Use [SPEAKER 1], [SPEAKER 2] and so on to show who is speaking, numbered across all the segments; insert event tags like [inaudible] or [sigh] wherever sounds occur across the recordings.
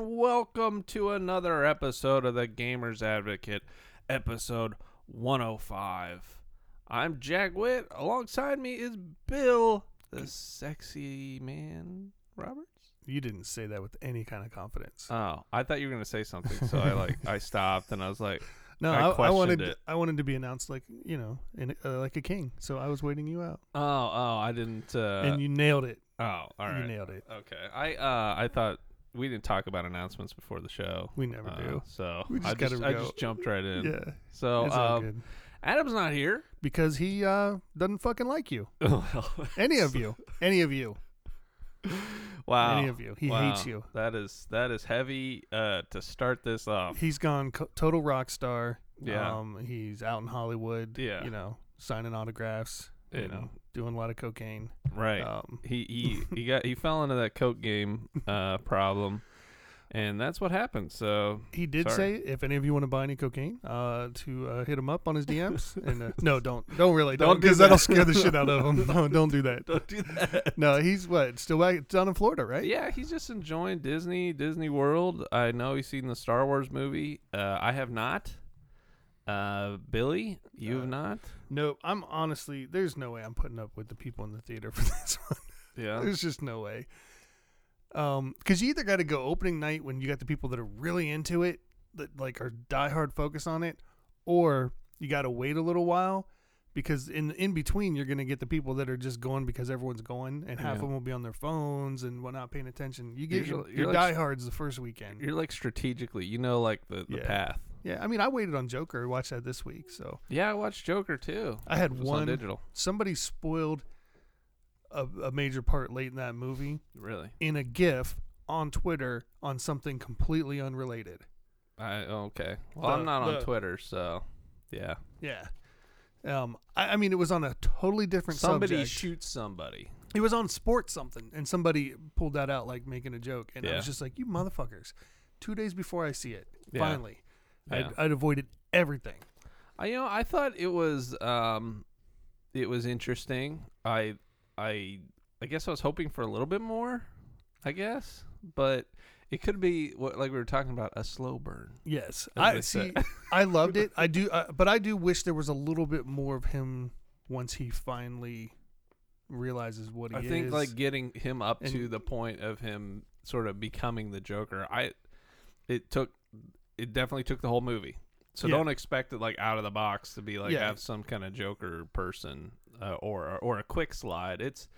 [SPEAKER 1] welcome to another episode of the Gamers Advocate, episode 105. I'm Jack Witt. Alongside me is Bill, the sexy man Roberts.
[SPEAKER 2] You didn't say that with any kind of confidence.
[SPEAKER 1] Oh, I thought you were gonna say something, so I like I stopped and I was like,
[SPEAKER 2] no,
[SPEAKER 1] I
[SPEAKER 2] I, I,
[SPEAKER 1] questioned
[SPEAKER 2] wanted
[SPEAKER 1] it.
[SPEAKER 2] I wanted to be announced like you know in, uh, like a king. So I was waiting you out,
[SPEAKER 1] oh, oh, I didn't. Uh,
[SPEAKER 2] and you nailed it.
[SPEAKER 1] oh, all right,
[SPEAKER 2] You nailed it.
[SPEAKER 1] okay. I uh, I thought we didn't talk about announcements before the show.
[SPEAKER 2] We never
[SPEAKER 1] Uh,
[SPEAKER 2] do.
[SPEAKER 1] So
[SPEAKER 2] We
[SPEAKER 1] I
[SPEAKER 2] just gotta
[SPEAKER 1] just I
[SPEAKER 2] go.
[SPEAKER 1] just jumped right in.
[SPEAKER 2] Yeah,
[SPEAKER 1] Uh, So
[SPEAKER 2] it's all
[SPEAKER 1] um,
[SPEAKER 2] good
[SPEAKER 1] Adam's not here.
[SPEAKER 2] because he uh, doesn't fucking like you.
[SPEAKER 1] [laughs] well,
[SPEAKER 2] Any of you, any of you,
[SPEAKER 1] [laughs] wow,
[SPEAKER 2] any of you. He
[SPEAKER 1] Wow.
[SPEAKER 2] hates you.
[SPEAKER 1] That is that is heavy uh, to start this
[SPEAKER 2] [laughs]
[SPEAKER 1] off.
[SPEAKER 2] He's gone co- total rock star.
[SPEAKER 1] Yeah.
[SPEAKER 2] um, he's out in Hollywood.
[SPEAKER 1] Yeah.
[SPEAKER 2] you know, signing autographs.
[SPEAKER 1] Yeah.
[SPEAKER 2] You know, doing a lot of cocaine.
[SPEAKER 1] Right.
[SPEAKER 2] Um,
[SPEAKER 1] he
[SPEAKER 2] [laughs]
[SPEAKER 1] he he got he fell into that coke game uh, problem, and that's what happened. So
[SPEAKER 2] He did
[SPEAKER 1] Sorry.
[SPEAKER 2] say if any of you want to buy any cocaine, uh, to uh, hit him up on his DMs. and uh, no, don't, don't really,
[SPEAKER 1] Don't
[SPEAKER 2] don't,
[SPEAKER 1] do
[SPEAKER 2] because
[SPEAKER 1] that.
[SPEAKER 2] that'll [laughs] scare the shit out
[SPEAKER 1] [laughs]
[SPEAKER 2] of him. No, don't do
[SPEAKER 1] [laughs]
[SPEAKER 2] that.
[SPEAKER 1] don't do that.
[SPEAKER 2] No, he's what still back down in Florida, right?
[SPEAKER 1] uh, Yeah, he's just enjoying Disney Disney World. I know he's seen the Star Wars movie. Uh, I have not. Uh, Billy, you have
[SPEAKER 2] Uh,
[SPEAKER 1] not.
[SPEAKER 2] No, I'm honestly, there's no way I'm putting up with the people in the theater for [laughs] this one.
[SPEAKER 1] Yeah.
[SPEAKER 2] There's just no way. Um, because you either got to go opening night when you got the people that are really into it, that like are diehard focused on it, or you got to wait a little while because in in between you're gonna get the people that are just going because everyone's going, and half
[SPEAKER 1] Yeah.
[SPEAKER 2] of them will be on their phones and we're not paying attention. You get
[SPEAKER 1] Usually-
[SPEAKER 2] your,
[SPEAKER 1] you're
[SPEAKER 2] your
[SPEAKER 1] like-
[SPEAKER 2] diehards the first weekend.
[SPEAKER 1] You're like strategically, you know, like the, the
[SPEAKER 2] Yeah.
[SPEAKER 1] path.
[SPEAKER 2] yeah, I mean, I waited on Joker. Watched that this week, so
[SPEAKER 1] Yeah, I watched Joker too.
[SPEAKER 2] I had
[SPEAKER 1] It was on
[SPEAKER 2] one.
[SPEAKER 1] digital.
[SPEAKER 2] Somebody spoiled a, a major part late in that movie.
[SPEAKER 1] Really?
[SPEAKER 2] in a GIF on Twitter on something completely unrelated.
[SPEAKER 1] I okay. Well,
[SPEAKER 2] The-
[SPEAKER 1] I'm not on
[SPEAKER 2] the-
[SPEAKER 1] Twitter, so yeah.
[SPEAKER 2] Yeah. Um, I, I mean, it was on a totally different
[SPEAKER 1] Somebody
[SPEAKER 2] subject.
[SPEAKER 1] shoots somebody.
[SPEAKER 2] it was on sports something, and somebody pulled that out like making a joke, and I
[SPEAKER 1] Yeah.
[SPEAKER 2] was just like, "You motherfuckers!" Two days before I see it,
[SPEAKER 1] Yeah.
[SPEAKER 2] finally,
[SPEAKER 1] Yeah.
[SPEAKER 2] I'd, I'd avoided everything.
[SPEAKER 1] I you know I thought it was um, it was interesting. I I I guess I was hoping for a little bit more. I guess, but it could be what like we were talking about a slow burn.
[SPEAKER 2] Yes,
[SPEAKER 1] As they
[SPEAKER 2] I
[SPEAKER 1] say. [laughs]
[SPEAKER 2] see. I loved it. I do, uh, but I do wish there was a little bit more of him once he finally realizes what he
[SPEAKER 1] I
[SPEAKER 2] is.
[SPEAKER 1] think like getting him up to
[SPEAKER 2] And-
[SPEAKER 1] the point of him sort of becoming the Joker. I it took it definitely took the whole movie. So
[SPEAKER 2] Yeah.
[SPEAKER 1] don't expect it like out of the box to be like
[SPEAKER 2] Yeah.
[SPEAKER 1] have some kind of Joker person uh, or or a quick slide. It's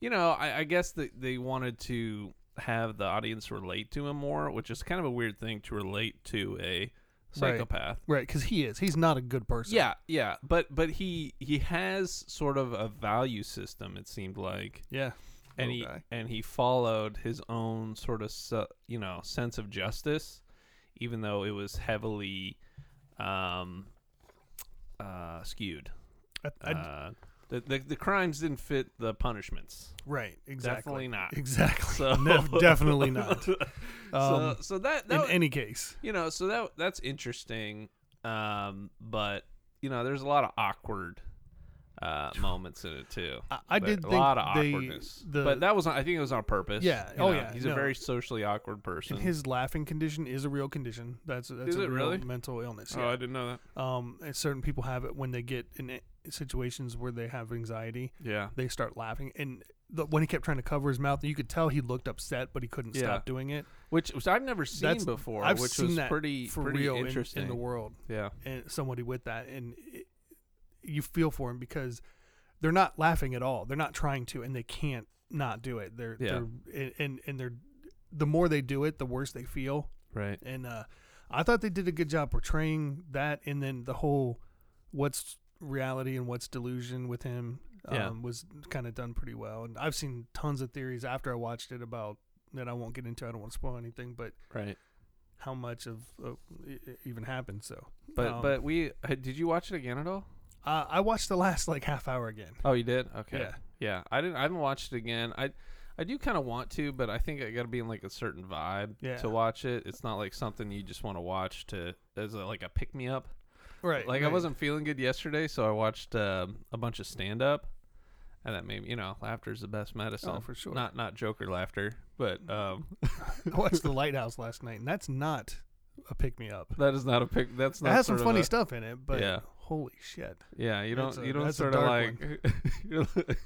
[SPEAKER 1] you know I, I guess that they wanted to have the audience relate to him more, which is kind of a weird thing to relate to a psychopath.
[SPEAKER 2] right because he is. He's not a good person.
[SPEAKER 1] Yeah, yeah, but but he he has sort of a value system. It seemed like
[SPEAKER 2] Yeah.
[SPEAKER 1] and
[SPEAKER 2] Little
[SPEAKER 1] he
[SPEAKER 2] guy.
[SPEAKER 1] and he followed his own sort of su- you know sense of justice, even though it was heavily um, uh, skewed.
[SPEAKER 2] I, I,
[SPEAKER 1] Uh, the, the the crimes didn't fit the punishments.
[SPEAKER 2] Right. Exactly.
[SPEAKER 1] Definitely not.
[SPEAKER 2] Exactly.
[SPEAKER 1] So-
[SPEAKER 2] Nef- definitely not. [laughs]
[SPEAKER 1] so
[SPEAKER 2] Um,
[SPEAKER 1] so [laughs] that,
[SPEAKER 2] in
[SPEAKER 1] that
[SPEAKER 2] any case,
[SPEAKER 1] you know so that that's interesting, um, but you know there's a lot of awkward.
[SPEAKER 2] [sighs]
[SPEAKER 1] Uh, moments in it too.
[SPEAKER 2] I, I
[SPEAKER 1] But
[SPEAKER 2] did
[SPEAKER 1] a
[SPEAKER 2] think
[SPEAKER 1] lot of
[SPEAKER 2] they-
[SPEAKER 1] awkwardness.
[SPEAKER 2] the
[SPEAKER 1] but that was on, I think it was on purpose.
[SPEAKER 2] Yeah.
[SPEAKER 1] You
[SPEAKER 2] Oh,
[SPEAKER 1] know,
[SPEAKER 2] yeah.
[SPEAKER 1] He's a
[SPEAKER 2] No.
[SPEAKER 1] very socially awkward person.
[SPEAKER 2] and his laughing condition is a real condition. That's that's
[SPEAKER 1] Is
[SPEAKER 2] a
[SPEAKER 1] it
[SPEAKER 2] real
[SPEAKER 1] really?
[SPEAKER 2] mental illness.
[SPEAKER 1] Oh, I
[SPEAKER 2] Yeah.
[SPEAKER 1] didn't know that.
[SPEAKER 2] um, and certain people have it when they get in i- situations where they have anxiety.
[SPEAKER 1] Yeah.
[SPEAKER 2] They start laughing, and the, when he kept trying to cover his mouth, you could tell he looked upset, but he couldn't
[SPEAKER 1] Yeah.
[SPEAKER 2] stop doing it.
[SPEAKER 1] Which, which I've never seen
[SPEAKER 2] That's-
[SPEAKER 1] before,
[SPEAKER 2] I've
[SPEAKER 1] which
[SPEAKER 2] seen
[SPEAKER 1] was
[SPEAKER 2] that
[SPEAKER 1] pretty
[SPEAKER 2] for
[SPEAKER 1] pretty
[SPEAKER 2] real in-
[SPEAKER 1] interesting.
[SPEAKER 2] in the world.
[SPEAKER 1] yeah.
[SPEAKER 2] and somebody with that and it, you feel for them because they're not laughing at all they're not trying to and they can't not do it they're,
[SPEAKER 1] Yeah.
[SPEAKER 2] they're and- and and they're the more they do it the worse they feel
[SPEAKER 1] Right.
[SPEAKER 2] and uh i thought they did a good job portraying that and then the whole what's reality and what's delusion with him um,
[SPEAKER 1] Yeah.
[SPEAKER 2] was kind of done pretty well and i've seen tons of theories after i watched it about that i won't get into i don't want to spoil anything but
[SPEAKER 1] Right.
[SPEAKER 2] how much of uh, it it even happened so
[SPEAKER 1] But
[SPEAKER 2] um,
[SPEAKER 1] but we uh, did you watch it again at all?
[SPEAKER 2] Uh, I watched the last like half hour again.
[SPEAKER 1] Oh, you did. Okay.
[SPEAKER 2] Yeah.
[SPEAKER 1] Yeah. I didn't. I haven't watched it again. I I do kind of want to, but I think I got to be in like a certain vibe
[SPEAKER 2] Yeah.
[SPEAKER 1] to watch it. It's not like something you just want to watch to as a, like a pick me up.
[SPEAKER 2] Right.
[SPEAKER 1] like I
[SPEAKER 2] right.
[SPEAKER 1] wasn't feeling good yesterday, so I watched um, a bunch of stand up, and that made me, you know, laughter's the best medicine.
[SPEAKER 2] Oh, for sure.
[SPEAKER 1] Not not Joker laughter, but um,
[SPEAKER 2] [laughs]
[SPEAKER 1] [laughs]
[SPEAKER 2] I watched The Lighthouse last night, and that's not a pick me up.
[SPEAKER 1] that is not a pick. That's
[SPEAKER 2] It
[SPEAKER 1] not
[SPEAKER 2] has some
[SPEAKER 1] sort of
[SPEAKER 2] funny
[SPEAKER 1] a-
[SPEAKER 2] stuff in it, but
[SPEAKER 1] Yeah.
[SPEAKER 2] holy shit.
[SPEAKER 1] Yeah, you don't
[SPEAKER 2] That's a-
[SPEAKER 1] you don't
[SPEAKER 2] that's a
[SPEAKER 1] sort of
[SPEAKER 2] dark
[SPEAKER 1] like [laughs] you don't-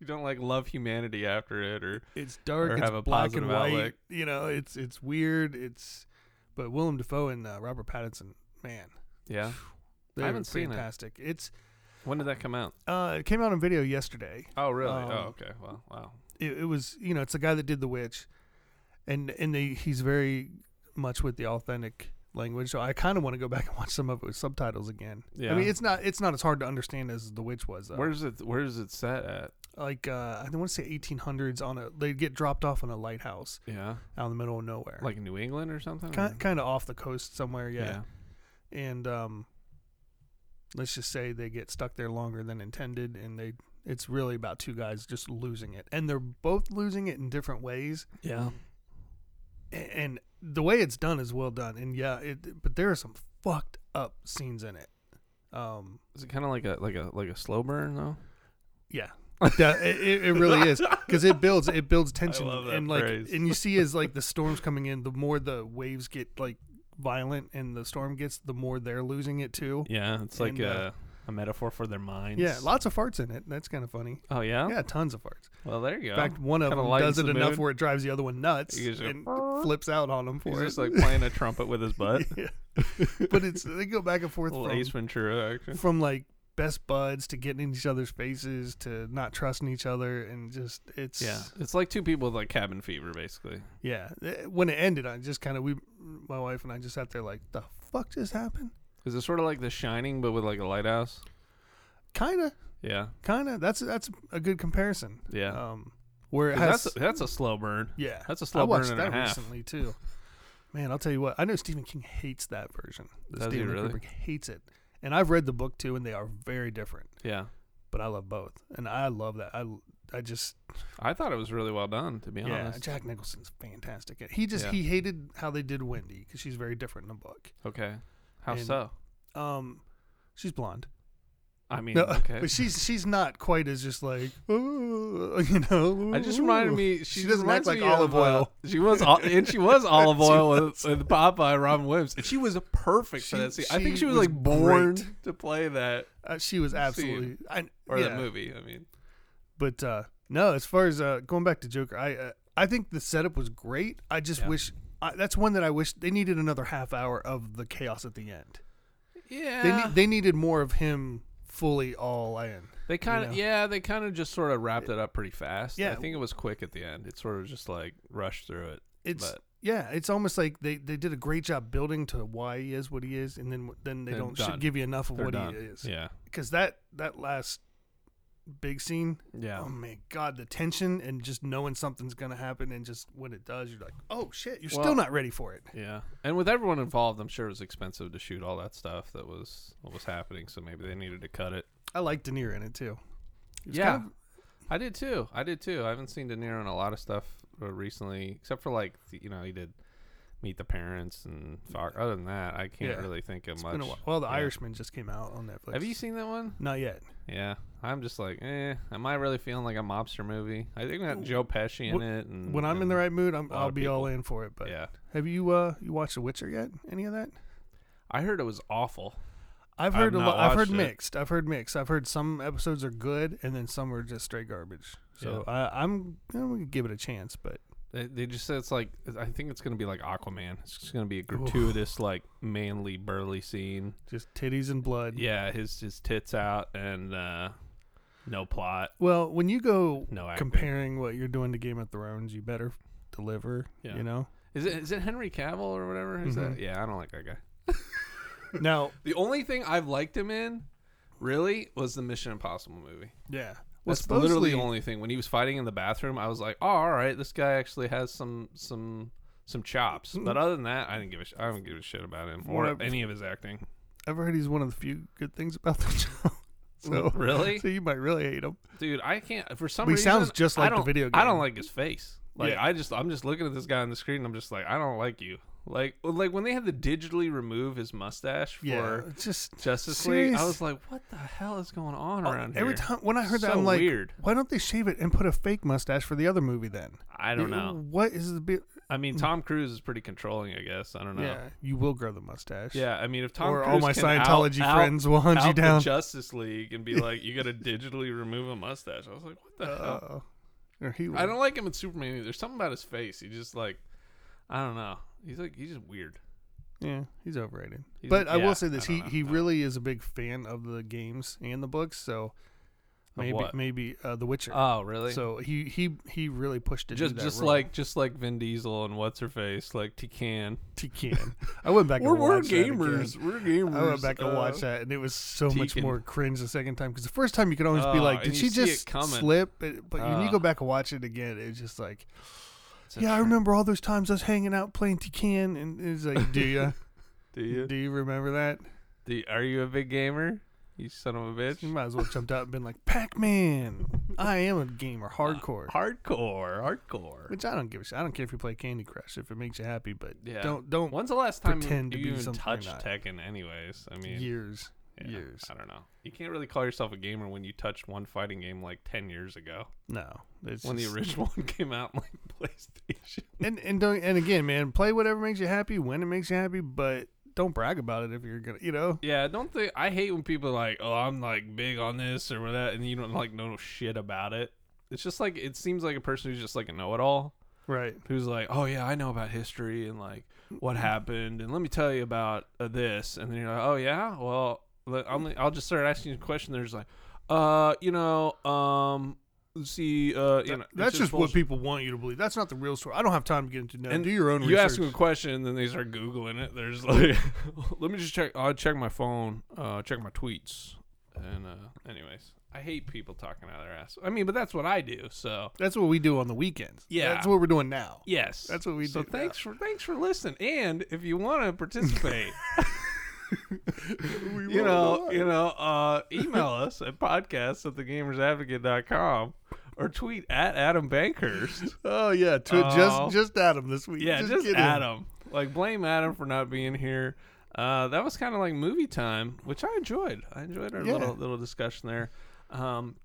[SPEAKER 1] you don't like love humanity after it or
[SPEAKER 2] It's dark,
[SPEAKER 1] Or
[SPEAKER 2] it's
[SPEAKER 1] have a
[SPEAKER 2] black and
[SPEAKER 1] positive
[SPEAKER 2] white.
[SPEAKER 1] outlook.
[SPEAKER 2] You know, it's it's weird. It's but Willem Dafoe and uh, Robert Pattinson, man, [sighs]
[SPEAKER 1] yeah.
[SPEAKER 2] they're
[SPEAKER 1] haven't seen it.
[SPEAKER 2] fantastic. It's
[SPEAKER 1] When did that come out?
[SPEAKER 2] uh, it came out on video yesterday.
[SPEAKER 1] Oh, really?
[SPEAKER 2] Um,
[SPEAKER 1] oh, okay. Well, wow.
[SPEAKER 2] It, it was you know, it's the guy that did The Witch, and and they, he's very much with the authentic language. So I kind of want to go back and watch some of it with subtitles again.
[SPEAKER 1] Yeah.
[SPEAKER 2] I mean, it's not it's not as hard to understand as The Witch was. Though.
[SPEAKER 1] Where's it? Where's it set at?
[SPEAKER 2] like uh, I want to say 1800s on a they get dropped off on a lighthouse
[SPEAKER 1] Yeah,
[SPEAKER 2] out in the middle of nowhere,
[SPEAKER 1] like hmm. New England or something.
[SPEAKER 2] kind, kind of off the coast somewhere. Yeah. and um, let's just say they get stuck there longer than intended, and they it's really about two guys just losing it, and they're both losing it in different ways,
[SPEAKER 1] yeah,
[SPEAKER 2] A- and the way it's done is well done, and yeah, it but there are some fucked up scenes in it. Um,
[SPEAKER 1] Is it kind of like a like a like a slow burn though?
[SPEAKER 2] Yeah. yeah, it, it- it really
[SPEAKER 1] [laughs]
[SPEAKER 2] is because it builds it builds tension
[SPEAKER 1] love that
[SPEAKER 2] and like
[SPEAKER 1] phrase.
[SPEAKER 2] and you see as like
[SPEAKER 1] [laughs]
[SPEAKER 2] the storms coming in the more the waves get like violent and the storm gets the more they're losing it too
[SPEAKER 1] Yeah, it's
[SPEAKER 2] And,
[SPEAKER 1] like
[SPEAKER 2] uh,
[SPEAKER 1] a, a metaphor for their minds.
[SPEAKER 2] yeah lots of farts in it that's kind of funny
[SPEAKER 1] Oh yeah.
[SPEAKER 2] yeah tons of farts
[SPEAKER 1] Well, there you go.
[SPEAKER 2] in fact one of
[SPEAKER 1] Kinda
[SPEAKER 2] them
[SPEAKER 1] lightens
[SPEAKER 2] does it
[SPEAKER 1] the
[SPEAKER 2] enough
[SPEAKER 1] mood.
[SPEAKER 2] where it drives the other one nuts
[SPEAKER 1] You just go,
[SPEAKER 2] and flips out on him
[SPEAKER 1] He's
[SPEAKER 2] for
[SPEAKER 1] just
[SPEAKER 2] it
[SPEAKER 1] like
[SPEAKER 2] [laughs]
[SPEAKER 1] playing a trumpet with his butt.
[SPEAKER 2] Yeah. but it's they go back
[SPEAKER 1] [laughs]
[SPEAKER 2] and forth
[SPEAKER 1] Little
[SPEAKER 2] from-
[SPEAKER 1] Ace Ventura action.
[SPEAKER 2] from like best buds to getting in each other's faces to not trusting each other and just it's
[SPEAKER 1] Yeah, it's like two people with like cabin fever, basically.
[SPEAKER 2] Yeah, eh, when it ended, I just kind of we, my wife and I just sat there like, the fuck just happened?
[SPEAKER 1] Is it sort of like The Shining, but with like a lighthouse?
[SPEAKER 2] Kinda,
[SPEAKER 1] Yeah,
[SPEAKER 2] kinda. That's that's a good comparison.
[SPEAKER 1] yeah.
[SPEAKER 2] Um, where it
[SPEAKER 1] 'Cause
[SPEAKER 2] has,
[SPEAKER 1] that's a, that's a slow burn.
[SPEAKER 2] yeah,
[SPEAKER 1] That's a
[SPEAKER 2] I
[SPEAKER 1] slow burn
[SPEAKER 2] watched
[SPEAKER 1] and
[SPEAKER 2] that
[SPEAKER 1] a half.
[SPEAKER 2] recently too. Man, I'll tell you what. I know Stephen King hates that version. The
[SPEAKER 1] Does he
[SPEAKER 2] Steven
[SPEAKER 1] really?
[SPEAKER 2] Spielberg hates it, and I've read the book too, and they are very different.
[SPEAKER 1] Yeah,
[SPEAKER 2] But I love both, and I love that. I I just
[SPEAKER 1] I thought it was really well done, to be
[SPEAKER 2] yeah,
[SPEAKER 1] honest.
[SPEAKER 2] Jack Nicholson's fantastic. He just
[SPEAKER 1] Yeah.
[SPEAKER 2] he hated how they did Wendy because she's very different in the book.
[SPEAKER 1] Okay, how
[SPEAKER 2] And-
[SPEAKER 1] so?
[SPEAKER 2] Um, she's blonde.
[SPEAKER 1] I mean,
[SPEAKER 2] No,
[SPEAKER 1] Mm,
[SPEAKER 2] [laughs]
[SPEAKER 1] okay.
[SPEAKER 2] but she's she's not quite as just like [laughs] "Ooh," you know.
[SPEAKER 1] I just reminded me. She,
[SPEAKER 2] She doesn't
[SPEAKER 1] reminds
[SPEAKER 2] act like
[SPEAKER 1] me of,
[SPEAKER 2] olive
[SPEAKER 1] uh,
[SPEAKER 2] oil.
[SPEAKER 1] she was, ol- and she
[SPEAKER 2] [laughs]
[SPEAKER 1] was olive
[SPEAKER 2] She
[SPEAKER 1] oil with, with Popeye Robin Williams. And she was perfect for
[SPEAKER 2] She-
[SPEAKER 1] that scene. I think
[SPEAKER 2] she
[SPEAKER 1] she was,
[SPEAKER 2] was
[SPEAKER 1] like born
[SPEAKER 2] great.
[SPEAKER 1] to play that
[SPEAKER 2] Uh, she was
[SPEAKER 1] Scene.
[SPEAKER 2] absolutely I,
[SPEAKER 1] or
[SPEAKER 2] yeah.
[SPEAKER 1] that movie. I mean,
[SPEAKER 2] But uh, no, as far as uh, going back to Joker, I uh, I think the setup was great. I just
[SPEAKER 1] Yeah.
[SPEAKER 2] wish I, that's one that I wish they needed another half hour of the chaos at the end.
[SPEAKER 1] yeah,
[SPEAKER 2] They ne- they needed more of him fully all in.
[SPEAKER 1] They kind of
[SPEAKER 2] know?
[SPEAKER 1] yeah, they kind of just sort of wrapped it up pretty fast.
[SPEAKER 2] Yeah.
[SPEAKER 1] I think it was quick at the end. It sort of just like rushed through it.
[SPEAKER 2] It's
[SPEAKER 1] But-
[SPEAKER 2] yeah, it's almost like they, they did a great job building to why he is what he is, and then then they
[SPEAKER 1] They're
[SPEAKER 2] don't
[SPEAKER 1] done.
[SPEAKER 2] sh- give you enough of
[SPEAKER 1] They're
[SPEAKER 2] what
[SPEAKER 1] done.
[SPEAKER 2] he is.
[SPEAKER 1] Yeah,
[SPEAKER 2] Because that that last big scene
[SPEAKER 1] yeah.
[SPEAKER 2] Oh my god, the tension and just knowing something's gonna happen and just when it does, you're like, oh shit, you're still
[SPEAKER 1] Well-
[SPEAKER 2] not ready for it.
[SPEAKER 1] Yeah, and with everyone involved, I'm sure it was expensive to shoot all that stuff that was what was happening. So maybe they needed to cut it.
[SPEAKER 2] I like De Niro in it too. He was
[SPEAKER 1] Yeah,
[SPEAKER 2] kind of-
[SPEAKER 1] I did too. I did too. I haven't seen De Niro in a lot of stuff uh, recently, except for like the, you know he did Meet the Parents and Fox. Other than that, I can't
[SPEAKER 2] Yeah.
[SPEAKER 1] really think of
[SPEAKER 2] it's
[SPEAKER 1] much.
[SPEAKER 2] been a while. Well, The
[SPEAKER 1] Yeah.
[SPEAKER 2] Irishman just came out on Netflix.
[SPEAKER 1] Have you seen that one?
[SPEAKER 2] Not yet.
[SPEAKER 1] Yeah, I'm just like, eh. Am I really feeling like a mobster movie? I think we got
[SPEAKER 2] W-
[SPEAKER 1] Joe Pesci in
[SPEAKER 2] when-
[SPEAKER 1] it. And,
[SPEAKER 2] When I'm in
[SPEAKER 1] and-
[SPEAKER 2] the right mood, I'm,
[SPEAKER 1] Mm, a lot
[SPEAKER 2] I'll
[SPEAKER 1] of
[SPEAKER 2] be all
[SPEAKER 1] people.
[SPEAKER 2] in for it. But
[SPEAKER 1] yeah,
[SPEAKER 2] have you uh you watched The Witcher yet? Any of that?
[SPEAKER 1] I heard it was awful.
[SPEAKER 2] I've
[SPEAKER 1] I have
[SPEAKER 2] heard a
[SPEAKER 1] not
[SPEAKER 2] lot. I've heard
[SPEAKER 1] watched it.
[SPEAKER 2] mixed. I've heard mixed. I've heard some episodes are good and then some are just straight garbage. So I, I'm I'm gonna give it a chance, but
[SPEAKER 1] They, they just said it's like I think it's gonna be like Aquaman. It's just gonna be a gratuitous like manly burly scene.
[SPEAKER 2] just titties and blood.
[SPEAKER 1] Yeah, his his tits out and uh, no plot,
[SPEAKER 2] Well, when you go
[SPEAKER 1] no acting.
[SPEAKER 2] comparing what you're doing to Game of Thrones, you better deliver.
[SPEAKER 1] Yeah.
[SPEAKER 2] You know.
[SPEAKER 1] Is it is it Henry Cavill or whatever? Is
[SPEAKER 2] Mhm.
[SPEAKER 1] that? Yeah, I don't like that guy.
[SPEAKER 2] Now,
[SPEAKER 1] The only thing I've liked him in, really, was the Mission Impossible movie.
[SPEAKER 2] yeah,
[SPEAKER 1] That's literally the only thing. When he was fighting in the bathroom, I was like, "Oh, all right, this guy actually has some some some chops." But other than that, I didn't give a sh- I don't give a shit about him or
[SPEAKER 2] Hmm. Whatever.
[SPEAKER 1] any of his acting.
[SPEAKER 2] I've heard he's one of the few good things about the [laughs] show. so
[SPEAKER 1] [laughs] Really?
[SPEAKER 2] so you might really hate him.
[SPEAKER 1] Dude, I can't. For some
[SPEAKER 2] But he
[SPEAKER 1] reason,
[SPEAKER 2] sounds just
[SPEAKER 1] I
[SPEAKER 2] like the
[SPEAKER 1] don't-
[SPEAKER 2] video
[SPEAKER 1] I don't
[SPEAKER 2] game.
[SPEAKER 1] like his face. Like
[SPEAKER 2] Yeah.
[SPEAKER 1] I just, I'm just looking at this guy on the screen. and I'm just like, I don't like you. Like like when they had to digitally remove his mustache for
[SPEAKER 2] yeah, it's just
[SPEAKER 1] Justice League, I
[SPEAKER 2] Serious?
[SPEAKER 1] was like, what the hell is going on around here?
[SPEAKER 2] Oh, every time when I heard that,
[SPEAKER 1] So
[SPEAKER 2] I'm like,
[SPEAKER 1] weird.
[SPEAKER 2] why don't they shave it and put a fake mustache for the other movie then?
[SPEAKER 1] I don't know.
[SPEAKER 2] What is the big?
[SPEAKER 1] I mean, Tom Cruise is pretty controlling, I guess. I don't know.
[SPEAKER 2] Mm. Yeah, you will grow the mustache.
[SPEAKER 1] Yeah, I mean, if Tom
[SPEAKER 2] Or
[SPEAKER 1] Cruise
[SPEAKER 2] all my
[SPEAKER 1] can
[SPEAKER 2] Scientology
[SPEAKER 1] out- out-
[SPEAKER 2] friends will hunt you
[SPEAKER 1] out the
[SPEAKER 2] down.
[SPEAKER 1] Justice League and be
[SPEAKER 2] [laughs]
[SPEAKER 1] like, you got to digitally remove a mustache. I was like, what the hell?
[SPEAKER 2] Uh, or he. Will.
[SPEAKER 1] I don't like him in Superman. Either. There's something about his face. He just like, I don't know. He's like, he's just weird.
[SPEAKER 2] Yeah, he's overrated.
[SPEAKER 1] He's-
[SPEAKER 2] but I
[SPEAKER 1] yeah,
[SPEAKER 2] will say this:
[SPEAKER 1] I don't
[SPEAKER 2] he
[SPEAKER 1] know.
[SPEAKER 2] he
[SPEAKER 1] I don't-
[SPEAKER 2] really is a big fan of the games and the books. So
[SPEAKER 1] Of
[SPEAKER 2] maybe
[SPEAKER 1] what?
[SPEAKER 2] maybe uh, The Witcher.
[SPEAKER 1] Oh, really?
[SPEAKER 2] So he he he really pushed it.
[SPEAKER 1] just
[SPEAKER 2] that
[SPEAKER 1] just
[SPEAKER 2] role.
[SPEAKER 1] like just like Vin Diesel and what's her face, like Tican.
[SPEAKER 2] [laughs] he can.
[SPEAKER 1] [laughs]
[SPEAKER 2] I went back.
[SPEAKER 1] We're,
[SPEAKER 2] and
[SPEAKER 1] we're
[SPEAKER 2] watched that again.
[SPEAKER 1] gamers. We're gamers.
[SPEAKER 2] I went back and
[SPEAKER 1] uh,
[SPEAKER 2] watched that, and it was so much
[SPEAKER 1] Tekken.
[SPEAKER 2] more cringe the second time because the first time you could always be
[SPEAKER 1] Oh,
[SPEAKER 2] like,
[SPEAKER 1] and
[SPEAKER 2] "Did she
[SPEAKER 1] you see it
[SPEAKER 2] just
[SPEAKER 1] coming.
[SPEAKER 2] slip?" But, but when you
[SPEAKER 1] Ah.
[SPEAKER 2] go back and watch it again, it's just like,
[SPEAKER 1] It's a
[SPEAKER 2] "Yeah, I
[SPEAKER 1] tr-
[SPEAKER 2] remember all those times us hanging out playing Tekken," and it's like,
[SPEAKER 1] [laughs]
[SPEAKER 2] "Do ya?
[SPEAKER 1] Do you?
[SPEAKER 2] Do you remember that?"
[SPEAKER 1] Do you- Are you a big gamer? You son of a bitch.
[SPEAKER 2] You might as well have jumped out and been like, "Pac-Man, I am a gamer, hardcore."
[SPEAKER 1] Hardcore. Hardcore.
[SPEAKER 2] Which I don't give a shit. I don't care if you play Candy Crush if it makes you happy, but
[SPEAKER 1] Yeah.
[SPEAKER 2] don't don't
[SPEAKER 1] When's the last time you,
[SPEAKER 2] pretend to be
[SPEAKER 1] you even
[SPEAKER 2] something
[SPEAKER 1] touched
[SPEAKER 2] you're not.
[SPEAKER 1] Tekken? Anyways, I mean,
[SPEAKER 2] years
[SPEAKER 1] yeah,
[SPEAKER 2] years.
[SPEAKER 1] I don't know. You can't really call yourself a gamer when you touched one fighting game like ten years ago
[SPEAKER 2] No, it's
[SPEAKER 1] when [laughs]
[SPEAKER 2] just-
[SPEAKER 1] the original one came out [laughs] on like PlayStation.
[SPEAKER 2] and and don't and again, man, play whatever makes you happy when it makes you happy, but don't brag about it if you're gonna, you know.
[SPEAKER 1] Yeah, I don't think I hate when people are like, "Oh, I'm like big on this or that," and you don't like know shit about it. It's just like it seems like a person who's just like a know-it-all
[SPEAKER 2] Right.
[SPEAKER 1] who's like, "Oh yeah, I know about history and like what happened, and let me tell you about uh, this," and then you're like, "Oh yeah, well, let- I'm, I'll just start asking you a question." There's like, "Uh, you know, um, let's see, uh, you know, it's
[SPEAKER 2] That's just what
[SPEAKER 1] bullshit.
[SPEAKER 2] people want you to believe. That's not the real story. I don't have time to get into that.
[SPEAKER 1] And
[SPEAKER 2] do your own
[SPEAKER 1] You
[SPEAKER 2] research.
[SPEAKER 1] ask them a question, and then they start googling it. They're just like, [laughs] "Let me just check. I'll check my phone. Uh, check my tweets." And uh, anyways, I hate people talking out of their ass. I mean, but that's what I do. So
[SPEAKER 2] That's what we do on the weekends.
[SPEAKER 1] Yeah.
[SPEAKER 2] That's what we're doing
[SPEAKER 1] [laughs]
[SPEAKER 2] now. [laughs]
[SPEAKER 1] yes,
[SPEAKER 2] That's what we
[SPEAKER 1] so
[SPEAKER 2] do now.
[SPEAKER 1] thanks for thanks for listening. And if you want [laughs] to participate.
[SPEAKER 2] We
[SPEAKER 1] you
[SPEAKER 2] will.
[SPEAKER 1] know, you know, uh, email us at podcast at thegamersadvocate.com or tweet at Adam Bankhurst.
[SPEAKER 2] Oh yeah, to
[SPEAKER 1] Oh.
[SPEAKER 2] just just Adam this week.
[SPEAKER 1] Yeah, just,
[SPEAKER 2] get him.
[SPEAKER 1] Adam. Like, blame Adam for not being here. Uh, that was kind of like movie time, which I enjoyed. I enjoyed our
[SPEAKER 2] Yeah.
[SPEAKER 1] little little discussion there. Um,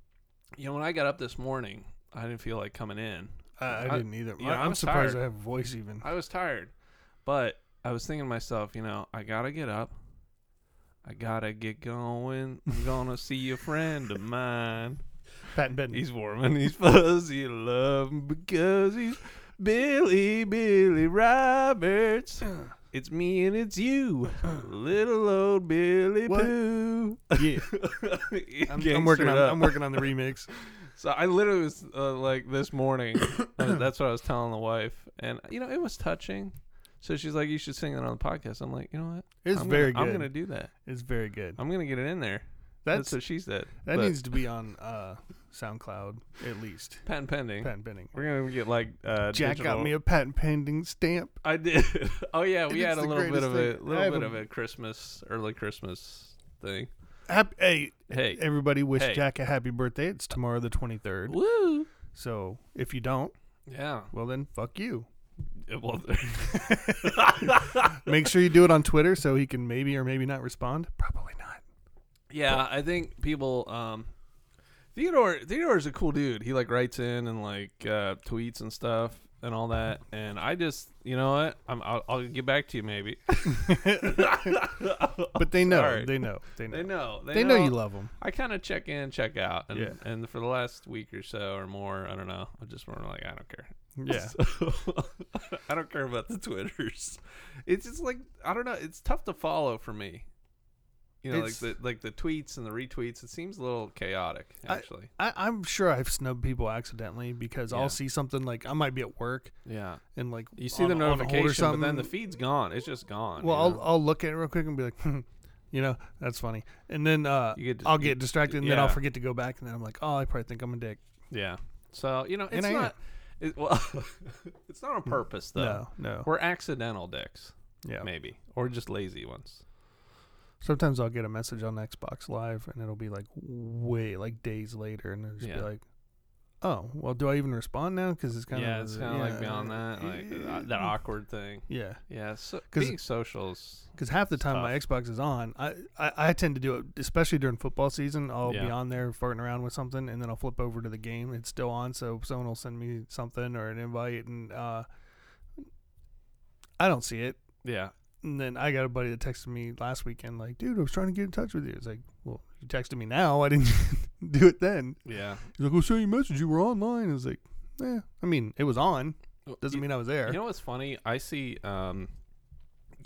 [SPEAKER 1] you know, when I got up this morning, I didn't feel like coming in.
[SPEAKER 2] I, I
[SPEAKER 1] I-
[SPEAKER 2] didn't either.
[SPEAKER 1] yeah,
[SPEAKER 2] I,
[SPEAKER 1] I
[SPEAKER 2] am
[SPEAKER 1] was
[SPEAKER 2] surprised
[SPEAKER 1] tired.
[SPEAKER 2] I have a voice even.
[SPEAKER 1] I was tired, but I was thinking to myself, you know, I gotta get up. I gotta get going. I'm gonna see a friend of mine.
[SPEAKER 2] Pat
[SPEAKER 1] [laughs]
[SPEAKER 2] and Benton.
[SPEAKER 1] He's warm and he's fuzzy. Love him because he's Billy, Billy
[SPEAKER 2] [clears throat]
[SPEAKER 1] Roberts. It's me and it's you, little old Billy
[SPEAKER 2] What?
[SPEAKER 1] Pooh. [laughs]
[SPEAKER 2] yeah, I'm, I'm working on I'm working on
[SPEAKER 1] [laughs]
[SPEAKER 2] the remix.
[SPEAKER 1] So I literally was uh, like this morning.
[SPEAKER 2] [clears throat]
[SPEAKER 1] uh, that's what I was telling the wife, and you know it was touching. So she's like, "You should sing that on the podcast." I'm like, "You know what?
[SPEAKER 2] It's
[SPEAKER 1] I'm
[SPEAKER 2] very
[SPEAKER 1] gonna,
[SPEAKER 2] good.
[SPEAKER 1] I'm gonna do that.
[SPEAKER 2] It's very good.
[SPEAKER 1] I'm gonna get it in there." That's,
[SPEAKER 2] That's
[SPEAKER 1] what she said.
[SPEAKER 2] that
[SPEAKER 1] But
[SPEAKER 2] needs to be on uh, SoundCloud
[SPEAKER 1] [laughs]
[SPEAKER 2] at least.
[SPEAKER 1] patent pending.
[SPEAKER 2] Patent pending.
[SPEAKER 1] We're gonna get like uh,
[SPEAKER 2] Jack got
[SPEAKER 1] digital-
[SPEAKER 2] me a patent pending stamp.
[SPEAKER 1] I did. [laughs] Oh yeah, we
[SPEAKER 2] It's
[SPEAKER 1] had a
[SPEAKER 2] the
[SPEAKER 1] little bit
[SPEAKER 2] greatest
[SPEAKER 1] of a
[SPEAKER 2] thing. I
[SPEAKER 1] little
[SPEAKER 2] have
[SPEAKER 1] bit
[SPEAKER 2] a-
[SPEAKER 1] of a Christmas, early Christmas thing.
[SPEAKER 2] Happy, hey,
[SPEAKER 1] Hey,
[SPEAKER 2] everybody, wish
[SPEAKER 1] Hey.
[SPEAKER 2] Jack a happy birthday. It's tomorrow the 23rd.
[SPEAKER 1] woo!
[SPEAKER 2] So if you don't,
[SPEAKER 1] Yeah.
[SPEAKER 2] well then fuck you.
[SPEAKER 1] It- Well,
[SPEAKER 2] Make sure you do it on Twitter so he can maybe or maybe not respond. Probably not.
[SPEAKER 1] [laughs] yeah, I think people. Um, Theodore Theodore is a cool dude. He like writes in and like uh, tweets and stuff and all that. And I just, you know what? I'm, I'll, I'll get back to you
[SPEAKER 2] [laughs]
[SPEAKER 1] maybe.
[SPEAKER 2] But they know.
[SPEAKER 1] Sorry.
[SPEAKER 2] They know. They know.
[SPEAKER 1] They know. They,
[SPEAKER 2] They know you
[SPEAKER 1] [laughs]
[SPEAKER 2] love him.
[SPEAKER 1] I kind of check in, check out, and
[SPEAKER 2] Yeah.
[SPEAKER 1] and for the last week or so or more, I don't know. I just were like, I don't care.
[SPEAKER 2] Yeah.
[SPEAKER 1] [laughs] So, I don't care about the Twitters. It's just like I don't know. It's tough to follow for me. You know,
[SPEAKER 2] It's-
[SPEAKER 1] like the like the tweets and the retweets. It seems a little chaotic,
[SPEAKER 2] I-
[SPEAKER 1] actually.
[SPEAKER 2] I, I'm sure I've snubbed people accidentally because
[SPEAKER 1] Yeah.
[SPEAKER 2] I'll see something like I might be at work
[SPEAKER 1] yeah,
[SPEAKER 2] and like
[SPEAKER 1] you see
[SPEAKER 2] on-
[SPEAKER 1] the
[SPEAKER 2] on hold or
[SPEAKER 1] notification, but then the
[SPEAKER 2] something.
[SPEAKER 1] feed's gone. It's just gone.
[SPEAKER 2] Well,
[SPEAKER 1] you know?
[SPEAKER 2] I'll, I'll look at it real quick and be like, hmm, you know, that's funny. And then uh,
[SPEAKER 1] You get dis-
[SPEAKER 2] I'll
[SPEAKER 1] you-
[SPEAKER 2] get distracted and then I'll
[SPEAKER 1] yeah.
[SPEAKER 2] forget to go back. And then I'm like, oh, I probably think I'm a dick.
[SPEAKER 1] yeah. So you know,
[SPEAKER 2] And
[SPEAKER 1] it's
[SPEAKER 2] I am. Mm.
[SPEAKER 1] not. It, well, [laughs] it's not on purpose though.
[SPEAKER 2] No, no.
[SPEAKER 1] We're accidental dicks,
[SPEAKER 2] Yeah.
[SPEAKER 1] maybe, or just lazy ones.
[SPEAKER 2] Sometimes I'll get a message on Xbox Live and it'll be like way, like days later. And it'll just be
[SPEAKER 1] Yeah.
[SPEAKER 2] like, oh well, do I even respond now? Because it's kind of
[SPEAKER 1] yeah, it's kind of like beyond that, like uh,
[SPEAKER 2] [laughs]
[SPEAKER 1] that awkward thing.
[SPEAKER 2] Yeah,
[SPEAKER 1] Yeah, so
[SPEAKER 2] 'Cause-
[SPEAKER 1] being socials.
[SPEAKER 2] because half the time
[SPEAKER 1] tough.
[SPEAKER 2] my Xbox is on. I, I I tend to do it, especially during football season. I'll be
[SPEAKER 1] Yeah.
[SPEAKER 2] on there farting around with something, and then I'll flip over to the game. It's still on, so someone will send me something or an invite, and uh, I don't see it.
[SPEAKER 1] Yeah,
[SPEAKER 2] And then I got a buddy that texted me last weekend, like, dude, I was trying to get in touch with you. It's like, well, you texted me now. Why didn't [laughs] you do it then?
[SPEAKER 1] yeah.
[SPEAKER 2] He's like, oh, show you a message. You were online. I was like, eh. I mean, it was on. Doesn't mean I was there.
[SPEAKER 1] You know what's funny? I see um,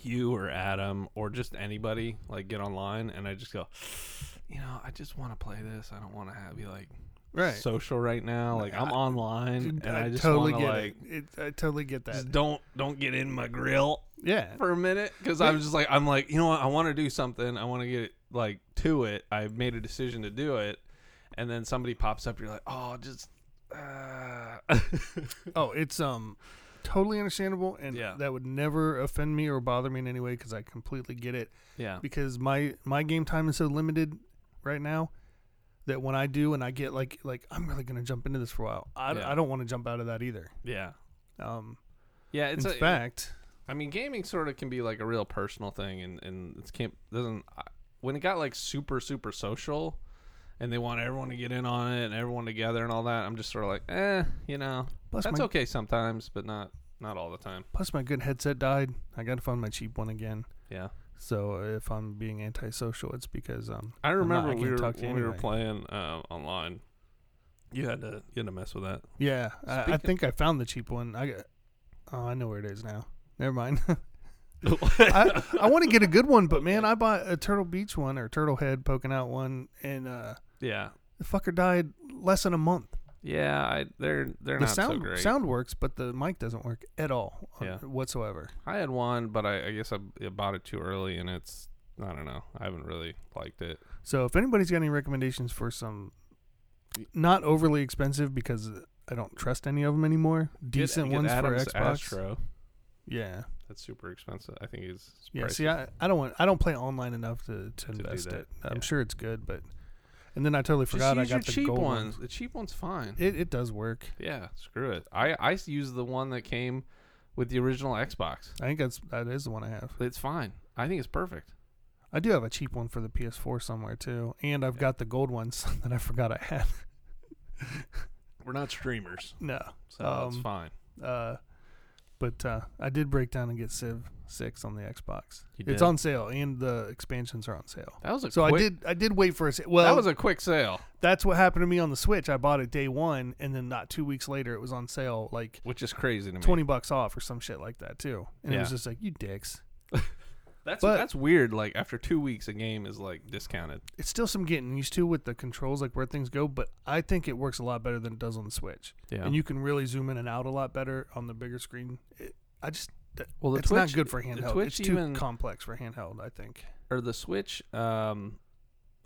[SPEAKER 1] you or Adam or just anybody like get online, and I just go, you know, I just want to play this. I don't want to have be like
[SPEAKER 2] right.
[SPEAKER 1] social right now. Like I'm
[SPEAKER 2] I-
[SPEAKER 1] online, and I, just
[SPEAKER 2] totally
[SPEAKER 1] want to
[SPEAKER 2] get
[SPEAKER 1] like
[SPEAKER 2] it. it. I totally get that.
[SPEAKER 1] just don't don't get in my grill
[SPEAKER 2] yeah.
[SPEAKER 1] for a minute because I'm just like I'm like you know what I want to do something. I want to get like to it. I made a decision to do it, and then somebody pops up. You're like, oh, just. Uh. [laughs]
[SPEAKER 2] Oh, it's um totally understandable and
[SPEAKER 1] Yeah.
[SPEAKER 2] that would never offend me or bother me in any way cuz I completely get it
[SPEAKER 1] yeah.
[SPEAKER 2] because my my game time is so limited right now that when I do and I get like like I'm really going to jump into this for a while. I,
[SPEAKER 1] Yeah.
[SPEAKER 2] I don't want to jump out of that either.
[SPEAKER 1] Yeah.
[SPEAKER 2] Um
[SPEAKER 1] Yeah, it's
[SPEAKER 2] in
[SPEAKER 1] a,
[SPEAKER 2] fact,
[SPEAKER 1] I mean, gaming sort of can be like a real personal thing, and and it can't doesn't I- when it got like super super social, and they want everyone to get in on it and everyone together and all that. I'm just sort of like, eh, you know,
[SPEAKER 2] plus
[SPEAKER 1] that's
[SPEAKER 2] my
[SPEAKER 1] okay sometimes, but not not all the time.
[SPEAKER 2] plus my good headset died. I got to find my cheap one again.
[SPEAKER 1] Yeah,
[SPEAKER 2] So if I'm being antisocial, it's because um
[SPEAKER 1] I remember
[SPEAKER 2] I
[SPEAKER 1] we
[SPEAKER 2] can't
[SPEAKER 1] were
[SPEAKER 2] talk to
[SPEAKER 1] when we were
[SPEAKER 2] anybody.
[SPEAKER 1] playing uh, online. You had to you had to mess with that.
[SPEAKER 2] yeah, I, I
[SPEAKER 1] Speaking-
[SPEAKER 2] think I found the cheap one. I got Oh, I know where it is now. Never mind. [laughs] I,
[SPEAKER 1] [laughs]
[SPEAKER 2] I want to get a good one, but man, I bought a Turtle Beach one or Turtle Head poking out one, and uh,
[SPEAKER 1] yeah,
[SPEAKER 2] the fucker died less than a month.
[SPEAKER 1] yeah. I, they're they're
[SPEAKER 2] the
[SPEAKER 1] not
[SPEAKER 2] sound
[SPEAKER 1] so great.
[SPEAKER 2] sound works, but the mic doesn't work at all on-
[SPEAKER 1] Yeah.
[SPEAKER 2] whatsoever.
[SPEAKER 1] I had one, but I, I guess I, I bought it too early, and it's I don't know. I haven't really liked it.
[SPEAKER 2] So if anybody's got any recommendations for some not overly expensive because I don't trust any of them anymore,
[SPEAKER 1] Get-
[SPEAKER 2] decent
[SPEAKER 1] get
[SPEAKER 2] ones
[SPEAKER 1] Adam's
[SPEAKER 2] for Xbox.
[SPEAKER 1] Astro.
[SPEAKER 2] Yeah,
[SPEAKER 1] That's super expensive. I think he's
[SPEAKER 2] yeah. See, I, I don't want I don't play online enough to, to,
[SPEAKER 1] do
[SPEAKER 2] invest
[SPEAKER 1] that,
[SPEAKER 2] it. I'm
[SPEAKER 1] yeah.
[SPEAKER 2] sure it's good, but and then I totally forgot I got the
[SPEAKER 1] cheap
[SPEAKER 2] gold
[SPEAKER 1] one.
[SPEAKER 2] ones.
[SPEAKER 1] The cheap one's fine.
[SPEAKER 2] It it does work.
[SPEAKER 1] yeah, screw it. I I s- use the one that came with the original Xbox.
[SPEAKER 2] I think that's that is the one I have.
[SPEAKER 1] It's fine. I think it's perfect.
[SPEAKER 2] I do have a cheap one for the PS4 somewhere too, and I've got the gold ones [laughs] that I forgot I had.
[SPEAKER 1] We're not streamers,
[SPEAKER 2] no,
[SPEAKER 1] so
[SPEAKER 2] Um,
[SPEAKER 1] it's fine.
[SPEAKER 2] uh, but uh, I did break down and get Civ Six on the Xbox.
[SPEAKER 1] You did.
[SPEAKER 2] It's on sale, and the expansions are on sale.
[SPEAKER 1] That was a
[SPEAKER 2] So I
[SPEAKER 1] quick-
[SPEAKER 2] did. I did wait for a sale. Well,
[SPEAKER 1] that was a quick sale,
[SPEAKER 2] that's what happened to me on the Switch. I bought it day one, and then not two weeks later, it was on sale, like
[SPEAKER 1] which is crazy to me.
[SPEAKER 2] twenty bucks off or some shit like that too. And it was
[SPEAKER 1] Yeah.
[SPEAKER 2] just like, you dicks.
[SPEAKER 1] That's
[SPEAKER 2] but-
[SPEAKER 1] that's weird. Like after two weeks, a game is like discounted.
[SPEAKER 2] It's still some getting used to with the controls, like where things go. But I think it works a lot better than it does on the Switch.
[SPEAKER 1] Yeah.
[SPEAKER 2] and you can really zoom in and out a lot better on the bigger screen. It, I just that,
[SPEAKER 1] well, the
[SPEAKER 2] it's
[SPEAKER 1] Twitch
[SPEAKER 2] not good for
[SPEAKER 1] the
[SPEAKER 2] handheld.
[SPEAKER 1] Twitch
[SPEAKER 2] It's too
[SPEAKER 1] even-
[SPEAKER 2] complex for handheld. I think.
[SPEAKER 1] or the Switch. Um,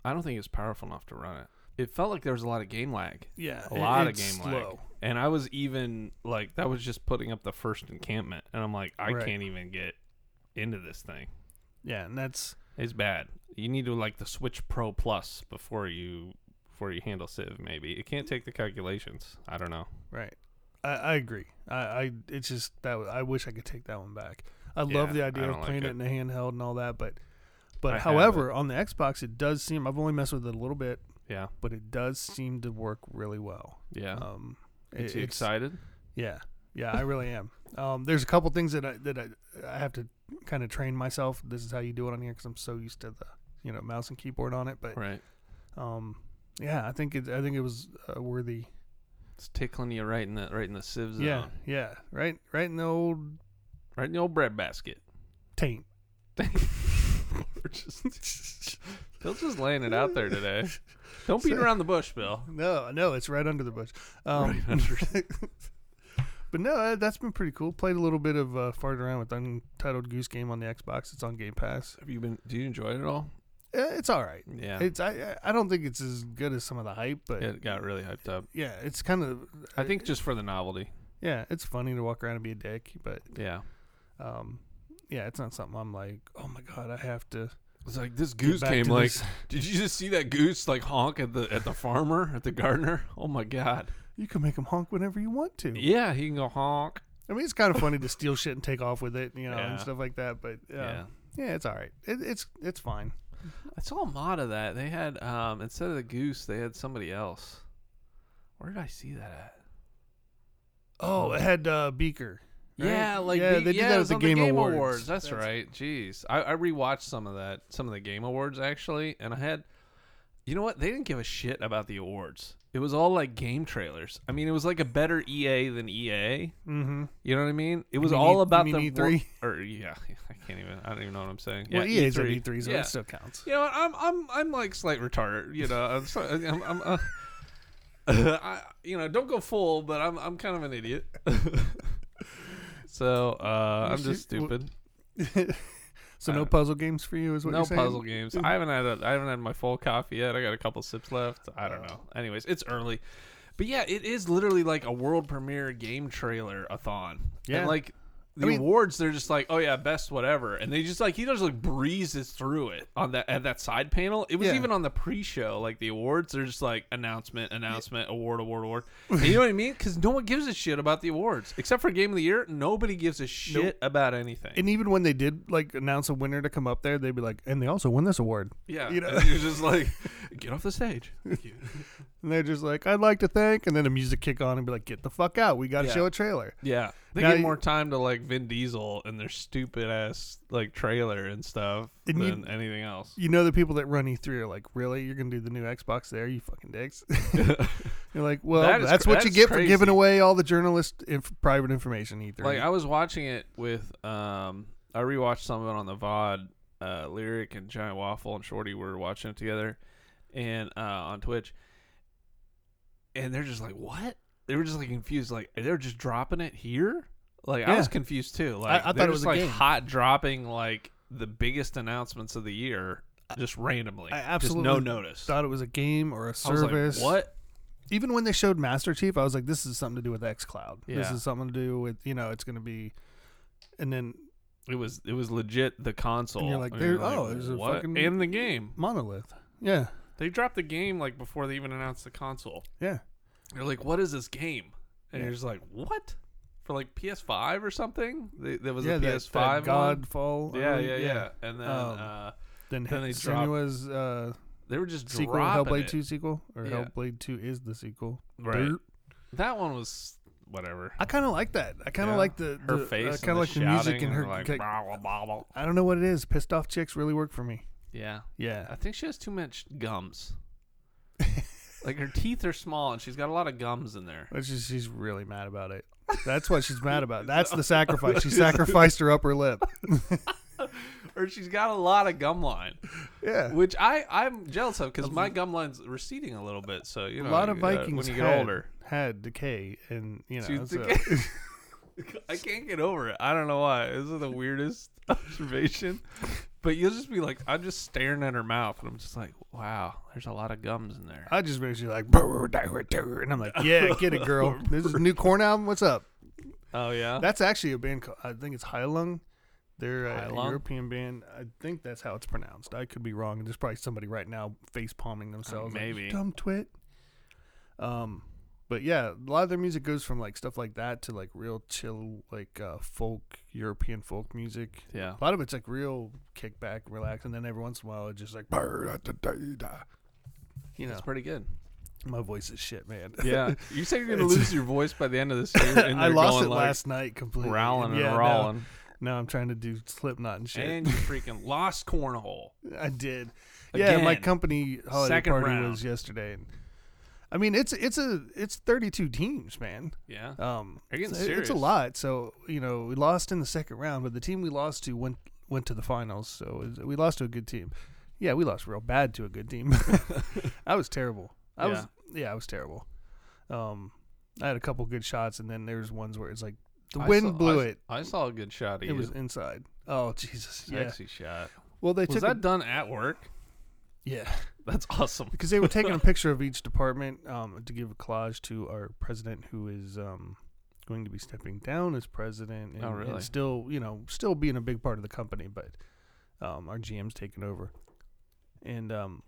[SPEAKER 1] I don't think it's powerful enough to run it. It felt like there was a lot of game lag.
[SPEAKER 2] Yeah,
[SPEAKER 1] a
[SPEAKER 2] it-
[SPEAKER 1] lot of
[SPEAKER 2] it's
[SPEAKER 1] game lag.
[SPEAKER 2] slow.
[SPEAKER 1] And I was even like that was just putting up the first encampment and I'm like I
[SPEAKER 2] Right.
[SPEAKER 1] can't even get into this thing.
[SPEAKER 2] Yeah, and that's
[SPEAKER 1] It's bad. You need to like the Switch Pro Plus before you before you handle Civ maybe. It can't take the calculations. I don't know.
[SPEAKER 2] right. I, I agree. I, I it's just that was, I wish I could take that one back. I love
[SPEAKER 1] Yeah,
[SPEAKER 2] the
[SPEAKER 1] I
[SPEAKER 2] idea
[SPEAKER 1] don't
[SPEAKER 2] of
[SPEAKER 1] like
[SPEAKER 2] playing
[SPEAKER 1] it.
[SPEAKER 2] it. in a handheld and all that, but
[SPEAKER 1] I
[SPEAKER 2] but
[SPEAKER 1] have
[SPEAKER 2] however, on the Xbox, it does seem I've only messed with it a little bit,
[SPEAKER 1] Yeah.
[SPEAKER 2] but it does seem to work really well.
[SPEAKER 1] Yeah.
[SPEAKER 2] Um, it-
[SPEAKER 1] it's, you
[SPEAKER 2] it's-
[SPEAKER 1] excited?
[SPEAKER 2] Yeah, yeah, I really am. Um, there's a couple things that I that I, I have to kind of train myself. This is how you do it on here because I'm so used to the you know mouse and keyboard on it. But
[SPEAKER 1] Right.
[SPEAKER 2] um, yeah, I think it I think it was uh, worthy.
[SPEAKER 1] It's tickling you right in the right in the Civ zone.
[SPEAKER 2] Yeah, yeah, right, right in the old
[SPEAKER 1] Right in the old bread basket. [laughs]
[SPEAKER 2] taint.
[SPEAKER 1] We're just Bill's just laying it out there
[SPEAKER 2] [laughs]
[SPEAKER 1] today. Don't beat
[SPEAKER 2] So-
[SPEAKER 1] around the bush, Bill.
[SPEAKER 2] No, no, it's [laughs] right under the bush. Um,
[SPEAKER 1] Right under-
[SPEAKER 2] but no, uh, that's been pretty cool. Played a little bit of uh, farted around with Untitled Goose Game on the Xbox. It's on Game Pass.
[SPEAKER 1] [laughs] Have you been do you enjoy it at all?
[SPEAKER 2] Uh, it's all right.
[SPEAKER 1] Yeah.
[SPEAKER 2] It's I I I don't think it's as good as some of the hype, but
[SPEAKER 1] it got really hyped up.
[SPEAKER 2] yeah, it's kind of uh,
[SPEAKER 1] I think just for the novelty.
[SPEAKER 2] yeah, it's funny to walk around and be a dick, but
[SPEAKER 1] Yeah.
[SPEAKER 2] um, yeah, it's not something I'm like, oh my god, I have to.
[SPEAKER 1] It's like this
[SPEAKER 2] get
[SPEAKER 1] goose
[SPEAKER 2] back
[SPEAKER 1] came
[SPEAKER 2] to
[SPEAKER 1] [laughs] like
[SPEAKER 2] this."
[SPEAKER 1] did you just see that goose like honk at the at the farmer, at the gardener? [laughs] Oh my god.
[SPEAKER 2] You can make him honk whenever you want to.
[SPEAKER 1] Yeah, he can go honk.
[SPEAKER 2] I mean, it's kind of funny to steal shit and take off with it, you know,
[SPEAKER 1] Yeah.
[SPEAKER 2] and stuff like that. But uh, yeah,
[SPEAKER 1] Yeah.
[SPEAKER 2] it's all right. It, it's it's fine.
[SPEAKER 1] I saw a mod of that. They had um instead of the goose, they had somebody else. Where did I see that at?
[SPEAKER 2] Oh, it had uh, Beaker. right?
[SPEAKER 1] Yeah, like
[SPEAKER 2] yeah,
[SPEAKER 1] the-
[SPEAKER 2] they did
[SPEAKER 1] yeah, it
[SPEAKER 2] that at
[SPEAKER 1] was
[SPEAKER 2] the
[SPEAKER 1] on
[SPEAKER 2] Game Awards.
[SPEAKER 1] That's,
[SPEAKER 2] That's-
[SPEAKER 1] right. Jeez, I, I rewatched some of that, some of the Game Awards actually, and I had, you know what? They didn't give a shit about the awards. It was all like game trailers. I mean, it was like a better EA than EA.
[SPEAKER 2] Mm-hmm.
[SPEAKER 1] You know what I mean? It was
[SPEAKER 2] mean
[SPEAKER 1] all
[SPEAKER 2] E- you
[SPEAKER 1] about
[SPEAKER 2] mean
[SPEAKER 1] the
[SPEAKER 2] E3?
[SPEAKER 1] wor- or yeah, [laughs] I can't even. I don't even know what I'm saying.
[SPEAKER 2] Well, E
[SPEAKER 1] yeah,
[SPEAKER 2] EA's at
[SPEAKER 1] E3.
[SPEAKER 2] E3, so
[SPEAKER 1] yeah.
[SPEAKER 2] that still counts.
[SPEAKER 1] [laughs] You know, what? I'm I'm I'm like slight retarded. You know, I'm so- I'm, I'm uh, [laughs] I, you know, don't go full, but I'm I'm kind of an idiot. [laughs] so uh,
[SPEAKER 2] You
[SPEAKER 1] I'm
[SPEAKER 2] should-
[SPEAKER 1] just stupid.
[SPEAKER 2] so no puzzle games for you is what
[SPEAKER 1] No
[SPEAKER 2] you're saying?
[SPEAKER 1] puzzle games. I haven't had a, I haven't had my full coffee yet. I got a couple sips left. I don't know. Anyways, it's early, but yeah, it is literally like a world premiere game trailer a thon.
[SPEAKER 2] Yeah.
[SPEAKER 1] and like. The
[SPEAKER 2] mean-
[SPEAKER 1] awards, they're just like, oh yeah, best whatever, and they just like he just like breezes through it on that at that side panel. It was
[SPEAKER 2] Yeah.
[SPEAKER 1] even on the pre-show, like the awards, they're just like announcement, announcement, award, award,
[SPEAKER 2] [laughs]
[SPEAKER 1] award. And you know what I mean? Because no one gives a shit about the awards except for Game of the Year. Nobody gives a shit about anything.
[SPEAKER 2] And even when they did like announce a winner to come up there, they'd be like, and they also won this award.
[SPEAKER 1] yeah,
[SPEAKER 2] you know-
[SPEAKER 1] and you're just like, get off the stage.
[SPEAKER 2] And they're just like, I'd like to thank, and then a music kick on and be like, get the fuck out. We got to
[SPEAKER 1] Yeah.
[SPEAKER 2] show a trailer.
[SPEAKER 1] Yeah, they
[SPEAKER 2] Now
[SPEAKER 1] give
[SPEAKER 2] you-
[SPEAKER 1] more time to like Vin Diesel and their stupid ass like trailer and stuff
[SPEAKER 2] And you-
[SPEAKER 1] than anything
[SPEAKER 2] [laughs]
[SPEAKER 1] else. [laughs]
[SPEAKER 2] You know the people that run E3 are like, really? You're gonna do the new Xbox there? You fucking dicks. You're like, well,
[SPEAKER 1] That is
[SPEAKER 2] that's
[SPEAKER 1] cra-
[SPEAKER 2] what you
[SPEAKER 1] that's
[SPEAKER 2] get for
[SPEAKER 1] crazy.
[SPEAKER 2] giving away all the journalist inf- private information. E3.
[SPEAKER 1] Like I was watching it with um, I rewatched some of it on the VOD. Uh, Lyric and Giant Waffle and Shorty were watching it together, and uh, on Twitch, and they're just like, "What?" They were just like confused, like they're just dropping it here. Like I was
[SPEAKER 2] Yeah.
[SPEAKER 1] confused too. Like
[SPEAKER 2] I thought
[SPEAKER 1] they're
[SPEAKER 2] it was
[SPEAKER 1] just,
[SPEAKER 2] a
[SPEAKER 1] like
[SPEAKER 2] game.
[SPEAKER 1] hot dropping like the biggest announcements of the year just randomly,
[SPEAKER 2] I
[SPEAKER 1] just no
[SPEAKER 2] absolutely
[SPEAKER 1] notice.
[SPEAKER 2] thought it was a game or a
[SPEAKER 1] I was like,
[SPEAKER 2] service.
[SPEAKER 1] what?
[SPEAKER 2] Even when they showed Master Chief, I was like, this is something to do with X Cloud. This
[SPEAKER 1] Yeah.
[SPEAKER 2] is something to do with you know, it's gonna be, and then
[SPEAKER 1] It was it was legit the console.
[SPEAKER 2] like,
[SPEAKER 1] And you're
[SPEAKER 2] there- oh, there's a
[SPEAKER 1] what?
[SPEAKER 2] fucking-
[SPEAKER 1] in the game.
[SPEAKER 2] Monolith. Yeah,
[SPEAKER 1] They dropped the game like before they even announced the console.
[SPEAKER 2] yeah.
[SPEAKER 1] You're like, what is this game? And
[SPEAKER 2] Yeah.
[SPEAKER 1] you're just like, what? For like PS5 or something? They, there was
[SPEAKER 2] yeah,
[SPEAKER 1] a
[SPEAKER 2] that-
[SPEAKER 1] PS5
[SPEAKER 2] that
[SPEAKER 1] one.
[SPEAKER 2] Godfall. I
[SPEAKER 1] Yeah,
[SPEAKER 2] believe,
[SPEAKER 1] yeah, yeah. And then
[SPEAKER 2] Um,
[SPEAKER 1] uh,
[SPEAKER 2] Then,
[SPEAKER 1] Then they dropped
[SPEAKER 2] Senua's uh,
[SPEAKER 1] they were just
[SPEAKER 2] sequel,
[SPEAKER 1] dropping
[SPEAKER 2] Hellblade
[SPEAKER 1] it.
[SPEAKER 2] Two sequel, or
[SPEAKER 1] Yeah.
[SPEAKER 2] Hellblade Two is the sequel.
[SPEAKER 1] Right.
[SPEAKER 2] Derp.
[SPEAKER 1] That one was whatever.
[SPEAKER 2] I kind of like that. I kind of
[SPEAKER 1] Yeah.
[SPEAKER 2] like the,
[SPEAKER 1] Her
[SPEAKER 2] the-
[SPEAKER 1] face,
[SPEAKER 2] I
[SPEAKER 1] and
[SPEAKER 2] kind of like the music
[SPEAKER 1] shouting
[SPEAKER 2] and her.
[SPEAKER 1] like,
[SPEAKER 2] ca-
[SPEAKER 1] blah, blah, blah, blah.
[SPEAKER 2] I don't know what it is. Pissed off chicks really work for me.
[SPEAKER 1] Yeah,
[SPEAKER 2] Yeah. [laughs]
[SPEAKER 1] I think she has too much gums. like her teeth are small, and she's got a lot of gums in there.
[SPEAKER 2] Which is, she's really mad about it. That's what she's mad [laughs] about. [laughs] That's the sacrifice. She sacrificed her upper lip.
[SPEAKER 1] or she's got a lot of gum line,
[SPEAKER 2] Yeah.
[SPEAKER 1] which I I'm jealous of because my gum line's receding a little bit. So you
[SPEAKER 2] A
[SPEAKER 1] know,
[SPEAKER 2] lot of
[SPEAKER 1] you, uh,
[SPEAKER 2] Vikings
[SPEAKER 1] when you get
[SPEAKER 2] had,
[SPEAKER 1] older,
[SPEAKER 2] had decay, and you know,
[SPEAKER 1] She's
[SPEAKER 2] so-
[SPEAKER 1] decay. [laughs] I can't get over it. I don't know why. This is the weirdest [laughs] observation. But you'll just be like, I'm just staring at her mouth, and I'm just like, wow, there's a lot of gums in there.
[SPEAKER 2] I just makes you like, and I'm like, yeah, get it, girl. This is a new corn album. What's up?
[SPEAKER 1] Oh yeah,
[SPEAKER 2] That's actually a band. Called, I think it's Heilung. They're a
[SPEAKER 1] Heilung?
[SPEAKER 2] European band. I think that's how it's pronounced. I could be wrong. and There's probably somebody right now face palming themselves. like, "You
[SPEAKER 1] maybe.
[SPEAKER 2] dumb twit. Um, but yeah, a lot of their music goes from like stuff like that to like real chill, like uh, folk European folk music.
[SPEAKER 1] yeah.
[SPEAKER 2] A lot of it's like real kickback, relax, and then every once in a while it's just like, you know,
[SPEAKER 1] That's pretty
[SPEAKER 2] [laughs]
[SPEAKER 1] good.
[SPEAKER 2] my voice is shit, man. [laughs]
[SPEAKER 1] Yeah, you said you're gonna lose your voice by the end of this year. And
[SPEAKER 2] I
[SPEAKER 1] you're
[SPEAKER 2] lost
[SPEAKER 1] going,
[SPEAKER 2] it
[SPEAKER 1] like,
[SPEAKER 2] last night completely.
[SPEAKER 1] growling and
[SPEAKER 2] Yeah, now-
[SPEAKER 1] rolling,
[SPEAKER 2] Now, I'm trying to do Slipknot and shit.
[SPEAKER 1] and you freaking lost cornhole.
[SPEAKER 2] I did. Yeah, my
[SPEAKER 1] Again.
[SPEAKER 2] company holiday
[SPEAKER 1] Second
[SPEAKER 2] party
[SPEAKER 1] round.
[SPEAKER 2] was yesterday. And, I mean, it's it's a it's 32 teams, man.
[SPEAKER 1] Yeah,
[SPEAKER 2] Um,
[SPEAKER 1] You're getting
[SPEAKER 2] it's, it's
[SPEAKER 1] serious.
[SPEAKER 2] a lot. So you know, we lost in the second round, but the team we lost to went went to the finals. So it was- we lost to a good team. Yeah, we lost real bad to a good team. [laughs] I was terrible. I was yeah, I was terrible. Um, I had a couple good shots, and then there's ones where it's like the
[SPEAKER 1] I
[SPEAKER 2] wind
[SPEAKER 1] saw-
[SPEAKER 2] blew
[SPEAKER 1] I,
[SPEAKER 2] it.
[SPEAKER 1] I saw a good shot of
[SPEAKER 2] It
[SPEAKER 1] you.
[SPEAKER 2] was inside. Oh Jesus! Yeah.
[SPEAKER 1] Sexy shot.
[SPEAKER 2] Well, they
[SPEAKER 1] Was
[SPEAKER 2] took a-
[SPEAKER 1] that done at work?
[SPEAKER 2] yeah.
[SPEAKER 1] [laughs] That's awesome.
[SPEAKER 2] because they were taking a picture of each department um, to give a collage to our president, who is um, going to be stepping down as president, and,
[SPEAKER 1] Oh,
[SPEAKER 2] and
[SPEAKER 1] really?
[SPEAKER 2] still, you know, still being a big part of the company, but um, our GM's taking over, and um,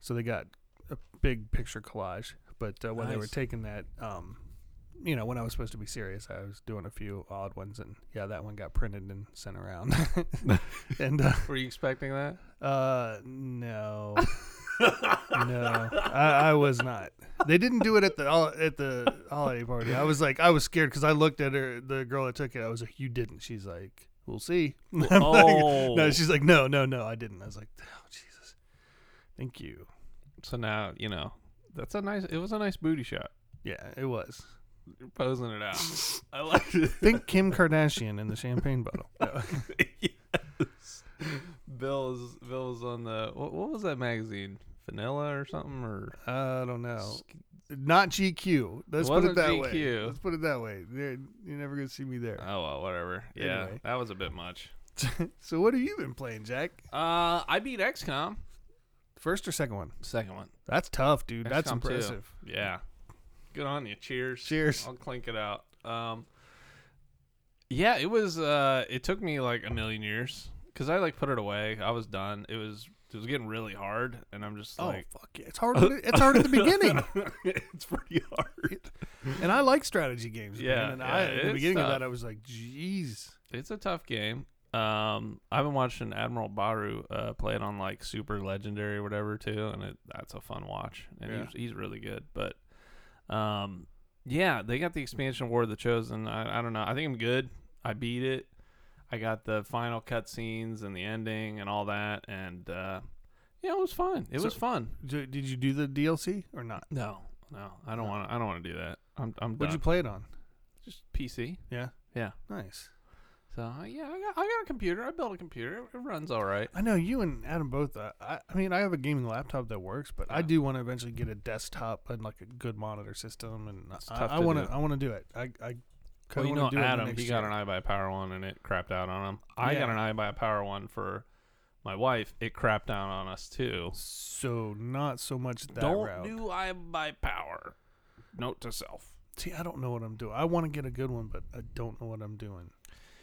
[SPEAKER 2] so they got a big picture collage. But uh, when they were
[SPEAKER 1] Nice.
[SPEAKER 2] taking that, um, you know, when I was supposed to be serious, I was doing a few odd ones, and yeah, that one got printed and
[SPEAKER 1] [laughs]
[SPEAKER 2] sent around. [laughs] and uh,
[SPEAKER 1] Were you expecting [laughs] that?
[SPEAKER 2] uh, no, no, I, I was not. They didn't do it at the hol- at the holiday party. I was like, I was scared because I looked at her, the girl that took it. I was like, you didn't. She's like, we'll see. [laughs] I'm like,
[SPEAKER 1] oh,
[SPEAKER 2] no, she's like, no, no, no, I didn't. I was like, oh Jesus, thank you.
[SPEAKER 1] so now you know that's a nice. It was a nice booty shot.
[SPEAKER 2] Yeah, it was.
[SPEAKER 1] You're posing it out. I liked it. [laughs]
[SPEAKER 2] Think Kim Kardashian in the champagne bottle.
[SPEAKER 1] yes. Bill's Bill's on the what, what was that magazine? Vanilla or something or Oh,
[SPEAKER 2] I don't know. Not GQ. Let's put it
[SPEAKER 1] wasn't
[SPEAKER 2] that way.
[SPEAKER 1] GQ.
[SPEAKER 2] Let's put it that way. There, you're never gonna see me there.
[SPEAKER 1] oh well, whatever. Yeah,
[SPEAKER 2] Anyway.
[SPEAKER 1] that was a bit much.
[SPEAKER 2] so what have you been playing, Jack?
[SPEAKER 1] Uh, I beat XCOM.
[SPEAKER 2] First or second one?
[SPEAKER 1] Second one.
[SPEAKER 2] That's tough, dude. That's
[SPEAKER 1] XCOM 2.
[SPEAKER 2] impressive.
[SPEAKER 1] Yeah. Good on you. Cheers.
[SPEAKER 2] Cheers.
[SPEAKER 1] I'll clink it out. Um, yeah, it was. Uh, it took me like a million years because I like put it away. I was done. It was. It was getting really hard, and I'm just
[SPEAKER 2] Oh
[SPEAKER 1] like,
[SPEAKER 2] fuck yeah! It's hard. [laughs] it's
[SPEAKER 1] [laughs]
[SPEAKER 2] hard at the beginning,
[SPEAKER 1] it's pretty hard.
[SPEAKER 2] and I like strategy games. man,
[SPEAKER 1] Yeah,
[SPEAKER 2] and
[SPEAKER 1] yeah,
[SPEAKER 2] I, at the
[SPEAKER 1] it's
[SPEAKER 2] beginning of
[SPEAKER 1] tough.
[SPEAKER 2] that, I was like, "Jeez,
[SPEAKER 1] It's a tough game. Um, I've been watching Admiral Baru uh, play it on like Super Legendary or whatever too, and it, that's a fun watch. And
[SPEAKER 2] Yeah.
[SPEAKER 1] he's, he's really good. But um, yeah, they got the expansion War of the Chosen. I, I don't know. I think I'm good. I beat it. I got the final cutscenes and the ending and all that, and uh, yeah, it was fun. It
[SPEAKER 2] So-
[SPEAKER 1] was fun.
[SPEAKER 2] D- did you do the DLC or not?
[SPEAKER 1] No, no, I don't want to. I don't want to do that. I'm, I'm
[SPEAKER 2] What'd
[SPEAKER 1] done.
[SPEAKER 2] you play it on?
[SPEAKER 1] Just PC.
[SPEAKER 2] Yeah,
[SPEAKER 1] Yeah.
[SPEAKER 2] nice.
[SPEAKER 1] So uh, yeah, I got, I got a computer. I built a computer. It runs all right.
[SPEAKER 2] I know you and Adam both. Uh, I, I mean, I have a gaming laptop that works, but I
[SPEAKER 1] Yeah.
[SPEAKER 2] do want to eventually get a desktop and like a good monitor system, and
[SPEAKER 1] It's
[SPEAKER 2] I,
[SPEAKER 1] tough
[SPEAKER 2] I
[SPEAKER 1] to
[SPEAKER 2] want
[SPEAKER 1] do.
[SPEAKER 2] to. I want to do it. I, I
[SPEAKER 1] Well,
[SPEAKER 2] kinda
[SPEAKER 1] you
[SPEAKER 2] wanna
[SPEAKER 1] know,
[SPEAKER 2] do it in the
[SPEAKER 1] Adam,
[SPEAKER 2] next
[SPEAKER 1] he got
[SPEAKER 2] year.
[SPEAKER 1] an iBuy Power One and it crapped out on him. I got
[SPEAKER 2] Yeah.
[SPEAKER 1] an iBuy Power One for my wife. It crapped out on us too.
[SPEAKER 2] So not so much that
[SPEAKER 1] Don't
[SPEAKER 2] route.
[SPEAKER 1] do iBuy Power. Note to self.
[SPEAKER 2] See, I don't know what I'm doing. I want to get a good one, but I don't know what I'm doing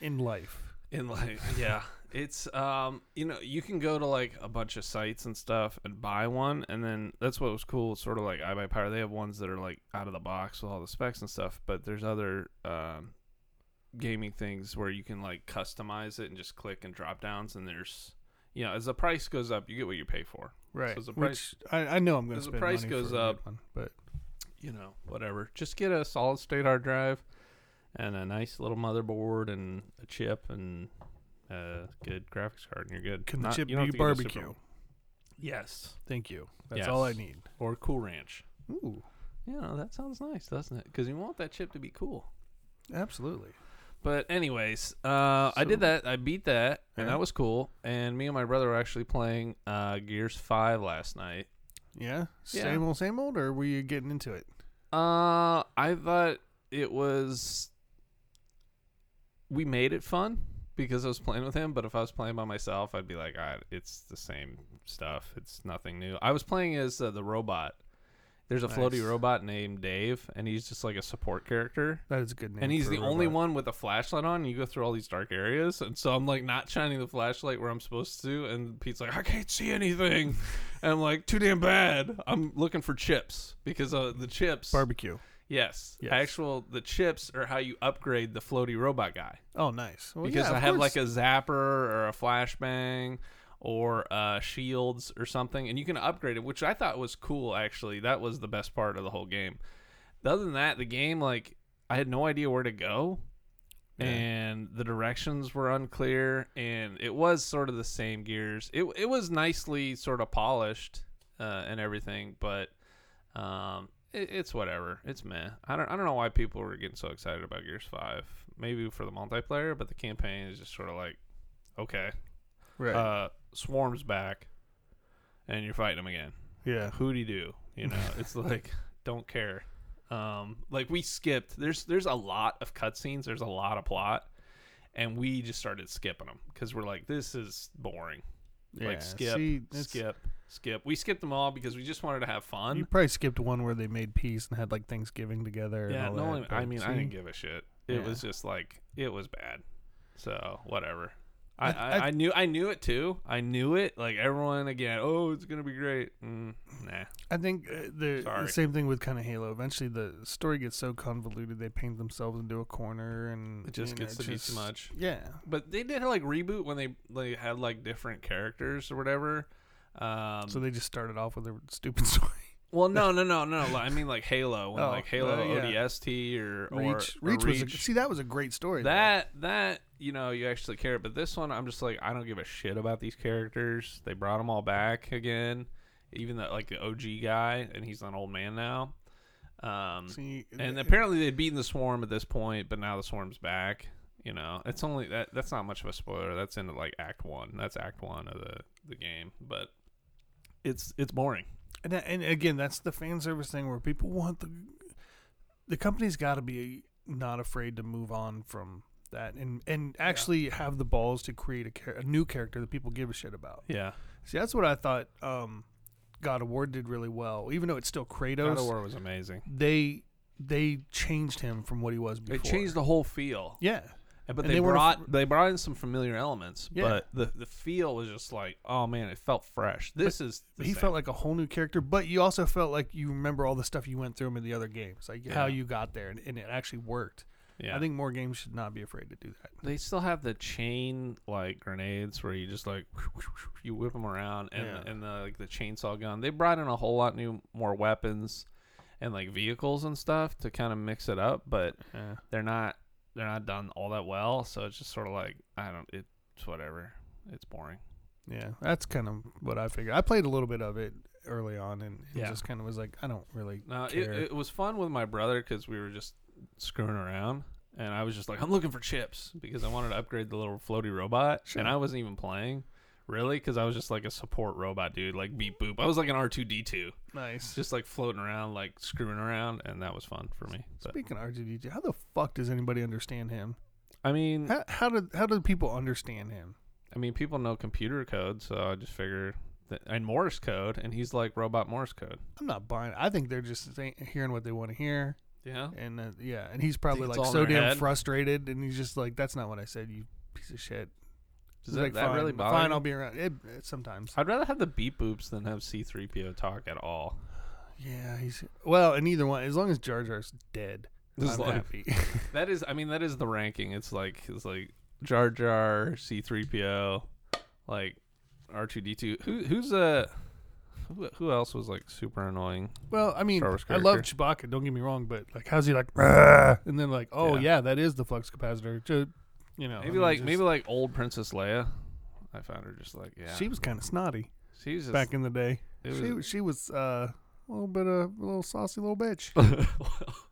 [SPEAKER 2] in life.
[SPEAKER 1] In like, [laughs] yeah, it's um, you know, you can go to like a bunch of sites and stuff and buy one, and then that's what was cool. Sort of like iBuy Power, they have ones that are like out of the box with all the specs and stuff, but there's other um, gaming things where you can like customize it and just click and drop downs, and there's you know, as the price goes up, you get what you pay for.
[SPEAKER 2] Right.
[SPEAKER 1] as the
[SPEAKER 2] Which I, I know I'm going to
[SPEAKER 1] as the
[SPEAKER 2] spend
[SPEAKER 1] price
[SPEAKER 2] money
[SPEAKER 1] goes
[SPEAKER 2] for a good
[SPEAKER 1] up-
[SPEAKER 2] one, but
[SPEAKER 1] you know, whatever. Just get a solid state hard drive and a nice little motherboard and a chip and a good graphics card, and you're good.
[SPEAKER 2] can the
[SPEAKER 1] Not-
[SPEAKER 2] chip
[SPEAKER 1] you don't
[SPEAKER 2] be
[SPEAKER 1] have to get a super
[SPEAKER 2] barbecue?
[SPEAKER 1] one. Yes.
[SPEAKER 2] Thank you. That's all I
[SPEAKER 1] Yes.
[SPEAKER 2] need.
[SPEAKER 1] Or Cool Ranch.
[SPEAKER 2] Ooh,
[SPEAKER 1] Yeah, that sounds nice, doesn't it? Because you want that chip to be cool.
[SPEAKER 2] absolutely.
[SPEAKER 1] But anyways, uh, I did
[SPEAKER 2] So-
[SPEAKER 1] that. I beat that, and
[SPEAKER 2] Yeah.
[SPEAKER 1] that was cool. And me and my brother were actually playing uh, Gears Five last night.
[SPEAKER 2] Yeah.
[SPEAKER 1] Yeah.
[SPEAKER 2] Same old, same old. Or were you getting into it?
[SPEAKER 1] Uh, I thought it was. We made it fun because I was playing with him, but if I was playing by myself, I'd be like, "Ah, it's the same stuff. It's nothing new." I was playing as uh, the robot. There's a
[SPEAKER 2] Nice.
[SPEAKER 1] floaty robot named Dave, and he's just like a support character.
[SPEAKER 2] That is a good name.
[SPEAKER 1] And he's
[SPEAKER 2] for a
[SPEAKER 1] the only
[SPEAKER 2] robot.
[SPEAKER 1] one with a flashlight on. And you go through all these dark areas, and so I'm like not shining the flashlight where I'm supposed to. And Pete's like, I can't see anything.
[SPEAKER 2] [laughs]
[SPEAKER 1] and I'm like, too damn bad. I'm looking for chips because uh, the chips
[SPEAKER 2] barbecue.
[SPEAKER 1] Yes.
[SPEAKER 2] Yes.
[SPEAKER 1] Actual the chips are how you upgrade the floaty robot guy.
[SPEAKER 2] Oh, nice. Well,
[SPEAKER 1] because
[SPEAKER 2] yeah,
[SPEAKER 1] I
[SPEAKER 2] of
[SPEAKER 1] have like
[SPEAKER 2] course.
[SPEAKER 1] a zapper or a flashbang or uh, shields or something, and you can upgrade it, which I thought was cool. Actually, that was the best part of the whole game. Other than that, the game like I had no idea where to go,
[SPEAKER 2] Yeah.
[SPEAKER 1] and the directions were unclear, and it was sort of the same gears. It it was nicely sort of polished uh, and everything, but um, it, it's whatever. It's meh. I don't I don't know why people were getting so excited about Gears Five. Maybe for the multiplayer, but the campaign is just sort of like, okay,
[SPEAKER 2] Right.
[SPEAKER 1] uh, swarms back, and you're fighting them again.
[SPEAKER 2] yeah.
[SPEAKER 1] Hooty doo, you
[SPEAKER 2] [laughs]
[SPEAKER 1] know. It's like don't care. Um, like we skipped. There's there's a lot of cutscenes. There's a lot of plot, and we just started skipping them because we're like, this is boring.
[SPEAKER 2] Yeah.
[SPEAKER 1] like skip,
[SPEAKER 2] See, that's-
[SPEAKER 1] Skip, skip. We skipped them all because we just wanted to have fun.
[SPEAKER 2] You probably skipped one where they made peace and had like Thanksgiving together.
[SPEAKER 1] Yeah,
[SPEAKER 2] and
[SPEAKER 1] no
[SPEAKER 2] all
[SPEAKER 1] one.
[SPEAKER 2] that,
[SPEAKER 1] I
[SPEAKER 2] but
[SPEAKER 1] mean,
[SPEAKER 2] see?
[SPEAKER 1] I didn't give a shit. It
[SPEAKER 2] Yeah.
[SPEAKER 1] was just like it was bad. So whatever. I,
[SPEAKER 2] I-
[SPEAKER 1] I,
[SPEAKER 2] I-
[SPEAKER 1] I knew I knew it too. I knew it. Like everyone again. Oh, it's gonna be great. Mm, nah.
[SPEAKER 2] I think uh, the, the
[SPEAKER 1] Sorry.
[SPEAKER 2] same thing with kind of Halo. Eventually, the story gets so convoluted they paint themselves into a corner, and
[SPEAKER 1] It just
[SPEAKER 2] you know,
[SPEAKER 1] gets to be
[SPEAKER 2] just-
[SPEAKER 1] too much.
[SPEAKER 2] Yeah,
[SPEAKER 1] But they did like reboot when they they had like different characters or whatever. Um,
[SPEAKER 2] so they just started off with a stupid [laughs] story.
[SPEAKER 1] well, no, no, no, no. like, I mean like Halo when
[SPEAKER 2] Oh,
[SPEAKER 1] like Halo
[SPEAKER 2] uh, yeah.
[SPEAKER 1] ODST or or
[SPEAKER 2] Reach,
[SPEAKER 1] or
[SPEAKER 2] Reach, was a,
[SPEAKER 1] Reach.
[SPEAKER 2] see that was a great story. though.
[SPEAKER 1] that that you know you actually care. But this one, I'm just like I don't give a shit about these characters. They brought them all back again. Even that like the OG guy, and he's an old man now. Um,
[SPEAKER 2] See,
[SPEAKER 1] and
[SPEAKER 2] th-
[SPEAKER 1] apparently they'd beaten the swarm at this point, but now the swarm's back. You know, it's only that that's not much of a spoiler. That's in like Act One. That's Act One of the the game, but it's it's boring.
[SPEAKER 2] and, and again, that's the fan service thing where people want the the company's got to be not afraid to move on from that, and and actually have the balls to create a, char- a new character that people give a shit about.
[SPEAKER 1] Yeah,
[SPEAKER 2] See, that's what I thought. Um, God of War did really well, even though it's still Kratos.
[SPEAKER 1] God of War was amazing.
[SPEAKER 2] They they changed him from what he was
[SPEAKER 1] They
[SPEAKER 2] before.
[SPEAKER 1] changed the whole feel,
[SPEAKER 2] yeah,
[SPEAKER 1] And- but
[SPEAKER 2] and
[SPEAKER 1] they,
[SPEAKER 2] they weren't
[SPEAKER 1] brought they brought in some familiar elements.
[SPEAKER 2] Yeah.
[SPEAKER 1] But the the feel was just like, oh man, it felt fresh. This is the
[SPEAKER 2] he
[SPEAKER 1] same.
[SPEAKER 2] felt like a whole new character, but you also felt like you remember all the stuff you went through him in the other games, like how
[SPEAKER 1] Yeah.
[SPEAKER 2] you got there, and, and it actually worked.
[SPEAKER 1] yeah.
[SPEAKER 2] I think more games should not be afraid to do that.
[SPEAKER 1] they still have the chain like grenades where you just like [laughs] you whip them around and
[SPEAKER 2] Yeah.
[SPEAKER 1] and the, like the chainsaw gun. They brought in a whole lot new more weapons and like vehicles and stuff to kind of mix it up, but
[SPEAKER 2] Yeah.
[SPEAKER 1] they're not they're not done all that well. So it's just sort of like I don't it's whatever. It's boring.
[SPEAKER 2] Yeah, that's kind of what I figured. I played a little bit of it early on, and it
[SPEAKER 1] Yeah.
[SPEAKER 2] just kind of was like, I don't really.
[SPEAKER 1] No, it,
[SPEAKER 2] care.
[SPEAKER 1] it was fun with my brother because we were just screwing around. And I was just like, I'm looking for chips because I wanted to upgrade the little floaty robot.
[SPEAKER 2] Sure.
[SPEAKER 1] And I wasn't even playing, really, because I was just like a support robot dude, like beep boop. I was like an R2D2,
[SPEAKER 2] Nice.
[SPEAKER 1] just like floating around, like screwing around. And that was fun for me. But
[SPEAKER 2] Speaking of R2D2, how the fuck does anybody understand him?
[SPEAKER 1] I mean,
[SPEAKER 2] How, how did how do people understand him?
[SPEAKER 1] I mean, people know computer code. So I just figure that, and Morse code. And he's like robot Morse code.
[SPEAKER 2] I'm not buying. it. I think they're just saying, hearing what they want to hear,
[SPEAKER 1] Yeah.
[SPEAKER 2] and uh, yeah, and he's probably
[SPEAKER 1] Think it's
[SPEAKER 2] like
[SPEAKER 1] all in
[SPEAKER 2] so
[SPEAKER 1] their
[SPEAKER 2] damn
[SPEAKER 1] head?
[SPEAKER 2] frustrated, and he's just like, "That's not what I said, you piece of shit."
[SPEAKER 1] Does
[SPEAKER 2] He's
[SPEAKER 1] that,
[SPEAKER 2] like,
[SPEAKER 1] that
[SPEAKER 2] fine,
[SPEAKER 1] really bother
[SPEAKER 2] fine,
[SPEAKER 1] you?
[SPEAKER 2] I'll be around. It, it- sometimes,
[SPEAKER 1] I'd rather have the beep boops than have C3PO talk at all.
[SPEAKER 2] yeah, he's well, and either one, as long as Jar Jar's
[SPEAKER 1] [laughs]
[SPEAKER 2] dead,
[SPEAKER 1] As
[SPEAKER 2] I'm
[SPEAKER 1] long-
[SPEAKER 2] happy. [laughs]
[SPEAKER 1] That is, I mean, that is the ranking. It's like it's like Jar Jar, C three PO, like R two D two. Who who's uh who, who else was like super annoying?
[SPEAKER 2] well, I mean,
[SPEAKER 1] Star Wars
[SPEAKER 2] I
[SPEAKER 1] character.
[SPEAKER 2] love Chewbacca. Don't get me wrong, but like, how's he like? "Rah," And then like, oh yeah.
[SPEAKER 1] Yeah.
[SPEAKER 2] that is the flux capacitor. Ju- you know, I
[SPEAKER 1] Maybe
[SPEAKER 2] mean,
[SPEAKER 1] like
[SPEAKER 2] Oh, just-
[SPEAKER 1] maybe like old Princess Leia. I found her just like yeah.
[SPEAKER 2] she was kind of snotty
[SPEAKER 1] she was just,
[SPEAKER 2] back in the day.
[SPEAKER 1] it was-
[SPEAKER 2] she she was uh, a little bit of a little saucy little bitch.
[SPEAKER 1] I [laughs]
[SPEAKER 2] [laughs]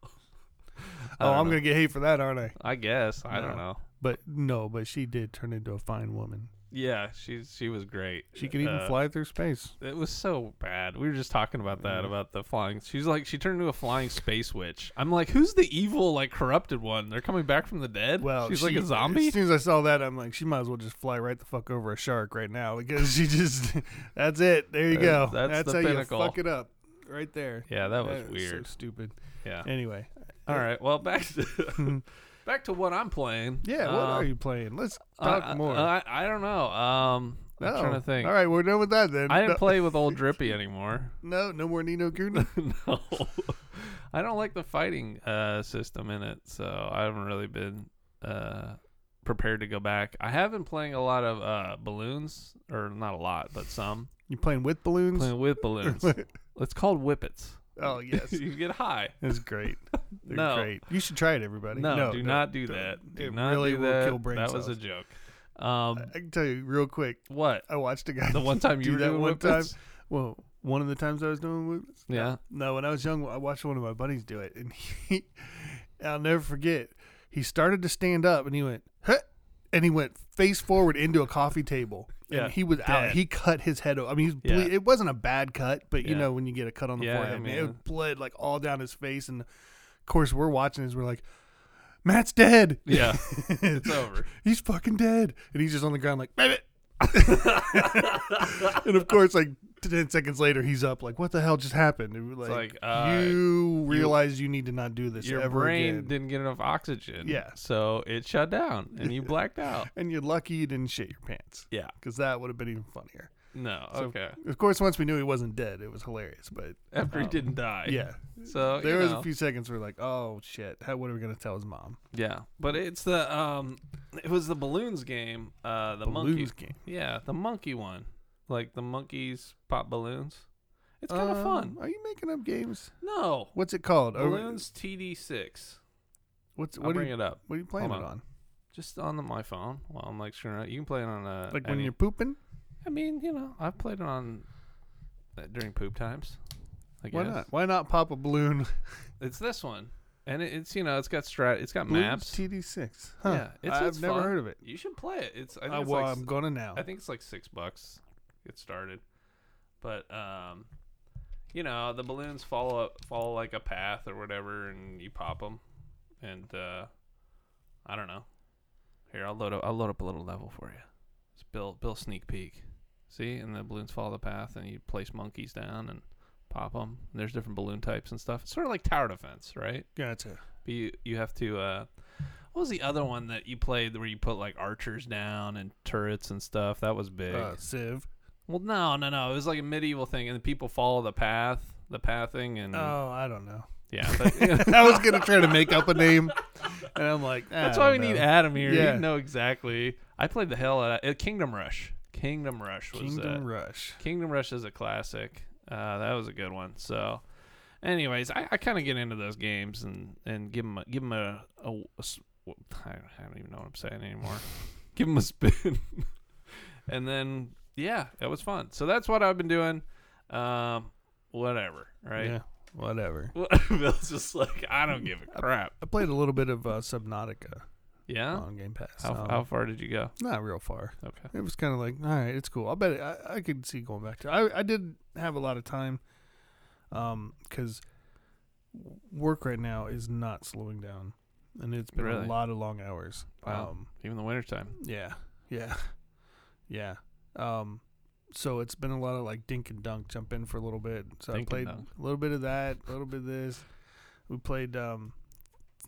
[SPEAKER 2] Oh,
[SPEAKER 1] don't
[SPEAKER 2] I'm
[SPEAKER 1] know.
[SPEAKER 2] gonna get hate for that, aren't I?
[SPEAKER 1] I guess I
[SPEAKER 2] No.
[SPEAKER 1] don't know.
[SPEAKER 2] But no, but she did turn into a fine woman.
[SPEAKER 1] Yeah, she she was great.
[SPEAKER 2] She could even
[SPEAKER 1] Uh,
[SPEAKER 2] fly through space.
[SPEAKER 1] It was so bad. We were just talking about that
[SPEAKER 2] Yeah.
[SPEAKER 1] about the flying. She's like she turned into a flying space witch. I'm like, who's the evil like corrupted one? They're coming back from the dead.
[SPEAKER 2] Well,
[SPEAKER 1] she's like
[SPEAKER 2] she-
[SPEAKER 1] a zombie.
[SPEAKER 2] As soon as I saw that, I'm like, she might as well just fly right the fuck over a shark right now because she just, [laughs] that's it. There you
[SPEAKER 1] That's-
[SPEAKER 2] go.
[SPEAKER 1] that's
[SPEAKER 2] That's,
[SPEAKER 1] the
[SPEAKER 2] how
[SPEAKER 1] pinnacle.
[SPEAKER 2] you fuck it up, right there.
[SPEAKER 1] Yeah, that was
[SPEAKER 2] That is
[SPEAKER 1] weird.
[SPEAKER 2] So stupid.
[SPEAKER 1] yeah.
[SPEAKER 2] Anyway,
[SPEAKER 1] All right. Well, back
[SPEAKER 2] [laughs]
[SPEAKER 1] to [laughs] back to what I'm playing.
[SPEAKER 2] yeah. what are
[SPEAKER 1] Um,
[SPEAKER 2] you playing? Let's
[SPEAKER 1] I-
[SPEAKER 2] talk more.
[SPEAKER 1] I, I, don't know. Um, I'm
[SPEAKER 2] No.
[SPEAKER 1] trying to think.
[SPEAKER 2] All right, we're done with that then.
[SPEAKER 1] I didn't
[SPEAKER 2] [laughs] no,
[SPEAKER 1] play with old Drippy anymore.
[SPEAKER 2] no, no more Nino Cooney.
[SPEAKER 1] [laughs] no, I don't like the fighting uh, system in it, so I haven't really been uh, prepared to go back. I have been playing a lot of uh, balloons, or not a lot, but
[SPEAKER 2] [laughs]
[SPEAKER 1] some
[SPEAKER 2] you playing with balloons?
[SPEAKER 1] playing with balloons. it's called whippets.
[SPEAKER 2] [laughs]
[SPEAKER 1] [laughs]
[SPEAKER 2] oh [laughs] yes,
[SPEAKER 1] you get high.
[SPEAKER 2] it's great. They're
[SPEAKER 1] No.
[SPEAKER 2] great. You should try it, everybody.
[SPEAKER 1] No, do
[SPEAKER 2] don't-
[SPEAKER 1] not do
[SPEAKER 2] don't.
[SPEAKER 1] that. Do
[SPEAKER 2] it
[SPEAKER 1] not
[SPEAKER 2] really
[SPEAKER 1] do
[SPEAKER 2] will
[SPEAKER 1] that.
[SPEAKER 2] kill brain
[SPEAKER 1] that
[SPEAKER 2] cells.
[SPEAKER 1] was a joke. Um,
[SPEAKER 2] I can tell you real quick.
[SPEAKER 1] what?
[SPEAKER 2] I watched a guy
[SPEAKER 1] The one time you
[SPEAKER 2] do
[SPEAKER 1] were
[SPEAKER 2] that
[SPEAKER 1] doing
[SPEAKER 2] one
[SPEAKER 1] whippets?
[SPEAKER 2] time. [laughs] Well, one of the times I was doing movements.
[SPEAKER 1] Yeah.
[SPEAKER 2] No, when I was young, I watched one of my buddies do it, and [laughs] he, I'll never forget. He started to stand up, and he went, huh, and he went face forward into a coffee table.
[SPEAKER 1] Yeah,
[SPEAKER 2] and he was out.
[SPEAKER 1] dead.
[SPEAKER 2] He cut his head. o- I mean, he's ble-
[SPEAKER 1] Yeah.
[SPEAKER 2] it wasn't a bad cut, but you
[SPEAKER 1] Yeah.
[SPEAKER 2] know when you get a cut on the
[SPEAKER 1] Yeah,
[SPEAKER 2] forehead, man,
[SPEAKER 1] man.
[SPEAKER 2] it bled like all down his face. And of course, we're watching as we're like, Matt's dead. [laughs]
[SPEAKER 1] Yeah. it's over. [laughs]
[SPEAKER 2] he's fucking dead, and he's just on the ground like, baby, and of course, like ten seconds later, he's up. Like, what the hell just happened? And we're like,
[SPEAKER 1] like, uh,
[SPEAKER 2] you realize you need to not do this
[SPEAKER 1] Your
[SPEAKER 2] ever
[SPEAKER 1] brain
[SPEAKER 2] again.
[SPEAKER 1] didn't get enough oxygen.
[SPEAKER 2] Yeah.
[SPEAKER 1] So it shut down
[SPEAKER 2] [laughs]
[SPEAKER 1] and you blacked out.
[SPEAKER 2] and you're lucky you didn't shit your pants
[SPEAKER 1] Yeah.
[SPEAKER 2] because that would have been even funnier.
[SPEAKER 1] No.
[SPEAKER 2] So-
[SPEAKER 1] okay.
[SPEAKER 2] Of course, once we knew he wasn't dead, it was hilarious. But
[SPEAKER 1] After he
[SPEAKER 2] um,
[SPEAKER 1] didn't die.
[SPEAKER 2] yeah,
[SPEAKER 1] So
[SPEAKER 2] there
[SPEAKER 1] you
[SPEAKER 2] was
[SPEAKER 1] know.
[SPEAKER 2] a few seconds where like, oh shit, how what are we gonna tell his mom?
[SPEAKER 1] Yeah, but it's the um, it was the balloons game. Uh, the monkey.
[SPEAKER 2] Balloons game.
[SPEAKER 1] Yeah, the monkey one. Like the monkeys pop balloons. It's kind of
[SPEAKER 2] Um,
[SPEAKER 1] fun.
[SPEAKER 2] Are you making up games?
[SPEAKER 1] No
[SPEAKER 2] What's it called? Are we-
[SPEAKER 1] balloons TD six.
[SPEAKER 2] What's
[SPEAKER 1] I'll
[SPEAKER 2] what are,
[SPEAKER 1] bring
[SPEAKER 2] you,
[SPEAKER 1] it up.
[SPEAKER 2] what are you playing
[SPEAKER 1] Hold
[SPEAKER 2] it
[SPEAKER 1] on.
[SPEAKER 2] on?
[SPEAKER 1] Just on the, my phone. Well, I'm like, sure. You can play it on uh,
[SPEAKER 2] Like when
[SPEAKER 1] any-
[SPEAKER 2] you're pooping?
[SPEAKER 1] I mean, you know, I've played it on uh, during poop times. I
[SPEAKER 2] Why
[SPEAKER 1] guess.
[SPEAKER 2] not? Why not pop
[SPEAKER 1] [laughs]
[SPEAKER 2] a balloon?
[SPEAKER 1] It's this one, and it, it's you know, it's got strat. It's got
[SPEAKER 2] Balloons
[SPEAKER 1] maps.
[SPEAKER 2] TD6. Huh.
[SPEAKER 1] Yeah, it's-
[SPEAKER 2] I've
[SPEAKER 1] it's
[SPEAKER 2] never
[SPEAKER 1] fun.
[SPEAKER 2] heard of it.
[SPEAKER 1] you should play it. It's I think
[SPEAKER 2] Uh,
[SPEAKER 1] it's
[SPEAKER 2] well,
[SPEAKER 1] like s-
[SPEAKER 2] I'm gonna now.
[SPEAKER 1] I think it's like six bucks. Get started, but um, you know the balloons follow up, follow like a path or whatever, and you pop them, and uh, I don't know. Here, I'll load up. I'll load up a little level for you. It's Bill Bill sneak peek. See, and the balloons follow the path, and you place monkeys down and pop them. There's different balloon types and stuff. It's sort of like tower defense, right?
[SPEAKER 2] Gotcha.
[SPEAKER 1] But you you have to. Uh, what was the other one that you played where you put like archers down and turrets and stuff? That was big.
[SPEAKER 2] Uh, Civ.
[SPEAKER 1] well, no, no, no. It was like a medieval thing, and the people follow the path, the pathing, and
[SPEAKER 2] Oh, I don't know. [laughs]
[SPEAKER 1] yeah. But,
[SPEAKER 2] I was gonna try to make up a name, and I'm like, I
[SPEAKER 1] [laughs] that's why we
[SPEAKER 2] don't
[SPEAKER 1] need
[SPEAKER 2] know.
[SPEAKER 1] Adam here.
[SPEAKER 2] Yeah.
[SPEAKER 1] You know exactly. I played the hell out of uh, Kingdom Rush. Kingdom Rush was
[SPEAKER 2] Kingdom
[SPEAKER 1] uh,
[SPEAKER 2] Rush.
[SPEAKER 1] Kingdom Rush is a classic. Uh, that was a good one. So, anyways, I, I kind of get into those games and and give them a, give 'em a, a, a s- w- [laughs] I don't- I don't even know what I'm saying
[SPEAKER 2] [laughs]
[SPEAKER 1] anymore. give them a spin, [laughs] and then yeah, that was fun. So that's what I've been doing. Um, whatever, right? [laughs]
[SPEAKER 2] Yeah. Whatever.
[SPEAKER 1] Bill's just like I don't give
[SPEAKER 2] [laughs]
[SPEAKER 1] a crap.
[SPEAKER 2] I played a little bit of uh, Subnautica
[SPEAKER 1] Yeah.
[SPEAKER 2] on Game Pass.
[SPEAKER 1] How,
[SPEAKER 2] um,
[SPEAKER 1] how far did you go?
[SPEAKER 2] not real far.
[SPEAKER 1] Okay.
[SPEAKER 2] It was kind of like, all right, it's cool. I'll bet it, I, I could see going back to. I I did have a lot of time, um, because work right now is not slowing down, and it's been
[SPEAKER 1] Really?
[SPEAKER 2] a lot of long hours.
[SPEAKER 1] Wow.
[SPEAKER 2] Um,
[SPEAKER 1] Even the
[SPEAKER 2] [laughs]
[SPEAKER 1] wintertime.
[SPEAKER 2] yeah, yeah, [laughs] yeah. Um, so it's been a lot of like dink and dunk, jump in for a little bit. So
[SPEAKER 1] Dink and
[SPEAKER 2] I played
[SPEAKER 1] dunk.
[SPEAKER 2] a little bit of that, a little bit of this. We played. Um,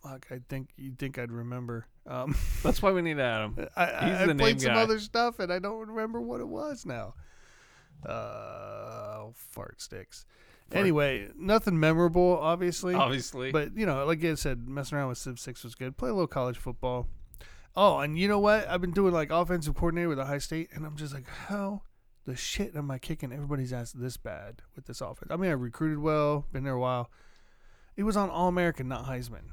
[SPEAKER 2] fuck, I think you would think I'd remember. Um,
[SPEAKER 1] That's why we need Adam.
[SPEAKER 2] I, I,
[SPEAKER 1] He's
[SPEAKER 2] I
[SPEAKER 1] the
[SPEAKER 2] played
[SPEAKER 1] name
[SPEAKER 2] some
[SPEAKER 1] guy.
[SPEAKER 2] other stuff and I don't remember what it was now. Uh, fart sticks.
[SPEAKER 1] Fart-
[SPEAKER 2] Anyway, nothing memorable, obviously.
[SPEAKER 1] Obviously.
[SPEAKER 2] But you know, like I said, messing around with Civ Six was good. Play a little college football. Oh, and you know what? I've been doing like offensive coordinator with Ohio State, and I'm just like, how the shit am I kicking everybody's ass this bad with this offense? I mean, I recruited well, been there a while. It was on All American, not Heisman.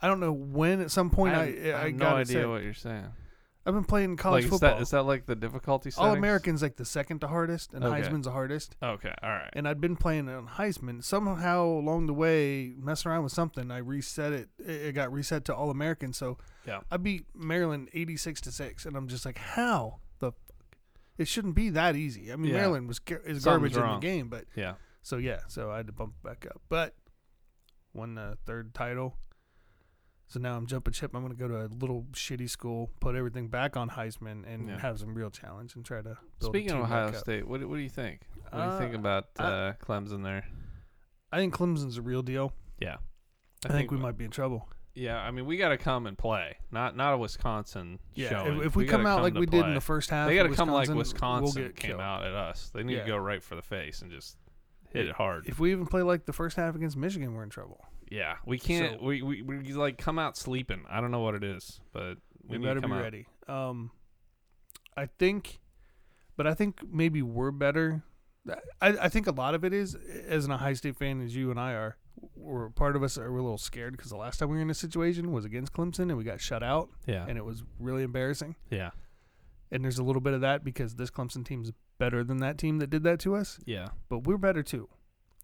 [SPEAKER 2] I don't know when. At some point, I
[SPEAKER 1] I, have- I
[SPEAKER 2] I,
[SPEAKER 1] have no
[SPEAKER 2] got it
[SPEAKER 1] idea
[SPEAKER 2] set.
[SPEAKER 1] what you're saying.
[SPEAKER 2] I've been playing college
[SPEAKER 1] like,
[SPEAKER 2] football.
[SPEAKER 1] Is that, is that like the difficulty settings?
[SPEAKER 2] All Americans like the second to hardest, and
[SPEAKER 1] Okay.
[SPEAKER 2] Heisman's the hardest.
[SPEAKER 1] Okay, all right.
[SPEAKER 2] And I'd been playing on Heisman. Somehow along the way, messing around with something, I reset it. It it got reset to All American. So
[SPEAKER 1] Yeah.
[SPEAKER 2] I beat Maryland eighty six to six, and I'm just like, how the. fuck? It shouldn't be that easy. I mean,
[SPEAKER 1] Yeah.
[SPEAKER 2] Maryland was gar-
[SPEAKER 1] Something's
[SPEAKER 2] is garbage in
[SPEAKER 1] wrong.
[SPEAKER 2] the game, but
[SPEAKER 1] Yeah.
[SPEAKER 2] so yeah, so I had to bump it back up, but won the third title. So now I'm jumping ship. I'm going to go to a little shitty school, put everything back on Heisman, and
[SPEAKER 1] Yeah.
[SPEAKER 2] have some real challenge and try to. Build a
[SPEAKER 1] Speaking of
[SPEAKER 2] team
[SPEAKER 1] Ohio
[SPEAKER 2] back up.
[SPEAKER 1] State, what, do- what do you think? What do you
[SPEAKER 2] Uh,
[SPEAKER 1] think about uh,
[SPEAKER 2] I-
[SPEAKER 1] Clemson there?
[SPEAKER 2] I think Clemson's a real deal.
[SPEAKER 1] Yeah.
[SPEAKER 2] I, think, we might be in trouble.
[SPEAKER 1] Yeah, I mean, we got to come and play. Not not a Wisconsin
[SPEAKER 2] Yeah,
[SPEAKER 1] showing.
[SPEAKER 2] if, if we,
[SPEAKER 1] gotta
[SPEAKER 2] come out like
[SPEAKER 1] to
[SPEAKER 2] we did in
[SPEAKER 1] play.
[SPEAKER 2] the first half,
[SPEAKER 1] They got to
[SPEAKER 2] of
[SPEAKER 1] come like
[SPEAKER 2] we'll
[SPEAKER 1] Wisconsin
[SPEAKER 2] get
[SPEAKER 1] came
[SPEAKER 2] killed.
[SPEAKER 1] out at us. They need
[SPEAKER 2] Yeah.
[SPEAKER 1] to go right for the face and just hit it hard.
[SPEAKER 2] If we even play like the first half against Michigan, we're in trouble.
[SPEAKER 1] yeah, we can't.
[SPEAKER 2] So-
[SPEAKER 1] we, we we like come out sleeping. I don't know what it is, but we,
[SPEAKER 2] We,
[SPEAKER 1] need to
[SPEAKER 2] better
[SPEAKER 1] come
[SPEAKER 2] be
[SPEAKER 1] out.
[SPEAKER 2] ready. Um, I think, but I think maybe we're better. I, I think a lot of it is, as an Ohio State fan, as you and I are, we're part of us are a little scared because the last time we were in this situation was against Clemson and we got shut out
[SPEAKER 1] Yeah,
[SPEAKER 2] and it was really embarrassing.
[SPEAKER 1] yeah,
[SPEAKER 2] And there's a little bit of that because this Clemson team's better than that team that did that to us,
[SPEAKER 1] yeah.
[SPEAKER 2] but we're better too.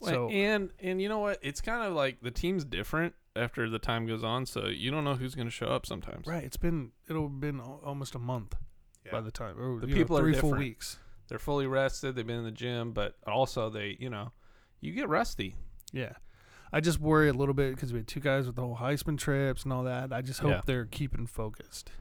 [SPEAKER 1] Well,
[SPEAKER 2] So
[SPEAKER 1] and and you know what? It's kind of like the team's different after the time goes on, so you don't know who's going to show up sometimes.
[SPEAKER 2] Right. It's been it'll have been al- almost a month by
[SPEAKER 1] Yeah.
[SPEAKER 2] the time. Or,
[SPEAKER 1] The
[SPEAKER 2] you know,
[SPEAKER 1] people are
[SPEAKER 2] three full
[SPEAKER 1] different.
[SPEAKER 2] weeks.
[SPEAKER 1] They're fully rested. They've been in the gym, but also they, you know, you get rusty.
[SPEAKER 2] Yeah. I just worry a little bit because we had two guys with the whole Heisman trips and all that. I just hope
[SPEAKER 1] Yeah.
[SPEAKER 2] they're keeping focused.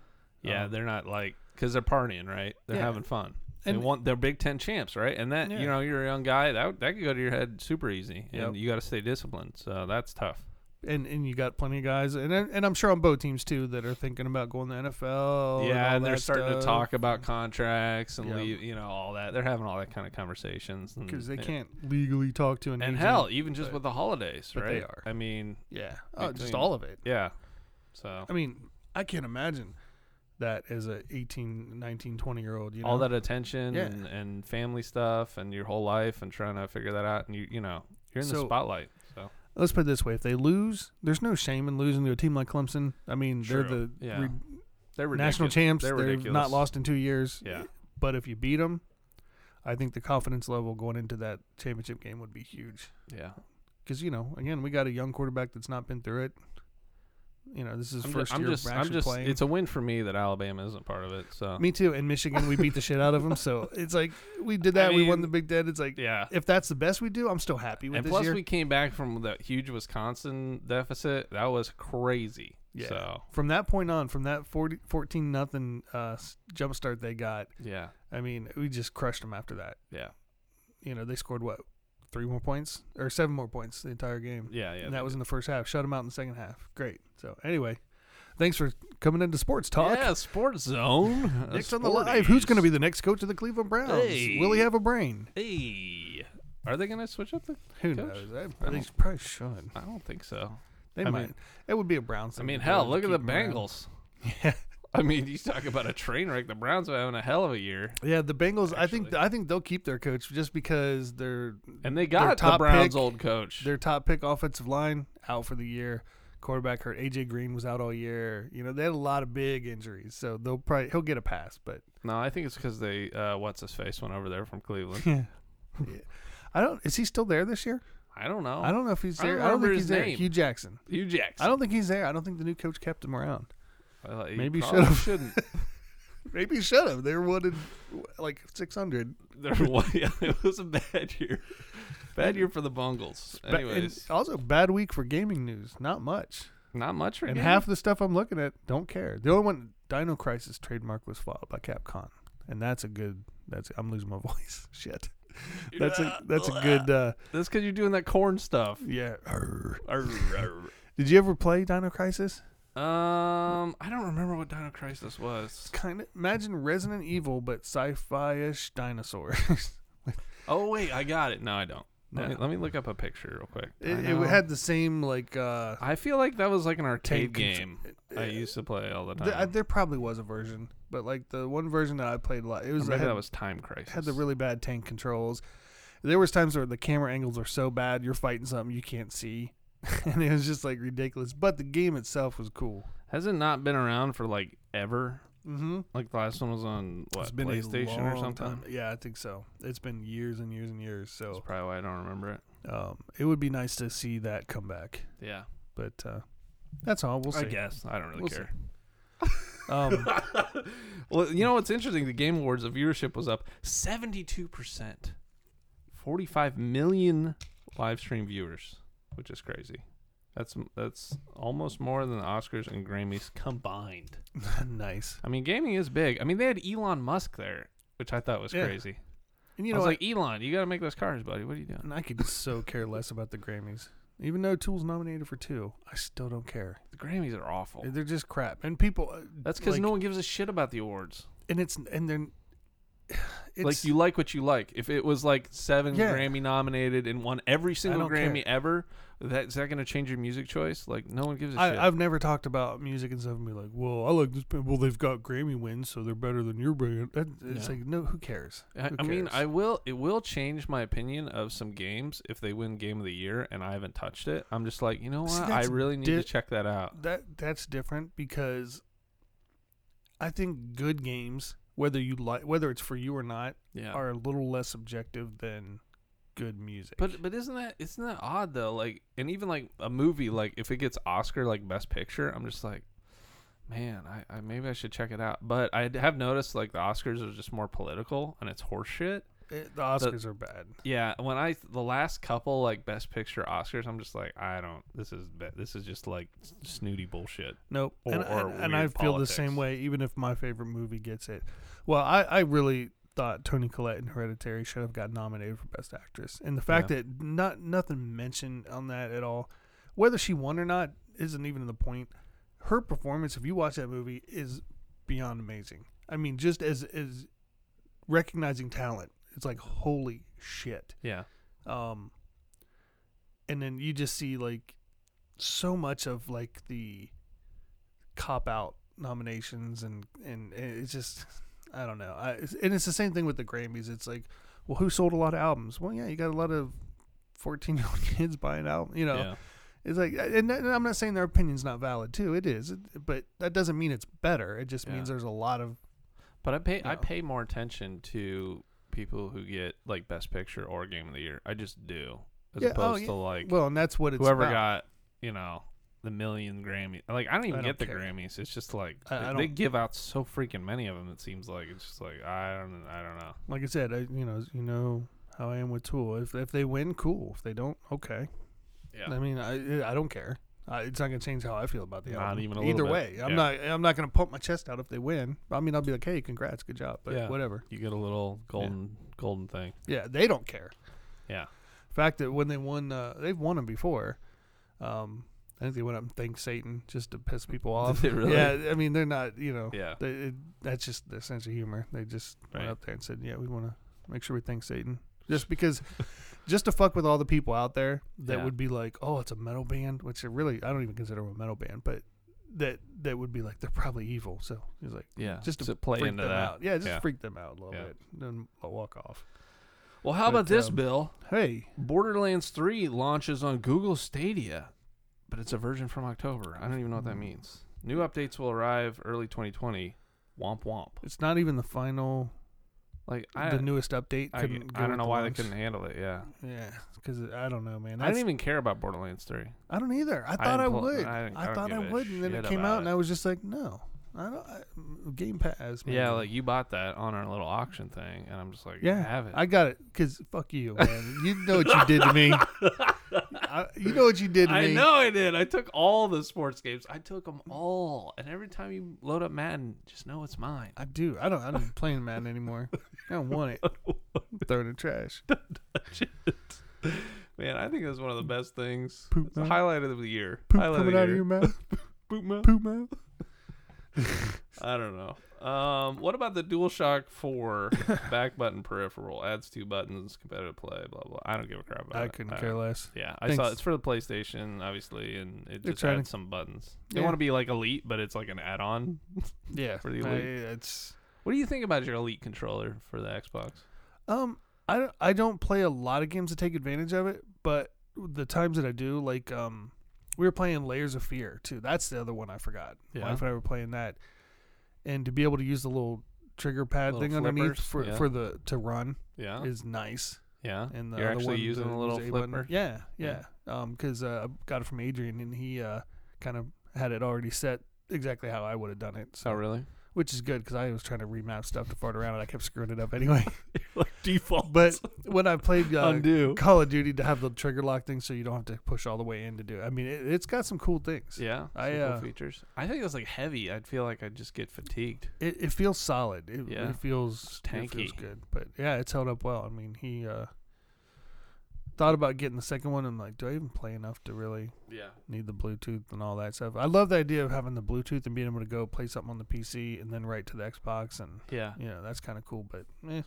[SPEAKER 1] Yeah,
[SPEAKER 2] Um,
[SPEAKER 1] they're not like because they're partying, right? They're
[SPEAKER 2] Yeah.
[SPEAKER 1] having fun. and
[SPEAKER 2] And-
[SPEAKER 1] want they're Big Ten champs, right? And that
[SPEAKER 2] Yeah.
[SPEAKER 1] you know you're a young guy that would- that could go to your head super easy,
[SPEAKER 2] Yep.
[SPEAKER 1] and you got to stay disciplined. So that's tough.
[SPEAKER 2] and and you got plenty of guys, and and I'm sure on both teams too that are thinking about going to NFL. Oh, and,
[SPEAKER 1] yeah,
[SPEAKER 2] all
[SPEAKER 1] and they're
[SPEAKER 2] that
[SPEAKER 1] starting to
[SPEAKER 2] stuff.
[SPEAKER 1] talk about contracts and
[SPEAKER 2] Yeah.
[SPEAKER 1] leave, you know, all that. They're having all that kind of conversations and-
[SPEAKER 2] because they
[SPEAKER 1] and-
[SPEAKER 2] can't legally talk to an
[SPEAKER 1] And
[SPEAKER 2] agent.
[SPEAKER 1] hell, even just
[SPEAKER 2] but-
[SPEAKER 1] with the holidays,
[SPEAKER 2] but
[SPEAKER 1] right?
[SPEAKER 2] they are.
[SPEAKER 1] I mean,
[SPEAKER 2] yeah, oh, just
[SPEAKER 1] Between-
[SPEAKER 2] all of it.
[SPEAKER 1] yeah. So
[SPEAKER 2] I mean, I can't imagine that as a 18, 19, 20 year old. You know?
[SPEAKER 1] all that attention
[SPEAKER 2] Yeah.
[SPEAKER 1] and, and family stuff and your whole life and trying to figure that out and you you know you're in the
[SPEAKER 2] So-
[SPEAKER 1] spotlight. So
[SPEAKER 2] Let's put it this way: if they lose, there's no shame in losing to a team like Clemson. I mean, they're
[SPEAKER 1] True.
[SPEAKER 2] the
[SPEAKER 1] Yeah.
[SPEAKER 2] re-
[SPEAKER 1] they're
[SPEAKER 2] national
[SPEAKER 1] ridiculous.
[SPEAKER 2] champs.
[SPEAKER 1] They're
[SPEAKER 2] They're, not
[SPEAKER 1] ridiculous.
[SPEAKER 2] lost in two years.
[SPEAKER 1] Yeah.
[SPEAKER 2] But if you beat them, I think the confidence level going into that championship game would be huge.
[SPEAKER 1] Yeah.
[SPEAKER 2] Because you know, again, we got a young quarterback that's not been through it. You know, this is
[SPEAKER 1] I'm,
[SPEAKER 2] 1st
[SPEAKER 1] just, I'm
[SPEAKER 2] year
[SPEAKER 1] just,
[SPEAKER 2] actually
[SPEAKER 1] I'm just,
[SPEAKER 2] playing.
[SPEAKER 1] it's a win for me that Alabama isn't part of it. So
[SPEAKER 2] Me too. In Michigan, we beat the shit out of them.
[SPEAKER 1] [laughs]
[SPEAKER 2] So it's like we did that. we won
[SPEAKER 1] mean,
[SPEAKER 2] the Big Ten. It's like
[SPEAKER 1] yeah.
[SPEAKER 2] if that's the best we do, I'm still happy with
[SPEAKER 1] And
[SPEAKER 2] this
[SPEAKER 1] plus,
[SPEAKER 2] year.
[SPEAKER 1] we came back from that huge Wisconsin deficit. That was crazy.
[SPEAKER 2] Yeah.
[SPEAKER 1] So
[SPEAKER 2] from that point on, from that 40, 14 nothing uh, s- jump start they got,
[SPEAKER 1] yeah,
[SPEAKER 2] I mean, we just crushed them after that.
[SPEAKER 1] yeah,
[SPEAKER 2] You know, they scored what three more points or seven more points the entire game,
[SPEAKER 1] yeah, yeah.
[SPEAKER 2] and that was in the first half. Shut them out in the second half. Great. So anyway, thanks for coming into sports talk.
[SPEAKER 1] Yeah, Sports Zone. Uh,
[SPEAKER 2] Next on the live, who's going to be the next coach of the Cleveland Browns?
[SPEAKER 1] Hey.
[SPEAKER 2] Will he have a brain?
[SPEAKER 1] Sporties. Hey, are they going to switch up the?
[SPEAKER 2] Who
[SPEAKER 1] Coach?
[SPEAKER 2] knows? I,
[SPEAKER 1] I
[SPEAKER 2] they
[SPEAKER 1] don't-
[SPEAKER 2] probably should.
[SPEAKER 1] I don't think so.
[SPEAKER 2] They
[SPEAKER 1] I
[SPEAKER 2] might.
[SPEAKER 1] mean-
[SPEAKER 2] it would be a
[SPEAKER 1] I
[SPEAKER 2] Browns. thing
[SPEAKER 1] mean,
[SPEAKER 2] to do,
[SPEAKER 1] hell,
[SPEAKER 2] to
[SPEAKER 1] look at the
[SPEAKER 2] keep 'em around.
[SPEAKER 1] Bengals.
[SPEAKER 2] Yeah,
[SPEAKER 1] [laughs] I mean, you talk about a train wreck. The Browns are having a hell of a year,
[SPEAKER 2] yeah, the Bengals. I think
[SPEAKER 1] Actually.
[SPEAKER 2] I think they'll keep their coach just because their
[SPEAKER 1] and they got the
[SPEAKER 2] top
[SPEAKER 1] Browns'
[SPEAKER 2] pick-
[SPEAKER 1] old coach.
[SPEAKER 2] their top pick offensive line out for the year, quarterback hurt. AJ Green was out all year. You know they had a lot of big injuries, so they'll probably he'll get a pass. But
[SPEAKER 1] No, I think it's because they uh, what's his face went over there from Cleveland.
[SPEAKER 2] [laughs] yeah. I don't. Is he still there this year?
[SPEAKER 1] I don't know.
[SPEAKER 2] I don't know if he's
[SPEAKER 1] I don't
[SPEAKER 2] there. I don't,
[SPEAKER 1] remember
[SPEAKER 2] think
[SPEAKER 1] his
[SPEAKER 2] he's there.
[SPEAKER 1] name.
[SPEAKER 2] Hugh Jackson.
[SPEAKER 1] Hugh Jackson.
[SPEAKER 2] I don't think he's there. I don't think the new coach kept him around.
[SPEAKER 1] Well, he
[SPEAKER 2] Maybe
[SPEAKER 1] probably
[SPEAKER 2] should've. [laughs]
[SPEAKER 1] shouldn't. [laughs]
[SPEAKER 2] Maybe he should have. They were one in like six hundred.
[SPEAKER 1] There was, [laughs] yeah, it was a bad year. Bad year for the Bungles.
[SPEAKER 2] Ba- and
[SPEAKER 1] Anyways,
[SPEAKER 2] also bad week for gaming news. Not much.
[SPEAKER 1] not much. For
[SPEAKER 2] And
[SPEAKER 1] him.
[SPEAKER 2] half the stuff I'm looking at don't care. The only one Dino Crisis trademark was filed by Capcom, and that's a good. That's I'm losing my [laughs] voice. Shit, that's a that's a good. Uh,
[SPEAKER 1] [laughs] That's because you're doing that corn
[SPEAKER 2] [laughs]
[SPEAKER 1] stuff.
[SPEAKER 2] yeah. Arr.
[SPEAKER 1] Arr, arr.
[SPEAKER 2] Did you ever play Dino Crisis?
[SPEAKER 1] um, I don't remember what Dino Crisis [laughs] was.
[SPEAKER 2] Kind of imagine Resident Evil, but sci-fi-ish dinosaurs. [laughs]
[SPEAKER 1] Oh wait, I got it. No, I don't.
[SPEAKER 2] No.
[SPEAKER 1] Let, me, let me look up a picture real quick.
[SPEAKER 2] it,
[SPEAKER 1] I know.
[SPEAKER 2] it had the same like uh,
[SPEAKER 1] I feel like that was like an arcade
[SPEAKER 2] tank control-
[SPEAKER 1] game I used to play all the time.
[SPEAKER 2] Th- I- there probably was a version, but like the one version that I played a lot, it
[SPEAKER 1] Or
[SPEAKER 2] was
[SPEAKER 1] maybe
[SPEAKER 2] I had-
[SPEAKER 1] that was Time Crisis.
[SPEAKER 2] had the really bad tank controls. There was times where the camera angles are so bad you're fighting something you can't see, [laughs] and it was just like ridiculous. But the game itself was cool.
[SPEAKER 1] Has it not been around for like ever?
[SPEAKER 2] Mm-hmm.
[SPEAKER 1] Like the last one was on what
[SPEAKER 2] a
[SPEAKER 1] PlayStation or
[SPEAKER 2] long
[SPEAKER 1] something.
[SPEAKER 2] time. Yeah, I think so. It's been years and years and years.
[SPEAKER 1] That's
[SPEAKER 2] So
[SPEAKER 1] probably why I don't remember it.
[SPEAKER 2] um, it would be nice to see that come back.
[SPEAKER 1] Yeah,
[SPEAKER 2] But uh, that's all. We'll
[SPEAKER 1] I
[SPEAKER 2] see.
[SPEAKER 1] guess I don't really
[SPEAKER 2] We'll
[SPEAKER 1] care.
[SPEAKER 2] [laughs] Um, [laughs]
[SPEAKER 1] Well, you know what's interesting? The Game Awards, the viewership was up seventy-two percent, forty-five million live stream viewers, which is crazy. That's that's almost more than the Oscars and Grammys combined.
[SPEAKER 2] nice.
[SPEAKER 1] I mean, gaming is big. I mean, they had Elon Musk there, which I thought was
[SPEAKER 2] Yeah.
[SPEAKER 1] crazy.
[SPEAKER 2] And you
[SPEAKER 1] I
[SPEAKER 2] know,
[SPEAKER 1] was
[SPEAKER 2] like,
[SPEAKER 1] like, Elon, you got to make those cars, buddy. What are you doing?
[SPEAKER 2] and I could so care less about the Grammys. Even though Tool's nominated for two, I still don't care.
[SPEAKER 1] The Grammys are awful.
[SPEAKER 2] They're just crap. And people, uh,
[SPEAKER 1] That's because
[SPEAKER 2] like-
[SPEAKER 1] no one gives a shit about the awards.
[SPEAKER 2] and it's and then [sighs] it's
[SPEAKER 1] like you like what you like. If it was like seven
[SPEAKER 2] Yeah.
[SPEAKER 1] Grammy nominated and won every single
[SPEAKER 2] don't care.
[SPEAKER 1] Grammy ever, that is that going to change your music choice? Like no one gives a shit.
[SPEAKER 2] I, I've never talked about music and stuff and be like, well, I like this band. Well, they've got Grammy wins, so they're better than your band. That, it's
[SPEAKER 1] Yeah.
[SPEAKER 2] like, no, who cares?
[SPEAKER 1] I,
[SPEAKER 2] Who
[SPEAKER 1] I mean,
[SPEAKER 2] cares?
[SPEAKER 1] I will. It will change my opinion of some games if they win Game of the Year and I haven't touched it. I'm just like, you know
[SPEAKER 2] See,
[SPEAKER 1] what? I
[SPEAKER 2] that's
[SPEAKER 1] really need
[SPEAKER 2] di-
[SPEAKER 1] to check that out.
[SPEAKER 2] That that's different because I think good games, whether you like, whether it's for you or not,
[SPEAKER 1] Yeah.
[SPEAKER 2] are a little less subjective than good music.
[SPEAKER 1] but but isn't that isn't that odd though? Like and even like a movie like if it gets Oscar like Best Picture, I'm just like, man, I, I maybe I should check it out. But I have noticed like the Oscars are just more political and it's horseshit.
[SPEAKER 2] It- Eh, the Oscars are bad.
[SPEAKER 1] Yeah, when I the last couple like Best Picture Oscars, I'm just like, I don't. This is ba- this is just like s- snooty bullshit.
[SPEAKER 2] Nope.
[SPEAKER 1] Or-
[SPEAKER 2] and,
[SPEAKER 1] or
[SPEAKER 2] and, and I
[SPEAKER 1] weird
[SPEAKER 2] feel the same
[SPEAKER 1] politics.
[SPEAKER 2] way, even if my favorite movie gets it. Well, I, I really thought Tony Collette in Hereditary should have got nominated for Best Actress, and the fact
[SPEAKER 1] Yeah.
[SPEAKER 2] that not nothing mentioned on that at all, whether she won or not, isn't even the point. Her performance, if you watch that movie, is beyond amazing. I mean, just as as recognizing talent, it's like holy shit.
[SPEAKER 1] Yeah.
[SPEAKER 2] Um, and then you just see like so much of like the cop out nominations and and it's just [laughs] I don't know. I, it's- and it's the same thing with the Grammys. It's like, well, who sold a lot of albums? Well, yeah, you got a lot of fourteen year old [laughs] kids buying albums. You know,
[SPEAKER 1] Yeah.
[SPEAKER 2] it's like, and, and I'm not saying their opinion's not valid too. It is, it, but that doesn't mean it's better. It just
[SPEAKER 1] Yeah.
[SPEAKER 2] means there's a lot of
[SPEAKER 1] But I pay I
[SPEAKER 2] No.
[SPEAKER 1] pay more attention to people who get like Best Picture or Game of the Year. I just do, as
[SPEAKER 2] Yeah, oh,
[SPEAKER 1] opposed
[SPEAKER 2] yeah.
[SPEAKER 1] to like
[SPEAKER 2] well, and that's what it's
[SPEAKER 1] whoever
[SPEAKER 2] about.
[SPEAKER 1] got you know the million Grammy. Like I don't even
[SPEAKER 2] I
[SPEAKER 1] get
[SPEAKER 2] don't
[SPEAKER 1] the
[SPEAKER 2] care.
[SPEAKER 1] Grammys. It's just like
[SPEAKER 2] I- I
[SPEAKER 1] they- they
[SPEAKER 2] don't-
[SPEAKER 1] give out so freaking many of them. It seems like it's just like I don't I don't know.
[SPEAKER 2] like I said, I you know you know how I am with Tool. If if they win, cool. If they don't, okay.
[SPEAKER 1] Yeah.
[SPEAKER 2] I mean, I I don't care. I, it's not gonna change how I feel about the
[SPEAKER 1] Not
[SPEAKER 2] album.
[SPEAKER 1] even a little
[SPEAKER 2] Either
[SPEAKER 1] bit.
[SPEAKER 2] way, I'm
[SPEAKER 1] Yeah.
[SPEAKER 2] not I'm not gonna pump my chest out if they win. I mean, I'll be like, hey, congrats, good job. But
[SPEAKER 1] Yeah.
[SPEAKER 2] whatever.
[SPEAKER 1] You get a little golden golden thing.
[SPEAKER 2] Yeah, they don't care.
[SPEAKER 1] Yeah.
[SPEAKER 2] Fact that when they won, uh, they've won them before. Um, I think they went up and thanked Satan just to
[SPEAKER 1] [laughs]
[SPEAKER 2] piss people off.
[SPEAKER 1] they really?
[SPEAKER 2] Yeah, I mean, they're not you know.
[SPEAKER 1] Yeah.
[SPEAKER 2] They, it, that's just their sense of humor. They just
[SPEAKER 1] Right.
[SPEAKER 2] went up there and said, "Yeah, we want to make sure we thank Satan,"
[SPEAKER 1] [laughs]
[SPEAKER 2] just because, just to fuck with all the people out there that
[SPEAKER 1] Yeah.
[SPEAKER 2] would be like, "Oh, it's a metal band," which it really I don't even consider 'em a metal band, but that that would be like they're probably evil. So he's like,
[SPEAKER 1] Yeah.
[SPEAKER 2] just to
[SPEAKER 1] play
[SPEAKER 2] freak
[SPEAKER 1] into
[SPEAKER 2] them
[SPEAKER 1] that.
[SPEAKER 2] out, yeah, just
[SPEAKER 1] Yeah.
[SPEAKER 2] freak them out a little
[SPEAKER 1] Yeah.
[SPEAKER 2] bit, then I'll walk off.
[SPEAKER 1] Well, how
[SPEAKER 2] But,
[SPEAKER 1] about this,
[SPEAKER 2] um,
[SPEAKER 1] Bill?
[SPEAKER 2] Hey,
[SPEAKER 1] Borderlands 3 launches on Google Stadia, but it's a version from October. I don't even know what that
[SPEAKER 2] Hmm.
[SPEAKER 1] means. New updates will arrive early 2020. Womp womp.
[SPEAKER 2] it's not even the final,
[SPEAKER 1] Like I,
[SPEAKER 2] the newest update.
[SPEAKER 1] I,
[SPEAKER 2] couldn't
[SPEAKER 1] I
[SPEAKER 2] go
[SPEAKER 1] don't
[SPEAKER 2] with
[SPEAKER 1] know
[SPEAKER 2] the
[SPEAKER 1] why
[SPEAKER 2] launch.
[SPEAKER 1] they couldn't handle it. Yeah,
[SPEAKER 2] Yeah, because I don't know, man.
[SPEAKER 1] I
[SPEAKER 2] That's
[SPEAKER 1] didn't even care about Borderlands 3.
[SPEAKER 2] I don't either. I thought I,
[SPEAKER 1] didn't pull-
[SPEAKER 2] would.
[SPEAKER 1] I
[SPEAKER 2] I,
[SPEAKER 1] didn't- I don't
[SPEAKER 2] thought I
[SPEAKER 1] give a
[SPEAKER 2] would, and then
[SPEAKER 1] shit
[SPEAKER 2] it came
[SPEAKER 1] about
[SPEAKER 2] out, and
[SPEAKER 1] it.
[SPEAKER 2] I was just like, no, I don't. I, mm, Game Pass. Man.
[SPEAKER 1] Yeah, like you bought that on our little auction thing, and I'm just like,
[SPEAKER 2] yeah,
[SPEAKER 1] have it. [laughs]
[SPEAKER 2] I got it because fuck you, man. you know what you did to me. I, you know what you did to
[SPEAKER 1] I
[SPEAKER 2] me.
[SPEAKER 1] know I did. I took all the sports games. I took them all, and every time you load up Madden, just know it's mine.
[SPEAKER 2] I do. I don't. I'm not playing Madden anymore. I don't want it.
[SPEAKER 1] [laughs]
[SPEAKER 2] I'm throwing it in trash.
[SPEAKER 1] Man, I think that's one of the best things.
[SPEAKER 2] Poop
[SPEAKER 1] It's the
[SPEAKER 2] mouth.
[SPEAKER 1] highlight of the year.
[SPEAKER 2] Poop
[SPEAKER 1] highlight
[SPEAKER 2] coming
[SPEAKER 1] the
[SPEAKER 2] out of
[SPEAKER 1] year.
[SPEAKER 2] your mouth.
[SPEAKER 1] Poop mouth.
[SPEAKER 2] Poop mouth.
[SPEAKER 1] [laughs] I don't know. Um, what about the DualShock
[SPEAKER 2] [laughs]
[SPEAKER 1] 4 back button peripheral? Adds two buttons, competitive play, blah blah. I don't give a crap about it.
[SPEAKER 2] I couldn't care less.
[SPEAKER 1] Yeah, I saw
[SPEAKER 2] Thanks.
[SPEAKER 1] it's for the PlayStation, obviously, and it
[SPEAKER 2] They're
[SPEAKER 1] just
[SPEAKER 2] trying to-
[SPEAKER 1] adds some buttons. They
[SPEAKER 2] Yeah.
[SPEAKER 1] want to be like Elite, but it's like an add-on. [laughs]
[SPEAKER 2] Yeah,
[SPEAKER 1] For the
[SPEAKER 2] I-
[SPEAKER 1] Elite.
[SPEAKER 2] it's
[SPEAKER 1] What do you think about your Elite controller for the Xbox?
[SPEAKER 2] Um, I don't- I don't play a lot of games to take advantage of it, but the times that I do, like um, we were playing Layers of Fear too. That's the other one I forgot.
[SPEAKER 1] Yeah.
[SPEAKER 2] My wife and I were playing that, and to be able to use the little trigger pad
[SPEAKER 1] Little
[SPEAKER 2] thing
[SPEAKER 1] flippers,
[SPEAKER 2] underneath for,
[SPEAKER 1] yeah.
[SPEAKER 2] for the to run
[SPEAKER 1] Yeah,
[SPEAKER 2] is nice.
[SPEAKER 1] yeah.
[SPEAKER 2] And the
[SPEAKER 1] You're
[SPEAKER 2] other
[SPEAKER 1] actually
[SPEAKER 2] one,
[SPEAKER 1] using
[SPEAKER 2] to
[SPEAKER 1] a little
[SPEAKER 2] use A button-
[SPEAKER 1] flipper?
[SPEAKER 2] Yeah,
[SPEAKER 1] Yeah.
[SPEAKER 2] yeah. Um, because uh, I got it from Adrian, and he uh kind of had it already set exactly how I would have done it. So
[SPEAKER 1] Oh, really? [laughs]
[SPEAKER 2] which is good because I was trying to remap stuff to fart around, and I kept screwing it up anyway. [laughs]
[SPEAKER 1] like default,
[SPEAKER 2] but when I played
[SPEAKER 1] [laughs]
[SPEAKER 2] uh,
[SPEAKER 1] undo.
[SPEAKER 2] Call of Duty to have the trigger lock thing, so you don't have to push all the way in to do. It. I mean, it, it's got some cool things.
[SPEAKER 1] Yeah,
[SPEAKER 2] I,
[SPEAKER 1] some cool
[SPEAKER 2] uh,
[SPEAKER 1] features. I think that's like heavy. I'd feel like I'd just get fatigued.
[SPEAKER 2] It, it feels solid. It,
[SPEAKER 1] Yeah.
[SPEAKER 2] it feels It feels
[SPEAKER 1] tanky.
[SPEAKER 2] good, but yeah, it's held up well. I mean, he uh, thought about getting the second one. I'm like, do I even play enough to really
[SPEAKER 1] Yeah.
[SPEAKER 2] need the Bluetooth and all that stuff? I love the idea of having the Bluetooth and being able to go play something on the PC and then right to the Xbox, and
[SPEAKER 1] Yeah.
[SPEAKER 2] you know that's kind of cool. But eh,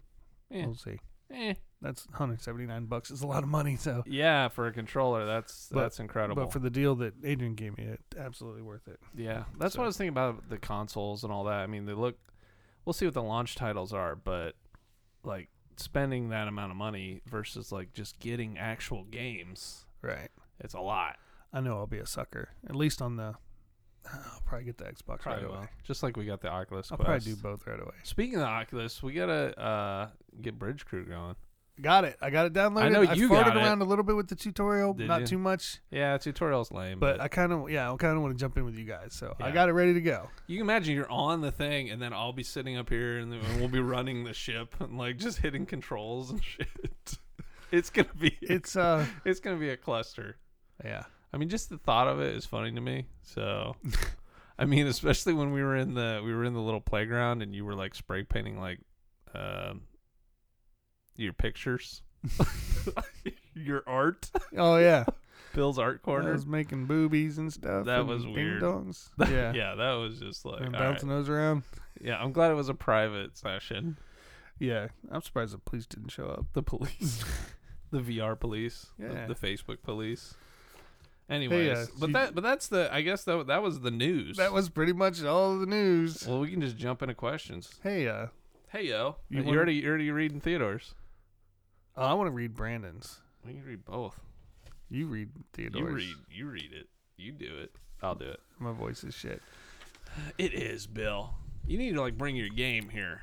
[SPEAKER 1] Eh.
[SPEAKER 2] we'll see.
[SPEAKER 1] Eh.
[SPEAKER 2] That's 179 bucks. Is a lot of money, so.
[SPEAKER 1] Yeah, for a controller, that's
[SPEAKER 2] But-
[SPEAKER 1] that's incredible.
[SPEAKER 2] But for the deal that Adrian gave me, it absolutely worth it.
[SPEAKER 1] yeah, that's what I
[SPEAKER 2] so-
[SPEAKER 1] was thinking about the consoles and all that. I mean, they look. We'll see what the launch titles are, but like spending that amount of money versus like just getting actual games,
[SPEAKER 2] Right.
[SPEAKER 1] it's a lot.
[SPEAKER 2] I know I'll be a sucker. At least on the, I'll probably get the Xbox
[SPEAKER 1] Probably
[SPEAKER 2] right away.
[SPEAKER 1] just like we got the Oculus
[SPEAKER 2] I'll
[SPEAKER 1] Quest.
[SPEAKER 2] probably do both right away.
[SPEAKER 1] Speaking of the Oculus, we gotta uh, get Bridge Crew going.
[SPEAKER 2] Got it. I got it downloaded.
[SPEAKER 1] I know you
[SPEAKER 2] farted
[SPEAKER 1] got it.
[SPEAKER 2] around a little bit with the tutorial,
[SPEAKER 1] Did
[SPEAKER 2] not
[SPEAKER 1] you?
[SPEAKER 2] too much,
[SPEAKER 1] Yeah, tutorial's lame,
[SPEAKER 2] but I kind of yeah, I kind of want to jump in with you guys. So I
[SPEAKER 1] Yeah.
[SPEAKER 2] got it ready
[SPEAKER 1] [laughs]
[SPEAKER 2] to go.
[SPEAKER 1] You can imagine you're on the thing, and then I'll be sitting up here, and, then we'll be running the ship and like just hitting controls and [laughs] shit. It's gonna be it's
[SPEAKER 2] It's uh
[SPEAKER 1] it's gonna be a cluster.
[SPEAKER 2] yeah
[SPEAKER 1] I mean, just the thought of it is funny to me. So, [laughs] I mean, especially when we were in the we were in the little playground, and you were like spray painting like um your pictures, [laughs] your art,
[SPEAKER 2] Oh yeah,
[SPEAKER 1] Bill's art [laughs]
[SPEAKER 2] I
[SPEAKER 1] corner.
[SPEAKER 2] was making boobies and stuff.
[SPEAKER 1] That
[SPEAKER 2] and
[SPEAKER 1] was
[SPEAKER 2] ding
[SPEAKER 1] weird.
[SPEAKER 2] Dongs.
[SPEAKER 1] [laughs] yeah.
[SPEAKER 2] Yeah,
[SPEAKER 1] that was just like
[SPEAKER 2] and
[SPEAKER 1] all right.
[SPEAKER 2] bouncing those around.
[SPEAKER 1] Yeah, I'm glad it was a private session.
[SPEAKER 2] Yeah, I'm surprised the police didn't show up.
[SPEAKER 1] The police, [laughs] the VR police, the-
[SPEAKER 2] Yeah.
[SPEAKER 1] the, Facebook police. Anyways, but
[SPEAKER 2] you-
[SPEAKER 1] that but that's the I guess that uh, that was the news.
[SPEAKER 2] That was pretty much all the news.
[SPEAKER 1] well, we can just jump into questions.
[SPEAKER 2] Hey, uh,
[SPEAKER 1] Hey yo,
[SPEAKER 2] You
[SPEAKER 1] you,
[SPEAKER 2] wanna-
[SPEAKER 1] already you already reading Theodore's.
[SPEAKER 2] oh, I want to read Brandon's.
[SPEAKER 1] We can read both.
[SPEAKER 2] You read
[SPEAKER 1] You
[SPEAKER 2] Theodore's.
[SPEAKER 1] read you read it. You do it. I'll do it.
[SPEAKER 2] My voice is shit.
[SPEAKER 1] It is Bill. You need to like bring your game here.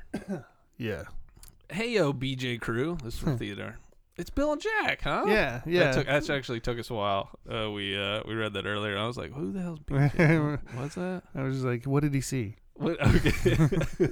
[SPEAKER 2] Yeah.
[SPEAKER 1] Hey yo, BJ crew. This [laughs] is from Theodore. It's Bill and Jack, huh?
[SPEAKER 2] Yeah. Yeah.
[SPEAKER 1] That,
[SPEAKER 2] [laughs]
[SPEAKER 1] took, that actually took us a while. Uh, we uh, we read that earlier, and I was like, "Who the hell's BJ? [laughs] Who- What's that?"
[SPEAKER 2] I was just like, what did he see?
[SPEAKER 1] What, [laughs] okay. [laughs]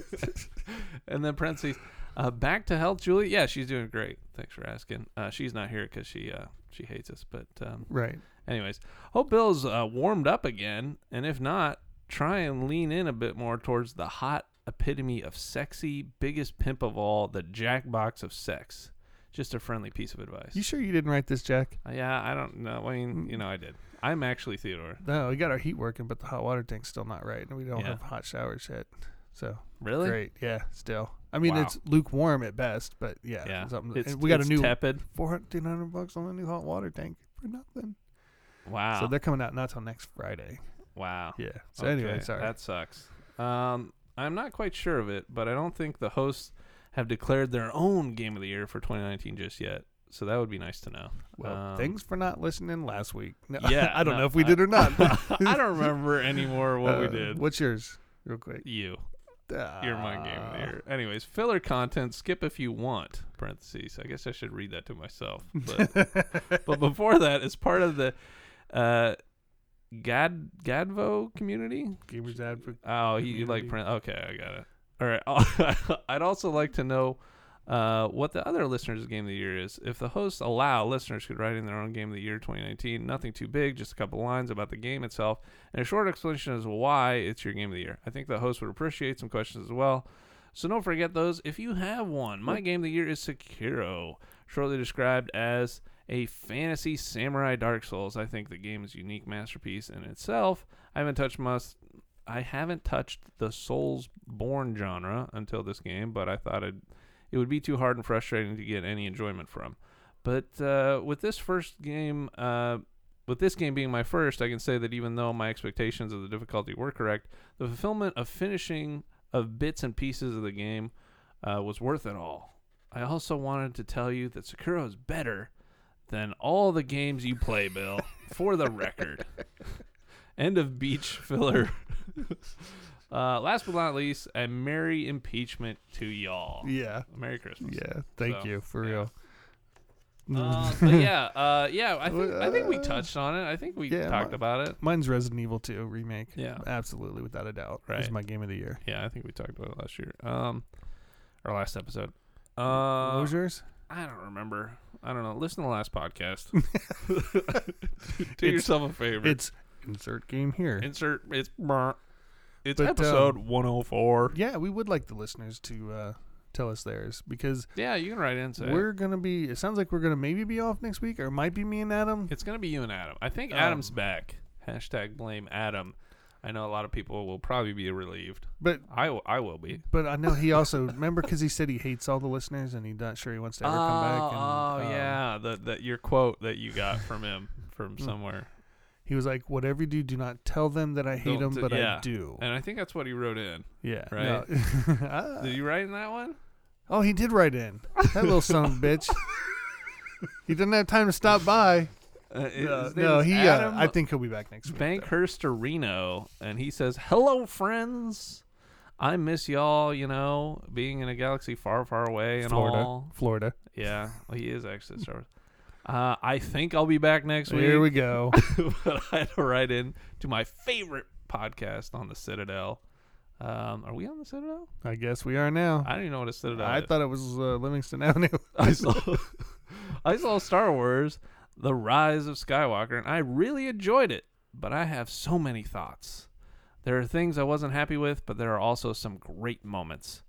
[SPEAKER 1] and then parentheses, uh, back to health, Julie. Yeah, she's doing great. Thanks for asking. Uh, she's not here because she uh, she hates us. But um,
[SPEAKER 2] Right.
[SPEAKER 1] anyways, hope Bill's uh, warmed up again, and if not, try and lean in a bit more towards the hot epitome of sexy, biggest pimp of all, the jackbox of sex. Just a friendly piece of advice.
[SPEAKER 2] You sure you didn't write this, Jack?
[SPEAKER 1] Uh, Yeah, I don't know. I mean, you know, I did. I'm actually Theodore.
[SPEAKER 2] No, we got our heat working, but the hot water tank's still not right, and we don't
[SPEAKER 1] Yeah.
[SPEAKER 2] have hot showers yet. So
[SPEAKER 1] Really?
[SPEAKER 2] great, yeah. Still, I mean,
[SPEAKER 1] Wow.
[SPEAKER 2] it's lukewarm at best, but yeah,
[SPEAKER 1] Yeah.
[SPEAKER 2] something.
[SPEAKER 1] It's,
[SPEAKER 2] and we got a
[SPEAKER 1] it's
[SPEAKER 2] new
[SPEAKER 1] tepid.
[SPEAKER 2] 400, 300 bucks on a new hot water tank for nothing.
[SPEAKER 1] Wow.
[SPEAKER 2] So they're coming out not till next Friday.
[SPEAKER 1] wow.
[SPEAKER 2] Yeah. So
[SPEAKER 1] Okay,
[SPEAKER 2] anyway, sorry.
[SPEAKER 1] That sucks. Um, I'm not quite sure of it, but I don't think the hosts have declared their own game of the year for 2019 just yet. So that would be nice to
[SPEAKER 2] [laughs]
[SPEAKER 1] know.
[SPEAKER 2] well,
[SPEAKER 1] um,
[SPEAKER 2] thanks for not listening last week. No,
[SPEAKER 1] Yeah,
[SPEAKER 2] [laughs] I don't
[SPEAKER 1] no,
[SPEAKER 2] know if we
[SPEAKER 1] I-
[SPEAKER 2] did or not.
[SPEAKER 1] [laughs] I don't remember anymore what we
[SPEAKER 2] [laughs] Uh,
[SPEAKER 1] did.
[SPEAKER 2] What's yours, real quick?
[SPEAKER 1] You.
[SPEAKER 2] Uh,
[SPEAKER 1] You're my game of the year. Anyways, filler content, skip if you want. Parentheses. I guess I should read that to
[SPEAKER 2] [laughs]
[SPEAKER 1] myself. But, but before that, as part of the uh, Gad Gadvo community.
[SPEAKER 2] Gamers advocate.
[SPEAKER 1] Oh, he you like
[SPEAKER 2] Community.
[SPEAKER 1] print. Okay, I got it. All right. [laughs] I'd also like to know uh, what the other listeners' game of the year is. If the hosts allow, listeners could write in their own game of the year 2019. Nothing too big, just a couple lines about the game itself and a short explanation as to why it's your game of the year. I think the host would appreciate some questions as well. So don't forget those if you have one. My game of the year is Sekiro, shortly described as a fantasy samurai Dark Souls. I think the game is a unique masterpiece in itself. I haven't touched must I haven't touched the Souls Born genre until this game, but I thought it it would be too hard and frustrating to get any enjoyment from. But uh, with this first game, uh, with this game being my first, I can say that even though my expectations of the difficulty were correct, the fulfillment of finishing of bits and pieces of the game uh, was worth it all. I also wanted to tell you that Sekiro is better than all the games you play, Bill, for the record. End of beach filler. uh, last but not least, a merry impeachment to y'all.
[SPEAKER 2] Yeah.
[SPEAKER 1] Merry Christmas.
[SPEAKER 2] Yeah. Thank
[SPEAKER 1] Oh. So,
[SPEAKER 2] you for
[SPEAKER 1] yeah.
[SPEAKER 2] real. Mm. [laughs]
[SPEAKER 1] Uh, but yeah, uh, yeah, I think I think we
[SPEAKER 2] Uh,
[SPEAKER 1] touched on it. I think we
[SPEAKER 2] yeah,
[SPEAKER 1] talked
[SPEAKER 2] my-
[SPEAKER 1] about it.
[SPEAKER 2] Mine's Resident Evil 2 remake.
[SPEAKER 1] Yeah.
[SPEAKER 2] Absolutely, without a doubt. Right. Is
[SPEAKER 1] Right.
[SPEAKER 2] my game of the year.
[SPEAKER 1] Yeah, I think we talked about it last year. Um, our last episode.
[SPEAKER 2] what
[SPEAKER 1] Uh,
[SPEAKER 2] was yours?
[SPEAKER 1] I don't remember. I don't know. Listen to the last podcast.
[SPEAKER 2] [laughs]
[SPEAKER 1] Do
[SPEAKER 2] It's-
[SPEAKER 1] yourself a favor.
[SPEAKER 2] It's insert game here.
[SPEAKER 1] Insert. It's. brr. It's
[SPEAKER 2] But, um,
[SPEAKER 1] episode 104.
[SPEAKER 2] yeah, we would like the listeners to uh, tell us theirs because
[SPEAKER 1] Yeah, you can write in. say it.
[SPEAKER 2] we're gonna be. It sounds like we're gonna maybe be off next week, or it might be me and Adam.
[SPEAKER 1] It's gonna be you and Adam. I think
[SPEAKER 2] Um,
[SPEAKER 1] Adam's back. Hashtag blame Adam. I know a lot of people will probably be relieved.
[SPEAKER 2] But
[SPEAKER 1] I w- I will be.
[SPEAKER 2] but I know he also remember because he said he hates all the listeners and he's not sure he wants to ever come back. And,
[SPEAKER 1] oh
[SPEAKER 2] um,
[SPEAKER 1] yeah, the, the your quote that you got from him from
[SPEAKER 2] Mm.
[SPEAKER 1] somewhere,
[SPEAKER 2] He was like, "Whatever you do, do not tell them that I hate
[SPEAKER 1] Don't
[SPEAKER 2] them,
[SPEAKER 1] t-
[SPEAKER 2] but
[SPEAKER 1] yeah.
[SPEAKER 2] I do."
[SPEAKER 1] and I think that's what he wrote in.
[SPEAKER 2] yeah.
[SPEAKER 1] Right.
[SPEAKER 2] no. [laughs] Ah.
[SPEAKER 1] Did you write in that one?
[SPEAKER 2] Oh, he did write in. That little son of a bitch. He didn't have time to stop by.
[SPEAKER 1] Uh, it-
[SPEAKER 2] No,
[SPEAKER 1] his name
[SPEAKER 2] no
[SPEAKER 1] is
[SPEAKER 2] he. Uh,
[SPEAKER 1] Adam
[SPEAKER 2] I think he'll be back next week. though.
[SPEAKER 1] Bankhurst to Reno, and he says, "Hello, friends. I miss y'all. You know, being in a galaxy far, far away and
[SPEAKER 2] Florida.
[SPEAKER 1] all.
[SPEAKER 2] Florida.
[SPEAKER 1] Yeah, well, he is actually Star Wars. Uh, I think I'll be back next
[SPEAKER 2] So
[SPEAKER 1] week.
[SPEAKER 2] here
[SPEAKER 1] [laughs]
[SPEAKER 2] we go.
[SPEAKER 1] but I had to write in to my favorite podcast on the Citadel. Um, are we on the Citadel?
[SPEAKER 2] I guess we are now.
[SPEAKER 1] I don't even know what a Citadel
[SPEAKER 2] I
[SPEAKER 1] is.
[SPEAKER 2] thought it was uh,
[SPEAKER 1] [laughs]
[SPEAKER 2] Livingston Avenue.
[SPEAKER 1] I saw I saw Star Wars: The Rise of Skywalker, and I really enjoyed it. But I have so many thoughts. There are things I wasn't happy with, but there are also some great moments.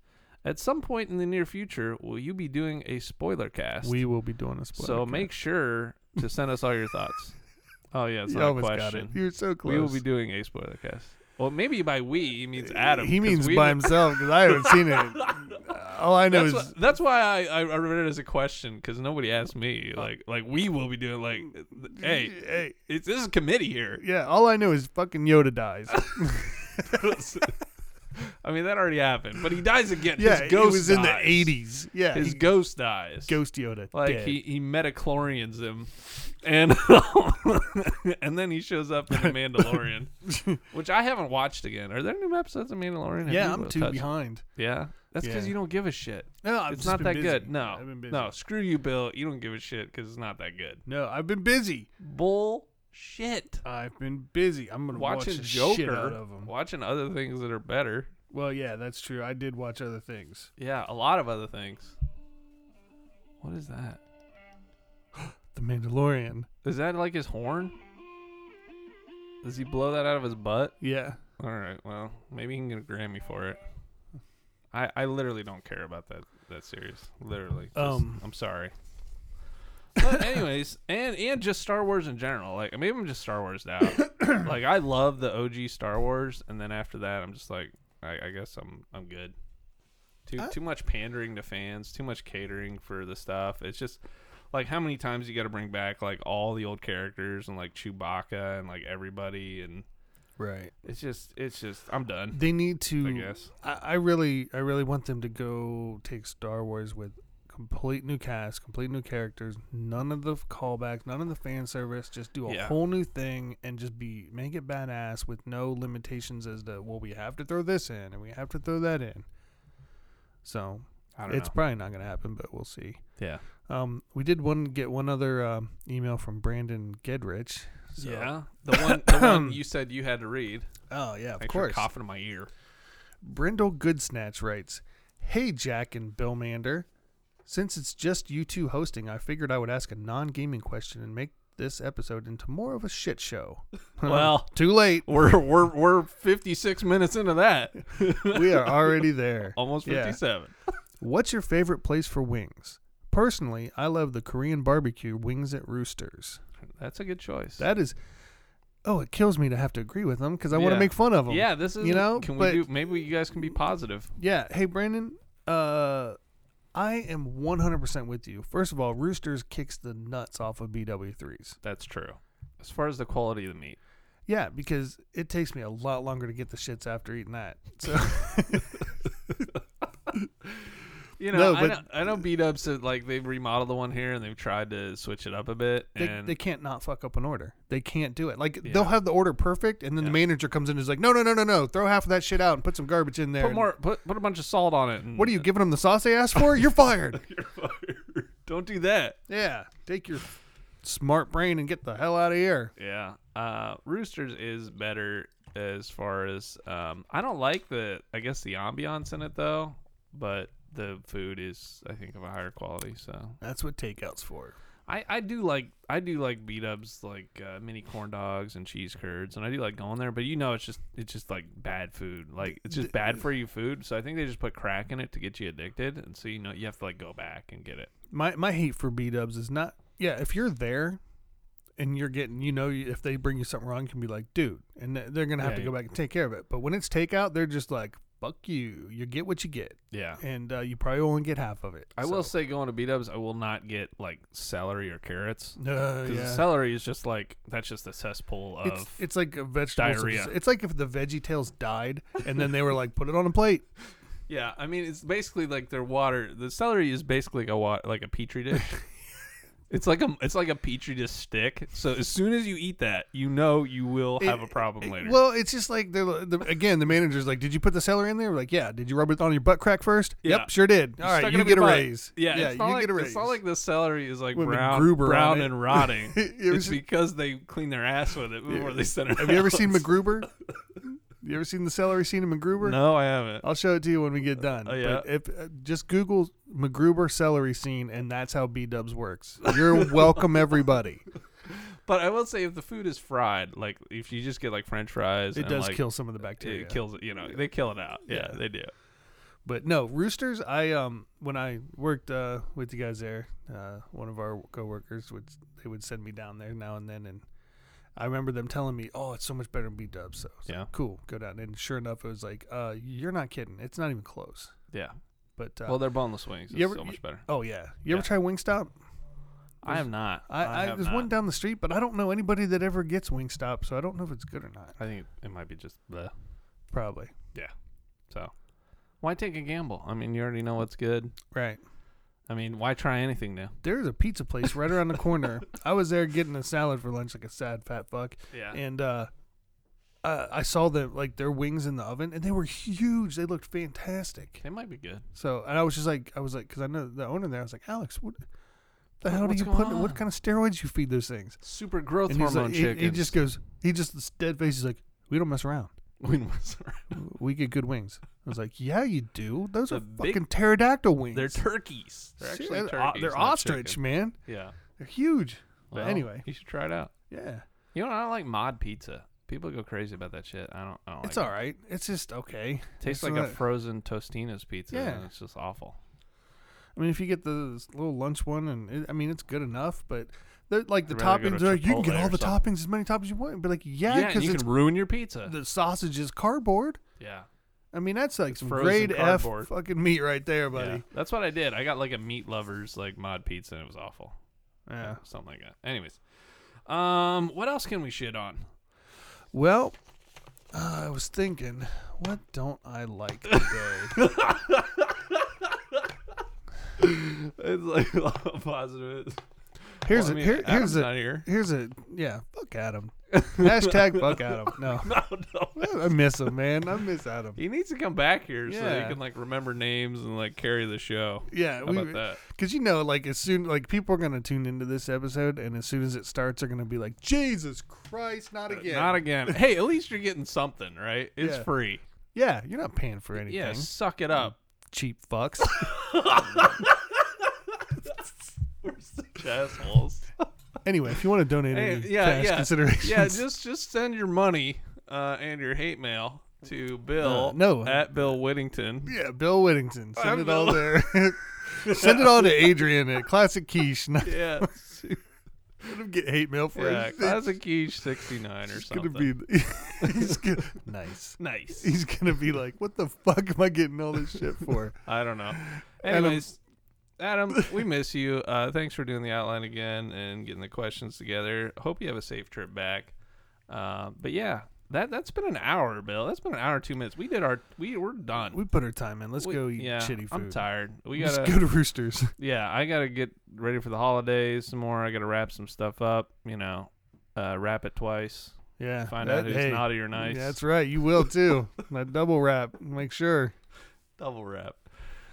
[SPEAKER 1] At some point in the near future, will you be doing a spoiler cast?
[SPEAKER 2] We will be doing a spoiler.
[SPEAKER 1] so
[SPEAKER 2] cast.
[SPEAKER 1] make sure to send us all your [laughs] thoughts. Oh yeah, it's
[SPEAKER 2] you
[SPEAKER 1] not a
[SPEAKER 2] almost
[SPEAKER 1] question.
[SPEAKER 2] got it. You're so close.
[SPEAKER 1] We will be doing a spoiler cast. Well, maybe by we Uh, he means Adam.
[SPEAKER 2] He
[SPEAKER 1] 'cause
[SPEAKER 2] means
[SPEAKER 1] we
[SPEAKER 2] by
[SPEAKER 1] did-
[SPEAKER 2] himself because I haven't
[SPEAKER 1] [laughs]
[SPEAKER 2] seen it. All I know
[SPEAKER 1] That's,
[SPEAKER 2] is
[SPEAKER 1] why, that's why I, I I read it as a question because nobody asked me. Like like we will be doing like, hey,
[SPEAKER 2] Uh, hey,
[SPEAKER 1] it's, this is a committee here.
[SPEAKER 2] yeah. All I know is fucking Yoda dies.
[SPEAKER 1] I mean that already happened, but he dies again.
[SPEAKER 2] yeah,
[SPEAKER 1] His
[SPEAKER 2] it
[SPEAKER 1] ghost
[SPEAKER 2] was in the
[SPEAKER 1] dies.
[SPEAKER 2] eighties. Yeah,
[SPEAKER 1] His
[SPEAKER 2] he-
[SPEAKER 1] ghost dies.
[SPEAKER 2] ghost Yoda.
[SPEAKER 1] like
[SPEAKER 2] dead.
[SPEAKER 1] he he metachlorians him, and [laughs] and then he shows up
[SPEAKER 2] [laughs]
[SPEAKER 1] in the Mandalorian, which I haven't watched again. Are there new episodes of Mandalorian? Have
[SPEAKER 2] yeah,
[SPEAKER 1] you uh,
[SPEAKER 2] I'm too
[SPEAKER 1] touched-
[SPEAKER 2] behind.
[SPEAKER 1] Yeah, that's because
[SPEAKER 2] Yeah.
[SPEAKER 1] you don't give a shit.
[SPEAKER 2] No, I've
[SPEAKER 1] it's
[SPEAKER 2] just
[SPEAKER 1] not
[SPEAKER 2] been
[SPEAKER 1] that
[SPEAKER 2] busy.
[SPEAKER 1] good. No,
[SPEAKER 2] I've been busy.
[SPEAKER 1] no, screw you, Bill. You don't give a shit because it's not that good.
[SPEAKER 2] no, I've been busy.
[SPEAKER 1] Bullshit.
[SPEAKER 2] I've been busy. I'm gonna
[SPEAKER 1] Watching
[SPEAKER 2] watch the shit out
[SPEAKER 1] Joker,
[SPEAKER 2] of them.
[SPEAKER 1] watching other things that are better.
[SPEAKER 2] Well, yeah, that's true. I did watch other things.
[SPEAKER 1] Yeah, a lot of other things. What is that?
[SPEAKER 2] The Mandalorian.
[SPEAKER 1] Is that like his horn? Does he blow that out of his butt?
[SPEAKER 2] Yeah,
[SPEAKER 1] All right. Well, maybe he can get a Grammy for it. I I literally don't care about that that series. Literally. Just-
[SPEAKER 2] Um.
[SPEAKER 1] I'm sorry.
[SPEAKER 2] [laughs]
[SPEAKER 1] But anyways, and and just Star Wars in general. Like maybe I'm just Star
[SPEAKER 2] [coughs]
[SPEAKER 1] Wars now. like I love the OG Star Wars, and then after that, I'm just like I, I guess I'm I'm good. Too
[SPEAKER 2] I-
[SPEAKER 1] too much pandering to fans. Too much catering for the stuff. It's just like how many times you got to bring back like all the old characters and like Chewbacca and like everybody and
[SPEAKER 2] right.
[SPEAKER 1] it's just, it's just, I'm done.
[SPEAKER 2] They need to.
[SPEAKER 1] I guess.
[SPEAKER 2] I, I really, I really want them to go take Star Wars with complete new cast, complete new characters, none of the callbacks, none of the fan service. Just do a
[SPEAKER 1] Yeah.
[SPEAKER 2] whole new thing and just be make it badass with no limitations as to well, we have to throw this in and we have to throw that in. So
[SPEAKER 1] I don't
[SPEAKER 2] it's
[SPEAKER 1] know.
[SPEAKER 2] probably not gonna happen, but we'll see.
[SPEAKER 1] Yeah.
[SPEAKER 2] Um, we did one get one other um, email from Brandon Gedrich. So.
[SPEAKER 1] Yeah. The one, [coughs] the one you said you had to read.
[SPEAKER 2] Oh yeah, of
[SPEAKER 1] Thanks
[SPEAKER 2] course.
[SPEAKER 1] for coughing in my ear.
[SPEAKER 2] Brindle Goodsnatch writes, Hey Jack and Bill Mander. Since it's just you two hosting, I figured I would ask a non gaming question and make this episode into more of a shit show. [laughs]
[SPEAKER 1] Well.
[SPEAKER 2] too late.
[SPEAKER 1] We're, we're, we're 56 minutes into that.
[SPEAKER 2] [laughs] We are
[SPEAKER 1] [laughs]
[SPEAKER 2] already there.
[SPEAKER 1] Almost
[SPEAKER 2] Yeah.
[SPEAKER 1] 57.
[SPEAKER 2] What's your favorite place for wings? Personally, I love the Korean barbecue wings at Roosters.
[SPEAKER 1] That's a good choice.
[SPEAKER 2] That is, oh, it kills me to have to agree with them because I want
[SPEAKER 1] Yeah.
[SPEAKER 2] to make fun of them.
[SPEAKER 1] yeah, this is,
[SPEAKER 2] you know,
[SPEAKER 1] can
[SPEAKER 2] but-
[SPEAKER 1] we do, maybe you guys can be positive.
[SPEAKER 2] Yeah. Hey, Brandon. Uh, I am 100% with you. First of all, Roosters kicks the nuts off of BW3s.
[SPEAKER 1] That's true. As far as the quality of the meat.
[SPEAKER 2] Yeah, because it takes me a lot longer to get the shits after eating that.
[SPEAKER 1] [laughs]
[SPEAKER 2] So
[SPEAKER 1] You know,
[SPEAKER 2] No,
[SPEAKER 1] I
[SPEAKER 2] but-
[SPEAKER 1] know, I know beat ups that like they've remodeled the one here and they've tried to switch it up a bit.
[SPEAKER 2] they,
[SPEAKER 1] and
[SPEAKER 2] they can't not fuck up an order. They can't do it. Like
[SPEAKER 1] Yeah.
[SPEAKER 2] they'll have the order perfect, and then
[SPEAKER 1] Yeah.
[SPEAKER 2] the manager comes in and is like, "No, no, no, no, no! Throw half of that shit out and put some garbage in there."
[SPEAKER 1] put
[SPEAKER 2] and-
[SPEAKER 1] more, Mm. put, put a bunch of salt on it. And
[SPEAKER 2] What are you giving them the sauce they asked for? You're fired.
[SPEAKER 1] [laughs] You're fired. Don't do that.
[SPEAKER 2] yeah, take your smart brain and get the hell out of here.
[SPEAKER 1] Yeah. Uh, Roosters is better as far as um, I don't like the I guess the ambiance in it though, but the food is I think of a higher quality. So
[SPEAKER 2] That's what takeout's for.
[SPEAKER 1] I, I do like I do like beat ups like uh, mini corn dogs and cheese curds and I do like going there, but you know it's just it's just like bad food. Like it's just bad for you food. So I think they just put crack in it to get you addicted, and so you know you have to like go back and get it.
[SPEAKER 2] my my hate for B Dubs is not. Yeah, if you're there and you're getting, you know, if they bring you something wrong, you can be like, dude, and th- they're gonna have
[SPEAKER 1] Yeah,
[SPEAKER 2] to go
[SPEAKER 1] you-
[SPEAKER 2] back and take care of it. But when it's takeout, they're just like, fuck you. You get what you get,
[SPEAKER 1] Yeah.
[SPEAKER 2] and uh, you probably only get half of it.
[SPEAKER 1] I will
[SPEAKER 2] So-
[SPEAKER 1] say going to beat ups, I will not get like celery or carrots.
[SPEAKER 2] Uh,
[SPEAKER 1] Because
[SPEAKER 2] yeah.
[SPEAKER 1] celery is just like that's just a cesspool of
[SPEAKER 2] It's, it's like a vegetable.
[SPEAKER 1] diarrhea.
[SPEAKER 2] It's like if the Veggie Tales died, and then they were like, "Put it on a plate."
[SPEAKER 1] yeah. I mean, it's basically like their water. The celery is basically like a water, like a petri [laughs] dish. it's like a it's like a petri dish stick. So as soon as you eat that, you know you will have a problem [laughs] later.
[SPEAKER 2] Well, it's just like the, the again the manager's like, "Did you put the celery in there?" We're like, "Yeah." Did you rub it on your butt crack first?
[SPEAKER 1] Yeah.
[SPEAKER 2] Yep, sure did.
[SPEAKER 1] You
[SPEAKER 2] All right,
[SPEAKER 1] stuck it
[SPEAKER 2] you
[SPEAKER 1] up
[SPEAKER 2] get a
[SPEAKER 1] your butt.
[SPEAKER 2] raise.
[SPEAKER 1] Yeah, it's
[SPEAKER 2] you
[SPEAKER 1] not like,
[SPEAKER 2] get a raise.
[SPEAKER 1] It's not like the celery is like
[SPEAKER 2] Women
[SPEAKER 1] brown,
[SPEAKER 2] Gruber on
[SPEAKER 1] brown
[SPEAKER 2] [laughs] it.
[SPEAKER 1] and
[SPEAKER 2] [laughs]
[SPEAKER 1] rotting.
[SPEAKER 2] You ever
[SPEAKER 1] it's
[SPEAKER 2] seen-
[SPEAKER 1] because they clean their ass with it before they send it.
[SPEAKER 2] Have you
[SPEAKER 1] [laughs]
[SPEAKER 2] ever seen
[SPEAKER 1] out.
[SPEAKER 2] MacGruber? you ever seen the celery scene in MacGruber?
[SPEAKER 1] No, I haven't.
[SPEAKER 2] I'll show it to you when we get done.
[SPEAKER 1] Oh, yeah.
[SPEAKER 2] But if uh, just Google MacGruber celery scene, and that's how B Dubs works. You're welcome, everybody.
[SPEAKER 1] [laughs] But I will say, if the food is fried, like if you just get like French fries,
[SPEAKER 2] It
[SPEAKER 1] and,
[SPEAKER 2] does
[SPEAKER 1] like,
[SPEAKER 2] kill some of the
[SPEAKER 1] it
[SPEAKER 2] bacteria.
[SPEAKER 1] kills it. You know, they kill it out. Yeah,
[SPEAKER 2] Yeah.
[SPEAKER 1] they do.
[SPEAKER 2] But no, Roosters. I um when I worked uh, with you guys there, uh, one of our coworkers would they would send me down there now and then, and I remember them telling me, "Oh, it's so much better than B Dubs." So I was like,
[SPEAKER 1] Yeah.
[SPEAKER 2] cool, go down. And sure enough, it was like, uh, "You're not kidding. It's not even close."
[SPEAKER 1] Yeah.
[SPEAKER 2] But uh,
[SPEAKER 1] Well, they're boneless wings. It's
[SPEAKER 2] you ever-
[SPEAKER 1] so much better.
[SPEAKER 2] oh yeah, you ever
[SPEAKER 1] Yeah.
[SPEAKER 2] try Wingstop?
[SPEAKER 1] I have not.
[SPEAKER 2] I, I,
[SPEAKER 1] have
[SPEAKER 2] there's
[SPEAKER 1] not.
[SPEAKER 2] one down the street, but I don't know anybody that ever gets Wingstop, so I don't know if it's good or not.
[SPEAKER 1] I think it might be just bleh.
[SPEAKER 2] Probably
[SPEAKER 1] So, why take a gamble? I mean, you already know what's good.
[SPEAKER 2] right.
[SPEAKER 1] I mean, why try anything new?
[SPEAKER 2] There's a pizza place right around the [laughs] corner. I was there getting a salad for lunch, like a sad fat fuck,
[SPEAKER 1] Yeah.
[SPEAKER 2] and uh, uh, I saw the like their wings in the oven, and they were huge. They looked fantastic.
[SPEAKER 1] They might be good.
[SPEAKER 2] So, and I was just like, I was like, because I know the owner there. I was like, Alex, what the hell do
[SPEAKER 1] what's
[SPEAKER 2] you
[SPEAKER 1] going
[SPEAKER 2] put? What
[SPEAKER 1] on?"
[SPEAKER 2] kind of steroids you feed those things?
[SPEAKER 1] Super growth
[SPEAKER 2] And he's
[SPEAKER 1] hormone
[SPEAKER 2] like, he,
[SPEAKER 1] chicken. [laughs]
[SPEAKER 2] he just goes, he just dead face. He's like, we don't mess around. we get good wings. I was like, yeah, you do. Those
[SPEAKER 1] The
[SPEAKER 2] are
[SPEAKER 1] big-
[SPEAKER 2] fucking pterodactyl wings.
[SPEAKER 1] they're turkeys. They're
[SPEAKER 2] Shit,
[SPEAKER 1] actually
[SPEAKER 2] they're, o-
[SPEAKER 1] turkeys.
[SPEAKER 2] they're
[SPEAKER 1] not
[SPEAKER 2] ostrich,
[SPEAKER 1] chicken.
[SPEAKER 2] man.
[SPEAKER 1] Yeah.
[SPEAKER 2] They're huge.
[SPEAKER 1] Well,
[SPEAKER 2] anyway.
[SPEAKER 1] you should try it out.
[SPEAKER 2] Yeah,
[SPEAKER 1] You know, I like mod pizza. People go crazy about that shit. I don't. I don't
[SPEAKER 2] it's
[SPEAKER 1] like
[SPEAKER 2] all right. It's just okay.
[SPEAKER 1] It. Tastes
[SPEAKER 2] It's
[SPEAKER 1] like a
[SPEAKER 2] not-
[SPEAKER 1] frozen Tostino's pizza.
[SPEAKER 2] Yeah.
[SPEAKER 1] and it's just awful.
[SPEAKER 2] I mean, if you get the this little lunch one, and it, I mean, it's good enough. But they're like the
[SPEAKER 1] I'd rather go
[SPEAKER 2] toppings.
[SPEAKER 1] to
[SPEAKER 2] They're like, you can get
[SPEAKER 1] Chipotle
[SPEAKER 2] all
[SPEAKER 1] or
[SPEAKER 2] the
[SPEAKER 1] something.
[SPEAKER 2] toppings, as many toppings you want. But like, yeah,
[SPEAKER 1] Yeah, and
[SPEAKER 2] because
[SPEAKER 1] you
[SPEAKER 2] it's
[SPEAKER 1] can ruin your pizza.
[SPEAKER 2] the sausage is cardboard.
[SPEAKER 1] yeah.
[SPEAKER 2] I mean, that's like
[SPEAKER 1] It's
[SPEAKER 2] some
[SPEAKER 1] frozen
[SPEAKER 2] grade F
[SPEAKER 1] cardboard.
[SPEAKER 2] fucking meat right there,
[SPEAKER 1] Yeah.
[SPEAKER 2] buddy.
[SPEAKER 1] That's what I did. I got like a meat lovers like mod pizza and it was awful.
[SPEAKER 2] Yeah.
[SPEAKER 1] Yeah, something like that. Anyways. Um, what else can we shit [laughs] on?
[SPEAKER 2] Well, uh, I was thinking, what don't I like
[SPEAKER 1] [laughs]
[SPEAKER 2] today?
[SPEAKER 1] It's like a lot of positives. Well,
[SPEAKER 2] Here's a
[SPEAKER 1] I mean,
[SPEAKER 2] here,
[SPEAKER 1] Adam's
[SPEAKER 2] here's a
[SPEAKER 1] not here. [laughs]
[SPEAKER 2] Here's a yeah. Fuck [laughs] Adam. Hashtag fuck Adam. No,
[SPEAKER 1] No, no.
[SPEAKER 2] [laughs] I miss him, man. I miss Adam.
[SPEAKER 1] He needs to come back here so that
[SPEAKER 2] Yeah.
[SPEAKER 1] he can like remember names and like carry the show.
[SPEAKER 2] Yeah,
[SPEAKER 1] How
[SPEAKER 2] we,
[SPEAKER 1] about that?
[SPEAKER 2] cause you know, like as soon like people are gonna tune into this episode, and as soon as it starts, they're gonna be like, Jesus Christ,
[SPEAKER 1] [laughs]
[SPEAKER 2] not again.
[SPEAKER 1] Uh, Not again. hey, at least you're getting something, right? It's
[SPEAKER 2] Yeah.
[SPEAKER 1] free.
[SPEAKER 2] yeah, you're not paying for anything.
[SPEAKER 1] Yeah, suck it up.
[SPEAKER 2] Cheap fucks. [laughs]
[SPEAKER 1] We're such assholes.
[SPEAKER 2] anyway, if you want to donate
[SPEAKER 1] Hey,
[SPEAKER 2] any
[SPEAKER 1] yeah,
[SPEAKER 2] cash
[SPEAKER 1] yeah.
[SPEAKER 2] considerations, [laughs]
[SPEAKER 1] yeah, just just send your money uh, and your hate mail to Bill
[SPEAKER 2] Uh, no.
[SPEAKER 1] at Bill
[SPEAKER 2] [laughs]
[SPEAKER 1] Whittington.
[SPEAKER 2] yeah, Bill Whittington, send
[SPEAKER 1] I'm
[SPEAKER 2] it all
[SPEAKER 1] Bill.
[SPEAKER 2] there.
[SPEAKER 1] [laughs]
[SPEAKER 2] [laughs] send it all to Adrian at Classic Quiche. [laughs] Not
[SPEAKER 1] Yeah,
[SPEAKER 2] let him get hate mail for
[SPEAKER 1] yeah
[SPEAKER 2] anything.
[SPEAKER 1] classic Quiche 69 or
[SPEAKER 2] He's
[SPEAKER 1] something.
[SPEAKER 2] gonna be. [laughs] he's gonna, nice.
[SPEAKER 1] nice.
[SPEAKER 2] [laughs] he's gonna be like, "What the fuck am I getting all this shit
[SPEAKER 1] [laughs]
[SPEAKER 2] for?"
[SPEAKER 1] I don't know.
[SPEAKER 2] Adam-
[SPEAKER 1] Anyways, Adam, we miss you. Uh, thanks for doing the outline again and getting the questions together. Hope you have a safe trip back. Uh, but yeah, that that's been an hour, Bill. That's been an hour two minutes. We did our we we're done.
[SPEAKER 2] we put our time in. Let's
[SPEAKER 1] We-
[SPEAKER 2] go eat
[SPEAKER 1] yeah,
[SPEAKER 2] shitty food.
[SPEAKER 1] I'm tired. We
[SPEAKER 2] Let's
[SPEAKER 1] gotta
[SPEAKER 2] go to
[SPEAKER 1] [laughs]
[SPEAKER 2] Roosters.
[SPEAKER 1] yeah, I gotta get ready for the holidays some more. I gotta wrap some stuff up. You know, uh, wrap it twice.
[SPEAKER 2] Yeah,
[SPEAKER 1] Find
[SPEAKER 2] that-
[SPEAKER 1] out who's
[SPEAKER 2] hey,
[SPEAKER 1] naughty or nice.
[SPEAKER 2] Yeah, that's right. You
[SPEAKER 1] [laughs]
[SPEAKER 2] will too. that double wrap. Make sure.
[SPEAKER 1] double wrap.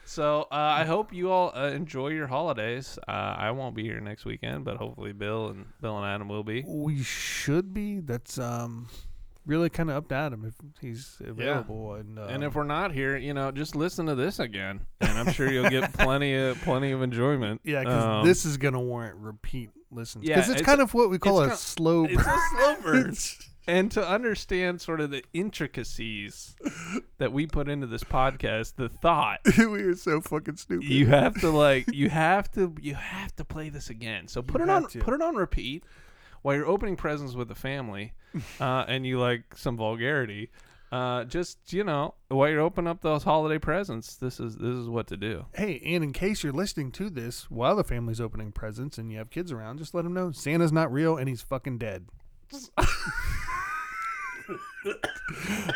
[SPEAKER 1] So uh, I hope you all uh, enjoy your holidays. Uh, I won't be here next weekend, but hopefully Bill and Bill and Adam will be.
[SPEAKER 2] We should be. That's um, really kind of up to Adam if he's available. And, uh,
[SPEAKER 1] And if we're not here, you know, just listen to this again, and I'm sure you'll
[SPEAKER 2] [laughs]
[SPEAKER 1] get plenty of plenty of enjoyment.
[SPEAKER 2] yeah, because
[SPEAKER 1] Um,
[SPEAKER 2] this is gonna warrant repeat listens.
[SPEAKER 1] yeah,
[SPEAKER 2] because it's,
[SPEAKER 1] it's
[SPEAKER 2] kind of what we call
[SPEAKER 1] it's
[SPEAKER 2] a
[SPEAKER 1] kin-
[SPEAKER 2] slow.
[SPEAKER 1] it's a slow burn.
[SPEAKER 2] It's-
[SPEAKER 1] and to understand sort of the intricacies that we put into this podcast, the thought
[SPEAKER 2] [laughs] we are so fucking stupid.
[SPEAKER 1] you have to like you have to you have to play this again so put
[SPEAKER 2] You
[SPEAKER 1] it on
[SPEAKER 2] have to.
[SPEAKER 1] put it on repeat while you're opening presents with the [laughs] family uh, and you like some vulgarity uh, just you know while you're opening up those holiday presents this is this is what to do
[SPEAKER 2] Hey, and in case you're listening to this while the family's opening presents and you have kids around, just let them know Santa's not real and he's fucking dead. [laughs]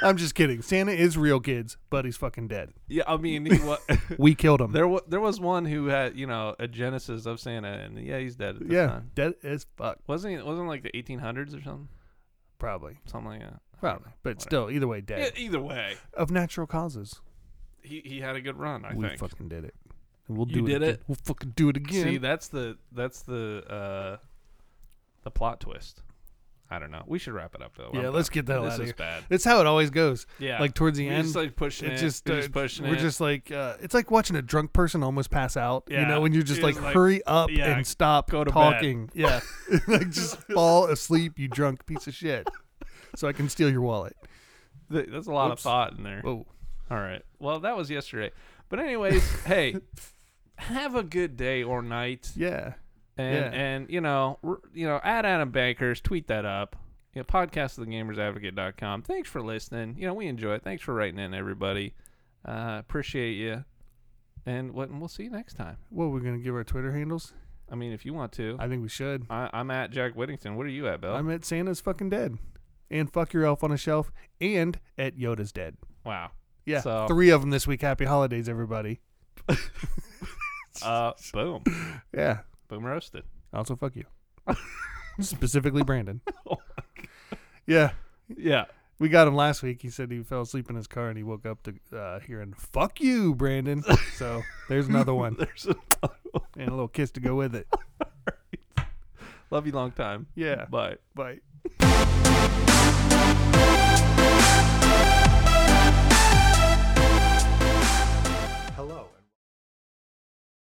[SPEAKER 2] I'm just kidding. Santa is real, kids, but he's fucking dead.
[SPEAKER 1] yeah i [laughs] mean he wa-
[SPEAKER 2] We killed him.
[SPEAKER 1] there, wa there was one who had you know a genesis of santa and yeah he's dead at this
[SPEAKER 2] yeah,
[SPEAKER 1] time.
[SPEAKER 2] dead as fuck,
[SPEAKER 1] wasn't it wasn't it like the 1800s or something
[SPEAKER 2] probably,
[SPEAKER 1] something like that
[SPEAKER 2] probably, but still, either way, dead
[SPEAKER 1] yeah, either way
[SPEAKER 2] of natural causes.
[SPEAKER 1] he, he had a good run i
[SPEAKER 2] we
[SPEAKER 1] think
[SPEAKER 2] fucking did it. And we'll
[SPEAKER 1] You
[SPEAKER 2] do it.
[SPEAKER 1] did
[SPEAKER 2] again.
[SPEAKER 1] it?
[SPEAKER 2] We'll fucking do it again.
[SPEAKER 1] See, that's the that's the uh the plot twist. I don't know. We should wrap it up though.
[SPEAKER 2] yeah,
[SPEAKER 1] I'm
[SPEAKER 2] let's
[SPEAKER 1] done.
[SPEAKER 2] get the hell
[SPEAKER 1] This
[SPEAKER 2] out of
[SPEAKER 1] is
[SPEAKER 2] here.
[SPEAKER 1] bad.
[SPEAKER 2] That's how it always goes.
[SPEAKER 1] Yeah,
[SPEAKER 2] Like towards the
[SPEAKER 1] we
[SPEAKER 2] end,
[SPEAKER 1] just like pushing it.
[SPEAKER 2] It's just,
[SPEAKER 1] we're
[SPEAKER 2] uh,
[SPEAKER 1] just pushing
[SPEAKER 2] we're
[SPEAKER 1] it.
[SPEAKER 2] just like uh, it's like watching a drunk person almost pass out. You
[SPEAKER 1] Yeah.
[SPEAKER 2] know, when you're just
[SPEAKER 1] You're
[SPEAKER 2] like,
[SPEAKER 1] just like,
[SPEAKER 2] hurry up
[SPEAKER 1] yeah,
[SPEAKER 2] and stop
[SPEAKER 1] go to bed."
[SPEAKER 2] talking.
[SPEAKER 1] [laughs]
[SPEAKER 2] Yeah, [laughs] like just fall asleep, you drunk piece of shit. So I can steal your wallet.
[SPEAKER 1] Th- that's a lot
[SPEAKER 2] Whoops.
[SPEAKER 1] of thought in there.
[SPEAKER 2] Whoa,
[SPEAKER 1] All right. Well, that was yesterday. But anyways,
[SPEAKER 2] [laughs]
[SPEAKER 1] hey, have a good day or night.
[SPEAKER 2] Yeah.
[SPEAKER 1] And
[SPEAKER 2] Yeah.
[SPEAKER 1] and you know, r- you know, at Adam Bankers, tweet that up. You know, podcast of the gamers advocate.com. Thanks for listening. You know, we enjoy it. Thanks for writing in everybody. Uh, appreciate you. And what and we'll see you next time.
[SPEAKER 2] What we're gonna give our Twitter handles?
[SPEAKER 1] I mean, if you want to.
[SPEAKER 2] I think we should.
[SPEAKER 1] I, I'm at Jack Whittington. What are you at, Bill?
[SPEAKER 2] I'm at Santa's fucking dead, and fuck your elf on a shelf, and at Yoda's dead.
[SPEAKER 1] wow.
[SPEAKER 2] Yeah,
[SPEAKER 1] So-
[SPEAKER 2] three of them this week. Happy holidays, everybody.
[SPEAKER 1] Uh, boom.
[SPEAKER 2] Yeah.
[SPEAKER 1] Boom roasted.
[SPEAKER 2] Also,
[SPEAKER 1] [laughs]
[SPEAKER 2] fuck you. Specifically, Brandon.
[SPEAKER 1] Oh
[SPEAKER 2] Yeah,
[SPEAKER 1] [laughs] Yeah.
[SPEAKER 2] we got him last week. He said he fell asleep in his car and he woke up to uh, hearing "fuck you, Brandon." So there's another one
[SPEAKER 1] There's a
[SPEAKER 2] and a little kiss to go with it.
[SPEAKER 1] love you long time.
[SPEAKER 2] Yeah.
[SPEAKER 1] Bye.
[SPEAKER 2] Bye.